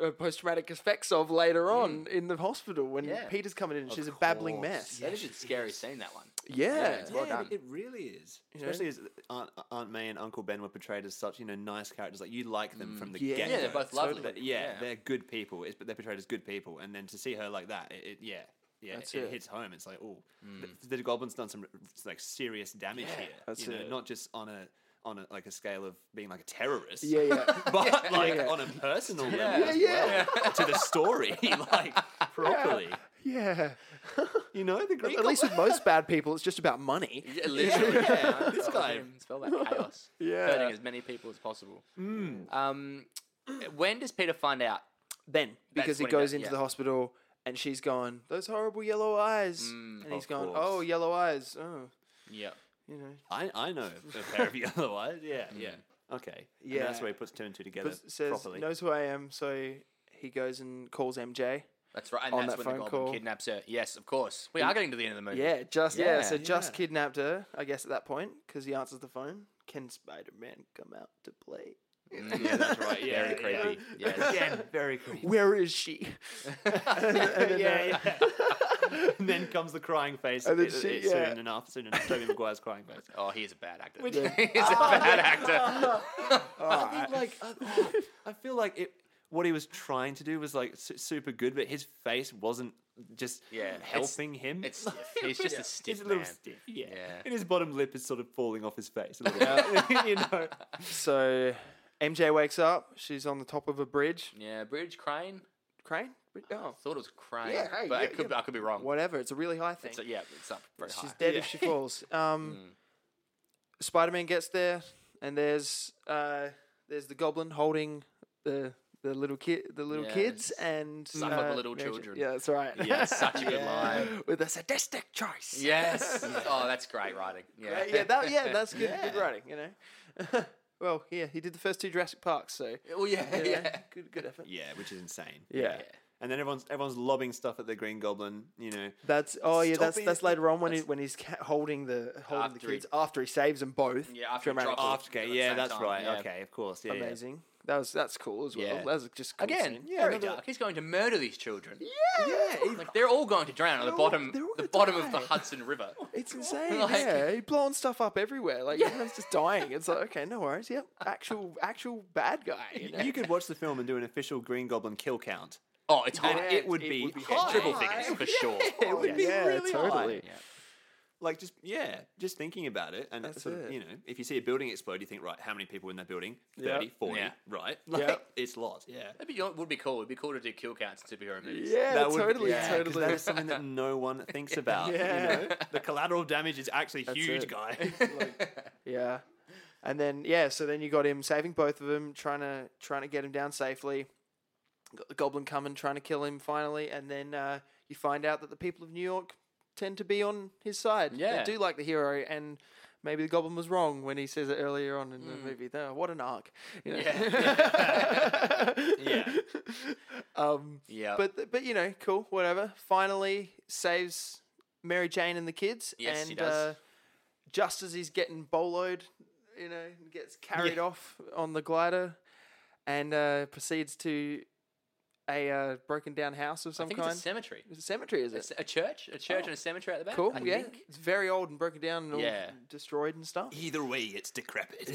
B: uh, post-traumatic effects of later on in the hospital when
C: Yeah.
B: Peter's coming in and she's a babbling
A: course.
B: mess.
C: That is a scary scene. That one.
B: Yeah.
C: it's
A: Yeah,
C: well
A: it-
C: done.
A: it really is.
B: know?
A: Especially as Aunt, Aunt May and Uncle Ben were portrayed as such, you know, nice characters. Like you like them from the
B: Mm, Yeah.
A: get.
C: Yeah, they're both lovely.
A: yeah,
C: Yeah.
A: they're good people. It's, but they're portrayed as good people, and then to see her like that, it, it yeah, yeah,
B: That's
A: it,
B: it. Mm.
A: hits home. It's like, oh, the, the goblin's done some like serious damage here.
B: that's
A: you know,
B: it.
A: not just on a on a like a scale of being like a terrorist.
B: Yeah, yeah.
A: [laughs] But like
B: yeah.
A: on a personal
C: Yeah.
A: level as
B: Yeah, yeah.
A: well, to the
B: [laughs]
A: story, [laughs] like properly.
B: yeah.
A: You know, the Greek
B: At least with most bad people, it's just about money.
C: Yeah, literally. [laughs] Yeah.
A: This guy.
C: It's felt like chaos.
B: Yeah.
C: Hurting as many people as possible. Um, when does Peter find out?
B: Then, because he
C: when he
B: goes
C: does-
B: into
C: yeah.
B: the hospital and she's gone, those horrible yellow eyes. and he's
A: of
B: gone,
A: course.
B: oh, yellow eyes. Oh,
C: Yeah.
B: you know.
A: I, I know a pair of you [laughs] otherwise. Yeah, yeah. Okay. Yeah. that's
B: Yeah.
A: where he puts two and two together
B: But says,
A: properly. [laughs]
B: knows who I am, so he goes and calls MJ.
C: That's right. And
B: On
C: that's
B: that
C: when the
B: phone
C: goblin
B: call. Mm.
C: kidnaps her. Yes, of course. We are getting to the end of the movie.
B: Yeah, just, yeah, so
C: Yeah.
B: just
A: Yeah.
B: kidnapped her, I guess, at that point, because he answers the phone. Can Spider Man come out to play?
C: Mm, yeah,
B: [laughs]
C: that's right.
A: Yeah,
C: Very
A: yeah.
C: creepy. Yes.
A: Again,
C: [laughs]
A: very creepy.
B: Where is she? uh,
A: yeah,
B: [laughs]
A: yeah. and then comes the crying face
B: And then
A: i-
B: she-
A: i-
B: yeah.
A: soon enough. Soon enough. Toby Maguire's crying face.
C: Oh, he is a bad actor. [laughs] He's a
B: [laughs]
C: bad
B: Oh.
C: actor.
A: I think, like, I, I feel like it. What he was trying to do was like su- super good, but his face wasn't just
C: Yeah, it's-
A: helping him.
C: it's stiff.
A: [laughs]
C: He's just a stiff
A: He's a little
C: man.
A: stiff. Yeah.
C: Yeah.
A: and his bottom lip is sort of falling off his face. A little bit. [laughs] you know,
B: So MJ wakes up. She's on the top of a bridge.
C: Yeah, Bridge Crane.
B: Crane? Bri- Oh,
C: Thought it was Crane.
B: Yeah, hey,
C: but I
B: yeah,
C: could I could be wrong.
B: whatever. It's a really high thing.
C: So yeah, it's up very high. Hmm.
B: She's dead if
C: [laughs]
B: she falls. Um, Spider Man gets there, and there's uh, there's the goblin holding the the little kid, the little
C: Yeah,
B: kids,
C: it's
B: and
C: Suck
B: uh,
C: up little
B: Mary Jane.
C: children.
B: Yeah, that's right.
C: Yeah, it's
B: [laughs]
C: such a good line.
B: With a sadistic choice.
C: Yes. oh, that's great writing. Yeah.
B: [laughs] Uh, yeah, that, yeah,
C: [laughs]
B: that's good, good writing. You know. [laughs] well, yeah, he did the first two Jurassic Parks, so
C: Oh yeah.
B: you know,
C: Yeah.
B: good, good effort.
A: yeah, which is insane.
B: Yeah.
A: And then everyone's everyone's lobbing stuff at the Green Goblin. You know,
B: That's oh yeah,
A: Stop
B: that's
A: being-
B: that's later on when he, when he's ca- holding the holding
C: After
B: the
C: he-
B: kids after he saves them both.
C: Yeah, after he
B: dramatically.
C: drops them.
A: Okay,
C: at the
A: yeah,
C: same
A: that's
C: time,
A: right.
C: yeah.
A: Okay, of course. Yeah, yeah.
B: amazing. That was that's cool as well.
A: Yeah.
B: That was just a cool
C: Again,
B: scene.
A: Yeah,
C: very
A: another-
C: dark. He's going to murder these children.
A: Yeah, he-
C: Like they're all going to drown on the
B: all-
C: bottom,
B: they're all gonna
C: the bottom of the
B: die. [laughs]
C: Hudson River.
B: It's insane.
C: Like-
B: yeah, he's blowing stuff up everywhere. Like everyone's just dying. It's like okay, no worries. Yep, actual actual bad guy. you know?
A: you could watch the film and do an official Green Goblin kill count.
C: Oh, it's hot.
A: And
B: Yeah,
A: it would
B: it
A: be,
B: would be
A: high.
C: Triple
B: high.
C: thickness for
B: [laughs]
C: sure.
A: [laughs] Yeah, it would be
B: Yeah,
A: really high.
B: totally. Yeah.
A: Like just yeah, just thinking about it, and that's sort of
B: it.
A: you know, if you see a building explode, you think right, how many people in that building? 30, 40,
C: Yeah.
A: right? Like
B: Yep.
A: it's lots. Yeah,
C: That'd be, you know, it would be cool. It'd be cool to do kill counts in superhero movies.
B: Yeah,
A: That would be-
B: totally,
A: yeah, 'cause
B: totally.
A: That is something that no one
B: [laughs]
A: thinks about.
B: Yeah. [laughs]
A: you know? the collateral damage is actually huge,
B: it. [laughs]
A: guy.
B: Yeah. And then yeah, so then you got him saving both of them, trying to trying to get him down safely. Got the goblin coming, trying to kill him finally, and then uh, you find out that the people of New York tend to be on his side.
C: Yeah.
B: they do like the hero, and maybe the goblin was wrong when he says it earlier on in
A: Mm.
B: the movie. Oh, what an arc! You know?
A: yeah, [laughs]
B: um,
C: Yeah.
B: but but you know, cool, whatever. Finally saves Mary Jane and the kids.
C: Yes,
B: and,
C: he does.
B: Uh, just as he's getting boloed, you know, gets carried off on the glider, and uh, proceeds to a uh, broken down house of
C: I
B: some
C: think
B: kind.
C: it's a cemetery.
B: It's a cemetery, is it?
C: It's a church, a church and a cemetery at the back.
B: Oh. cool.
C: I
B: yeah,
C: think.
B: it's very old and broken down and all
C: Yeah.
B: destroyed and stuff.
A: either way, it's decrepit.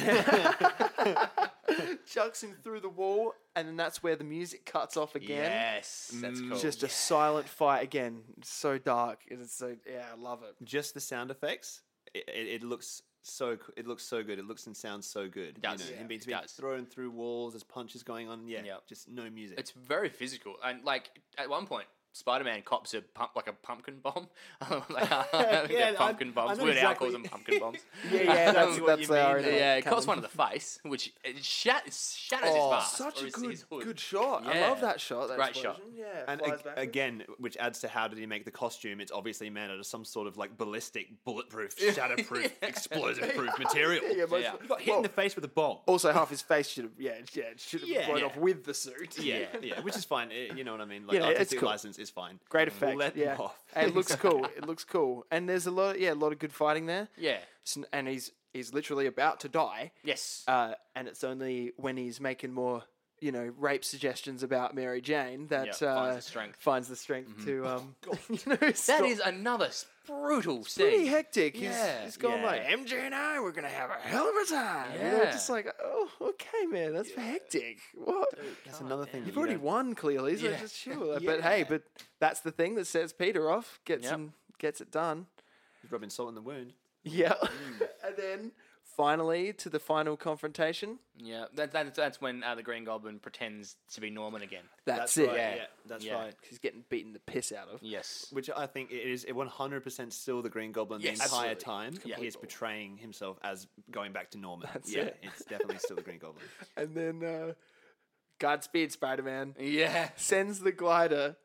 B: [laughs] Chucks him through the wall, and then that's where the music cuts off again. Mm,
C: Yes, that's cool.
B: Just a silent fight again. It's so dark. It's so yeah, I love it.
A: Just the sound effects, it, it, it looks so co- it looks so good. It looks and sounds so good. It
C: does,
A: You know,
C: yeah,
A: him being,
C: it
A: being
C: does.
A: thrown through walls, there's punches going on. Yeah,
C: Yep.
A: just no music.
C: It's very physical, and like at one point, Spider-Man cops a pump like a pumpkin bomb. [laughs] like,
A: [laughs] Yeah,
C: yeah,
A: I-
C: pumpkin
A: I
C: bombs.
A: know
C: Weird Al
A: exactly.
C: calls them pumpkin bombs.
A: [laughs]
C: Um,
B: Yeah, yeah,
A: that's
B: that's
A: what
B: that's uh,
A: you mean,
B: our
A: though.
C: yeah, it
B: comes
C: cops one in the face, which it shat, it shatters his mask.
B: Oh, such
C: or
B: a
C: his,
B: good
C: his hood.
B: good shot. I love
C: Yeah.
B: that shot. That
C: Great
B: explosion.
C: shot.
B: Yeah,
A: and
B: flies
A: ag-
B: back.
A: again, which adds to how did he make the costume? It's obviously made out of some sort of like ballistic,
B: [laughs]
A: bulletproof, shatterproof, explosive-proof material.
B: yeah, oh, most,
C: yeah.
A: You got hit in the face with a bomb.
B: Also, half his face should have yeah yeah it should have
A: Yeah.
B: blown
A: Yeah.
B: off with the suit.
A: Yeah,
B: [laughs]
A: yeah, which is fine. eh, you know what I mean? Like,
B: know, it's
A: artistic
B: cool.
A: license is fine.
B: great effect.
A: Let
B: yeah,
A: them off.
B: And [laughs] it looks cool. It looks cool. And there's a lot yeah a lot of good fighting there.
C: Yeah.
B: S- and he's he's literally about to die.
C: Yes.
B: Uh, and it's only when he's making more, you know, rape suggestions about Mary Jane that
C: Yeah, finds
B: uh,
C: the strength.
B: finds the strength to, [laughs] um, you know,
C: that is another s- brutal scene.
B: pretty hectic. He's,
C: Yeah.
B: he's gone
A: Yeah.
B: like MJ and I, we're gonna have a hell of a time. Yeah,
C: Yeah.
B: just like, oh, okay, man, that's hectic. What?
A: That's another thing.
B: You've
A: that you
B: already
A: don't-
B: won, clearly. So
C: Yeah.
B: just
C: [laughs]
B: sure. But hey, but that's the thing that sets Peter off. Gets
C: Yep.
B: him, gets it done. [laughs]
A: You've rubbing salt in the wound.
B: Yeah,
C: Mm.
B: and then finally to the final confrontation.
C: Yeah, that, that, that's when uh, the Green Goblin pretends to be Norman again.
B: That's, it.
A: right,
C: yeah.
A: that's
C: Yeah.
A: right.
B: He's getting beaten the piss out of.
C: Yes.
A: Which I think it is 100% still the Green Goblin
C: Yes.
A: the entire
C: Absolutely.
A: time.
C: Yeah.
A: He is betraying himself as going back to Norman. yeah,
B: it.
A: it's definitely still the Green Goblin.
B: And then uh, Godspeed, Spider Man
C: Yeah.
B: sends the
C: [laughs]
B: glider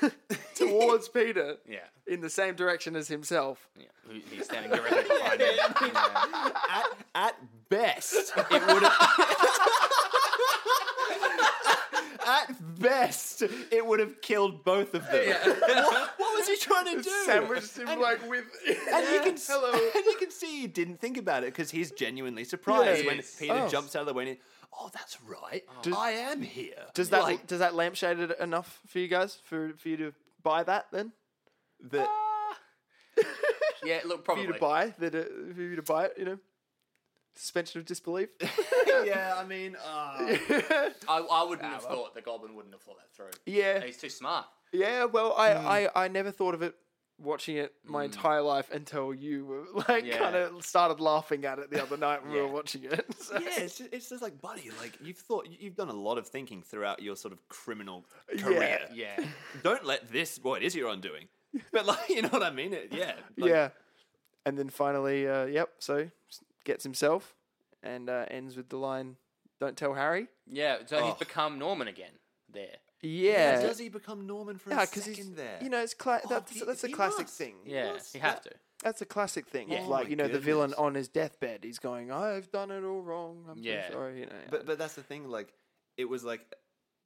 B: [laughs] towards Peter
C: Yeah.
B: in the same direction as himself.
C: Yeah. Who- He's standing directly behind
B: [laughs]
C: him. Yeah.
A: At, at best, it would have. [laughs] At best, it would have killed both of them. What, what was he trying to do?
B: Sandwiched him like [laughs] with.
A: And you can s-
B: hello.
A: [laughs] and you can see he didn't think about it because he's genuinely surprised
C: Yeah,
A: when
C: he is.
A: Peter
B: Oh.
A: jumps out of the way. and he, Oh, that's right. I am here.
B: [laughs] Does that [laughs]
A: like
B: does that lampshade it enough for you guys for for you to buy that then?
A: the
C: Yeah, look,
B: For
C: probably.
B: you to buy that uh, for you to buy it, you know. Suspension of [laughs] disbelief.
A: [laughs] yeah? I mean, uh,
C: I, I wouldn't have thought the Goblin wouldn't have thought that through.
B: yeah.
C: He's too smart.
B: Yeah, well, I, I, I never thought of it watching it my entire life until you were [laughs] like
C: Yeah.
B: kind of started laughing at it the other night when we
C: Yeah.
B: were watching it. [laughs] So-
A: yeah, it's just, it's just like, buddy, like you've thought, you've done a lot of thinking throughout your sort of criminal career.
C: Yeah.
A: Don't let this, well, it is your undoing, but like, [laughs] you know what I mean? It, yeah, like,
B: yeah. And then finally, uh, yep. So s- gets himself and uh, ends with the line, "Don't tell Harry."
C: [laughs] Yeah, so he's
A: Oh.
C: become Norman again there.
B: Yeah.
A: Does he become Norman for
B: Yeah,
A: a
B: because
A: second
B: he's
A: there? Oh,
B: you know it's cla- that's
A: he-
B: that's a
A: he
B: classic
A: must.
B: thing.
C: Yeah,
A: was
C: you have to.
B: That's a classic thing.
C: Yeah.
B: of
C: Oh
B: like
A: my
B: you know the villain
A: goodness.
B: on his deathbed, he's going, "I've done it all wrong. I'm so
C: Yeah.
B: sorry." You know.
A: But but that's the thing, like it was like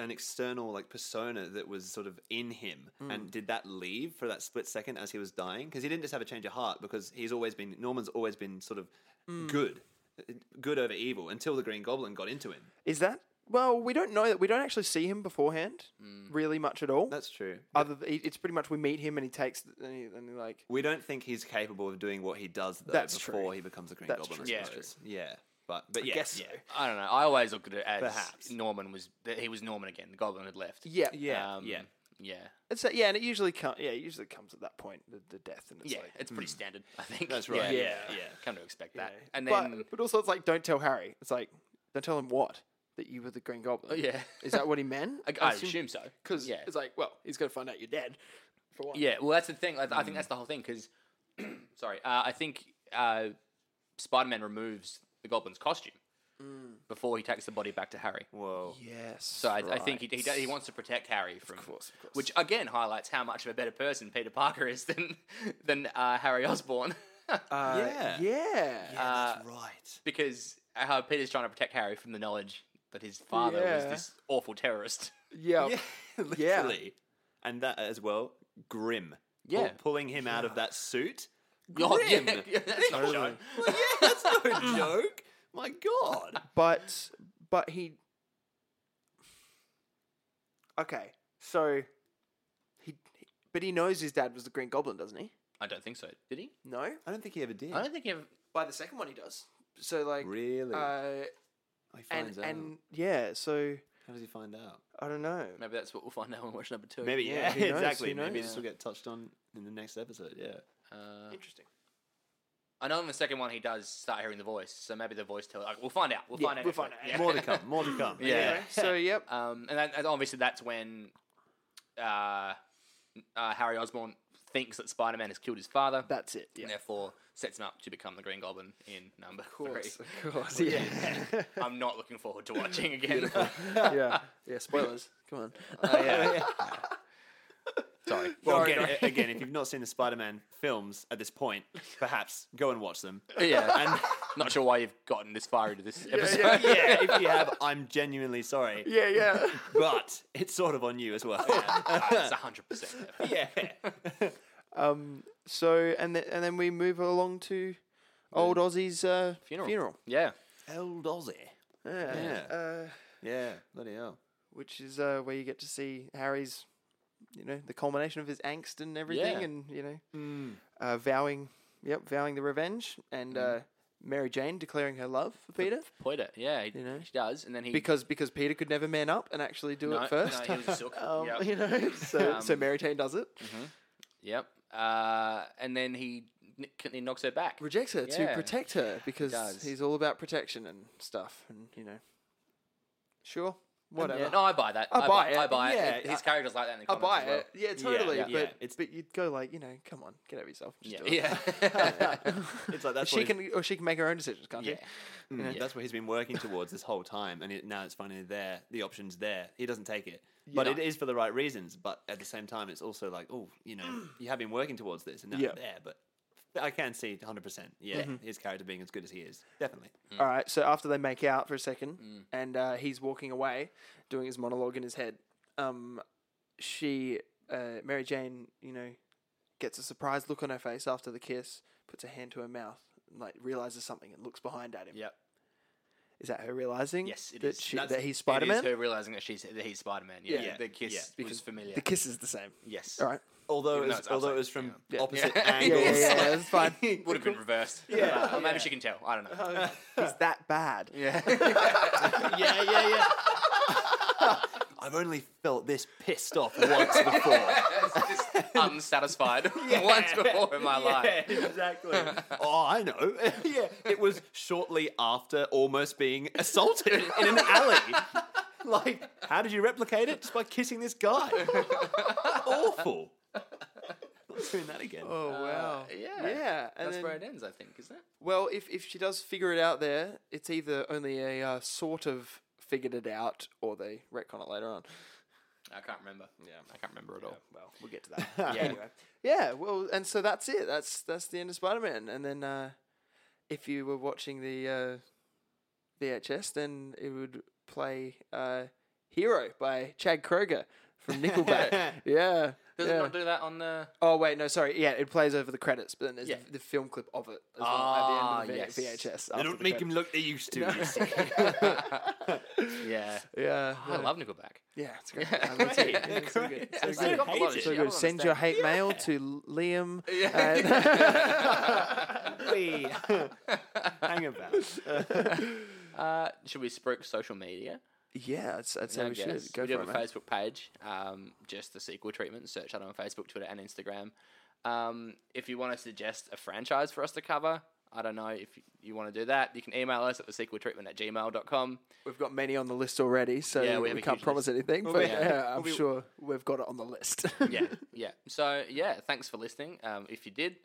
A: an external like persona that was sort of in him
B: Mm.
A: and did that leave for that split second as he was dying because he didn't just have a change of heart because he's always been norman's always been sort of
B: Mm.
A: good uh, good over evil until the green goblin got into him
B: Is that? Well, we don't know that. We don't actually see him beforehand, really much at all.
A: that's true
B: Other, th- it's pretty much we meet him and he takes and, he, and he like
A: we don't think he's capable of doing what he does though
B: That's
A: before
B: true.
A: he becomes the green
B: That's
A: goblin
B: true.
A: I
C: Yeah.
A: suppose. yeah But but yeah,
B: guess
A: yeah.
B: so.
C: I don't know. I always look at it as
A: Perhaps.
C: Norman was that he was Norman again. The Goblin had left. Um,
B: Yeah,
A: Yeah, yeah.
C: yeah,
B: It's a, yeah, and it usually comes. Yeah, it usually comes at that point, the, the death, and it's
C: yeah.
B: like,
C: It's pretty standard. I think
A: That's right.
C: Yeah,
B: Yeah.
C: yeah. Come to expect
B: you
C: that.
B: know.
C: And
B: But-
C: then
B: but, also it's like, don't tell Harry. It's like, don't tell him what that you were the Green Goblin.
C: Oh, yeah.
B: is that what he meant?
C: [laughs] I, I assume so.
B: because
C: yeah,
B: it's like, well, he's gonna find out you're dead. For one,
C: yeah. Well, that's the thing. I, I think that's the whole thing. Because [clears throat] sorry, uh, I think uh, Spider-Man removes the Goblin's costume before he takes the body back to Harry.
A: Whoa.
B: Yes.
C: So I, I think he, he, do- he wants to protect Harry from,
B: course, of course.
C: which again highlights how much of a better person Peter Parker is than [laughs] than uh, Harry Osborn, [laughs]
B: Uh,
C: uh,
A: yeah.
B: Yeah.
A: Yeah, that's right.
C: because how Peter's trying to protect Harry from the knowledge that his father was
B: Yeah.
C: this
B: [laughs]
C: awful terrorist.
B: Yeah.
A: Yeah, [laughs] literally. And that as well, grim. Pull-
C: Yeah.
A: pulling him out of that suit. Grim.
C: Oh, yeah, [laughs] yeah,
B: [laughs]
C: that's not a
A: Well,
C: joke.
A: yeah,
C: [laughs]
A: that's no joke. My God.
B: But but he. Okay, so he, but he knows his dad was the Green Goblin, doesn't he?
C: I don't think so. Did he?
B: No.
A: I don't think he ever did.
C: I don't think he ever.
B: By the second one, he does. So like.
A: Really?
B: Uh,
A: he finds
B: and
A: out.
B: and yeah, so
A: How does he find out?
B: I don't know.
C: Maybe that's what we'll find out when we watch number two.
A: Maybe,
B: Yeah,
A: yeah, [laughs]
B: who knows,
A: exactly.
B: who knows?
A: Maybe this will get touched on in the next episode, yeah.
C: Uh,
B: Interesting.
C: I know in the second one he does start hearing the voice, so maybe the voice tells. Like, we'll find out. We'll
B: Yeah,
C: find out.
B: we'll
C: next
B: find
C: week.
B: out.
C: Yeah.
A: More to come, more to come.
C: Yeah.
B: [laughs] Anyway, so yep.
C: Um, and, that, and obviously that's when uh, uh, Harry Osborn thinks that Spider Man has killed his father,
B: That's it. Yeah.
C: and therefore sets him up to become the Green Goblin in number three.
B: Of course. Yeah.
C: [laughs] I'm not looking forward to watching again.
B: [laughs] yeah. [laughs] Yeah. Spoilers. Come on.
C: Sorry.
A: Well,
B: Sorry,
A: again, a- again, if you've not seen the Spider-Man films at this point, perhaps go and watch them.
C: [laughs] yeah,
A: And
C: not sure why you've gotten this far
B: [laughs]
C: into this
A: [laughs]
C: episode.
A: yeah, if you have, I'm genuinely sorry,
B: [laughs] yeah. Yeah.
A: but it's sort of on you as well.
B: [laughs]
C: [laughs] That's 100%.
A: [laughs] Yeah.
B: Um. So and then and then we move along to old Aussie's uh,
C: Funeral.
B: funeral.
C: Yeah.
A: Old Aussie.
B: Yeah.
A: Yeah.
B: Uh,
A: Yeah, bloody hell.
B: which is uh, where you get to see Harry's, you know, the culmination of his angst and everything,
C: Yeah.
B: and you know, uh, vowing, yep, vowing the revenge, and uh, Mary Jane declaring her love for Peter
C: Played it. Yeah, he,
B: know?
C: she does. And then he.
B: because because Peter could never man up and actually do
C: no,
B: it first.
C: No, he was
B: [laughs]
C: a sook.
B: um,
C: yep.
B: You know, so so
C: Um,
B: Mary Jane does it,
C: yep. Uh, and then he, kn- he knocks her back.
B: rejects her to
C: yeah.
B: protect her because
C: does.
B: he's all about protection and stuff, and you know, sure, whatever.
C: Yeah, no, I buy that.
B: I buy it.
C: I buy it.
A: Yeah,
C: His- His character's like that in the
B: I
C: comics.
B: buy
C: as well.
B: it. Yeah, totally.
A: yeah,
B: but
A: yeah, it's-
B: but you'd go like, you know, come on, get over yourself. Just
C: Yeah,
B: do it.
C: yeah.
B: [laughs]
A: It's like that's
B: she
A: what he's-
B: can or she can make her own decisions, can't
C: yeah.
B: she?
A: Mm, That's what he's been working towards this whole time, and it, now it's finally there. The option's there. He doesn't take it, but it is for the right reasons. But at the same time, it's also like, oh, you
C: [clears throat]
A: know, you have been working towards this, and now
B: Yeah.
A: it's there. But I can see 100. percent Yeah,
C: Mm-hmm.
A: his character being as good as he is, definitely.
C: Mm.
B: All right. So after they make out for a second, and uh, he's walking away, doing his monologue in his head. Um, she, uh, Mary Jane, you know, gets a surprised look on her face after the kiss, puts a hand to her mouth, and, like realizes something, and looks behind at him.
C: Yep.
B: Is that her realizing?
C: Yes, it
B: that
C: is.
B: She,
C: That's-
B: that he's Spider
C: It is
B: Man.
C: her realizing that she's that he's Spider Man. Yeah,
A: Yeah.
C: the kiss
A: Yeah.
C: was
B: Because
C: familiar. [laughs]
B: The kiss is the same.
C: yes.
B: All right.
A: Although,
C: Even
A: it
C: though
A: was,
C: it's
A: although
C: upside
A: it was from
B: Yeah.
A: opposite
C: Yeah. [laughs]
B: Yeah,
A: angles.
B: yeah, yeah. It's fine.
C: Would have been
B: [laughs]
C: reversed.
A: Yeah.
C: Uh, Maybe she can tell. I don't know.
B: He's that bad.
C: yeah.
B: Oh.
C: [laughs]
A: yeah, yeah, yeah. I've only felt this pissed off once
C: [laughs]
A: before.
C: Just
B: [laughs]
C: unsatisfied [laughs] once before in my life.
A: Yeah, exactly. oh, I know. [laughs] yeah, it was shortly after almost being assaulted in an alley. [laughs] Like, how did you replicate it? Just by kissing this guy. [laughs] Awful. Not doing that again.
B: Oh wow.
C: Uh, yeah.
B: Yeah. And
C: That's
B: then-
C: where it ends, I think, isn't it?
B: Well, if, if she does figure it out there, it's either only a uh, sort of figured it out or they retcon it later on.
C: I can't remember. Yeah, I can't remember at all.
B: Well, we'll get to [laughs] that.
C: Yeah.
B: Anyway. Yeah, well, and so that's it. That's that's the end of Spider Man. And then uh, if you were watching the uh, VHS, then it would
C: [laughs]
B: play uh, Hero by Chad Kroger from Nickelback. [laughs] yeah.
C: Does it
B: Yeah.
C: not do that on the?
B: Oh wait, no, sorry. Yeah, it plays over the credits, but then there's
C: Yeah.
B: the, the film clip of it as well
C: Ah,
B: at the end of the v-
C: yes.
B: VHS.
A: They
B: after
A: don't
B: the
A: make him
B: credits.
A: look they used [laughs] to. you see.
C: Yeah.
B: Yeah,
C: Oh, [gasps] I love Nickelback.
B: Yeah, it's great.
C: [laughs]
B: I love it.
C: Yeah,
B: It's so good.
C: Yeah,
B: So
C: I
A: good.
C: got a lot of
A: Hate it.
C: shit.
B: So
C: I
B: good.
C: don't
B: Send your
C: understand.
B: hate mail to Liam. [laughs]
C: [laughs]
A: Wee. [laughs] Hang about.
C: Uh, should we spruik social media?
B: yeah, I'd, I'd say
C: I
B: we
C: guess.
B: should go for
C: we do
B: it,
C: have a
B: mate.
C: Facebook page, um, just the sequel treatment. Search that on Facebook, Twitter, and Instagram. Um, if you want to suggest a franchise for us to cover, I don't know if you, you want to do that. You can email us at the sequel treatment
B: [laughs]
C: at gmail.com.
B: We've got many on the list already, so
C: Yeah, we
B: we,
C: have a
B: can't
C: huge
B: promise anything.
A: We'll
B: but
A: be-
C: [laughs]
B: yeah, I'm
A: we'll be-
B: sure we've got it on the list.
C: Yeah, yeah. So, yeah, thanks for listening. Um, if you did,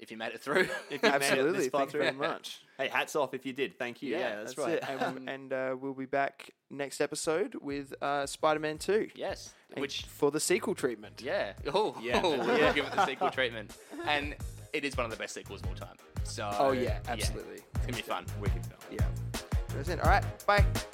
C: if you made it
B: [laughs]
C: through,
A: If you made it this
B: absolutely.
A: far
B: Thank you
A: through-
B: very much.
A: Hey, hats off if you did. Thank you. Yeah, that's, right.
B: it. And,
C: Um,
B: we- and uh, we'll be back next episode with uh, Spider-Man Two,
C: [laughs] yes.
B: And
C: Which
B: for the sequel treatment.
C: Yeah.
B: [laughs]
C: Oh,
A: Yeah,
C: [laughs] oh,
A: man.
C: we're gonna give it the sequel treatment. And it is one of the best sequels of all time. So
B: Oh yeah, absolutely.
C: It's gonna be fun.
A: Wicked film.
B: Yeah. That's it. All right. Bye.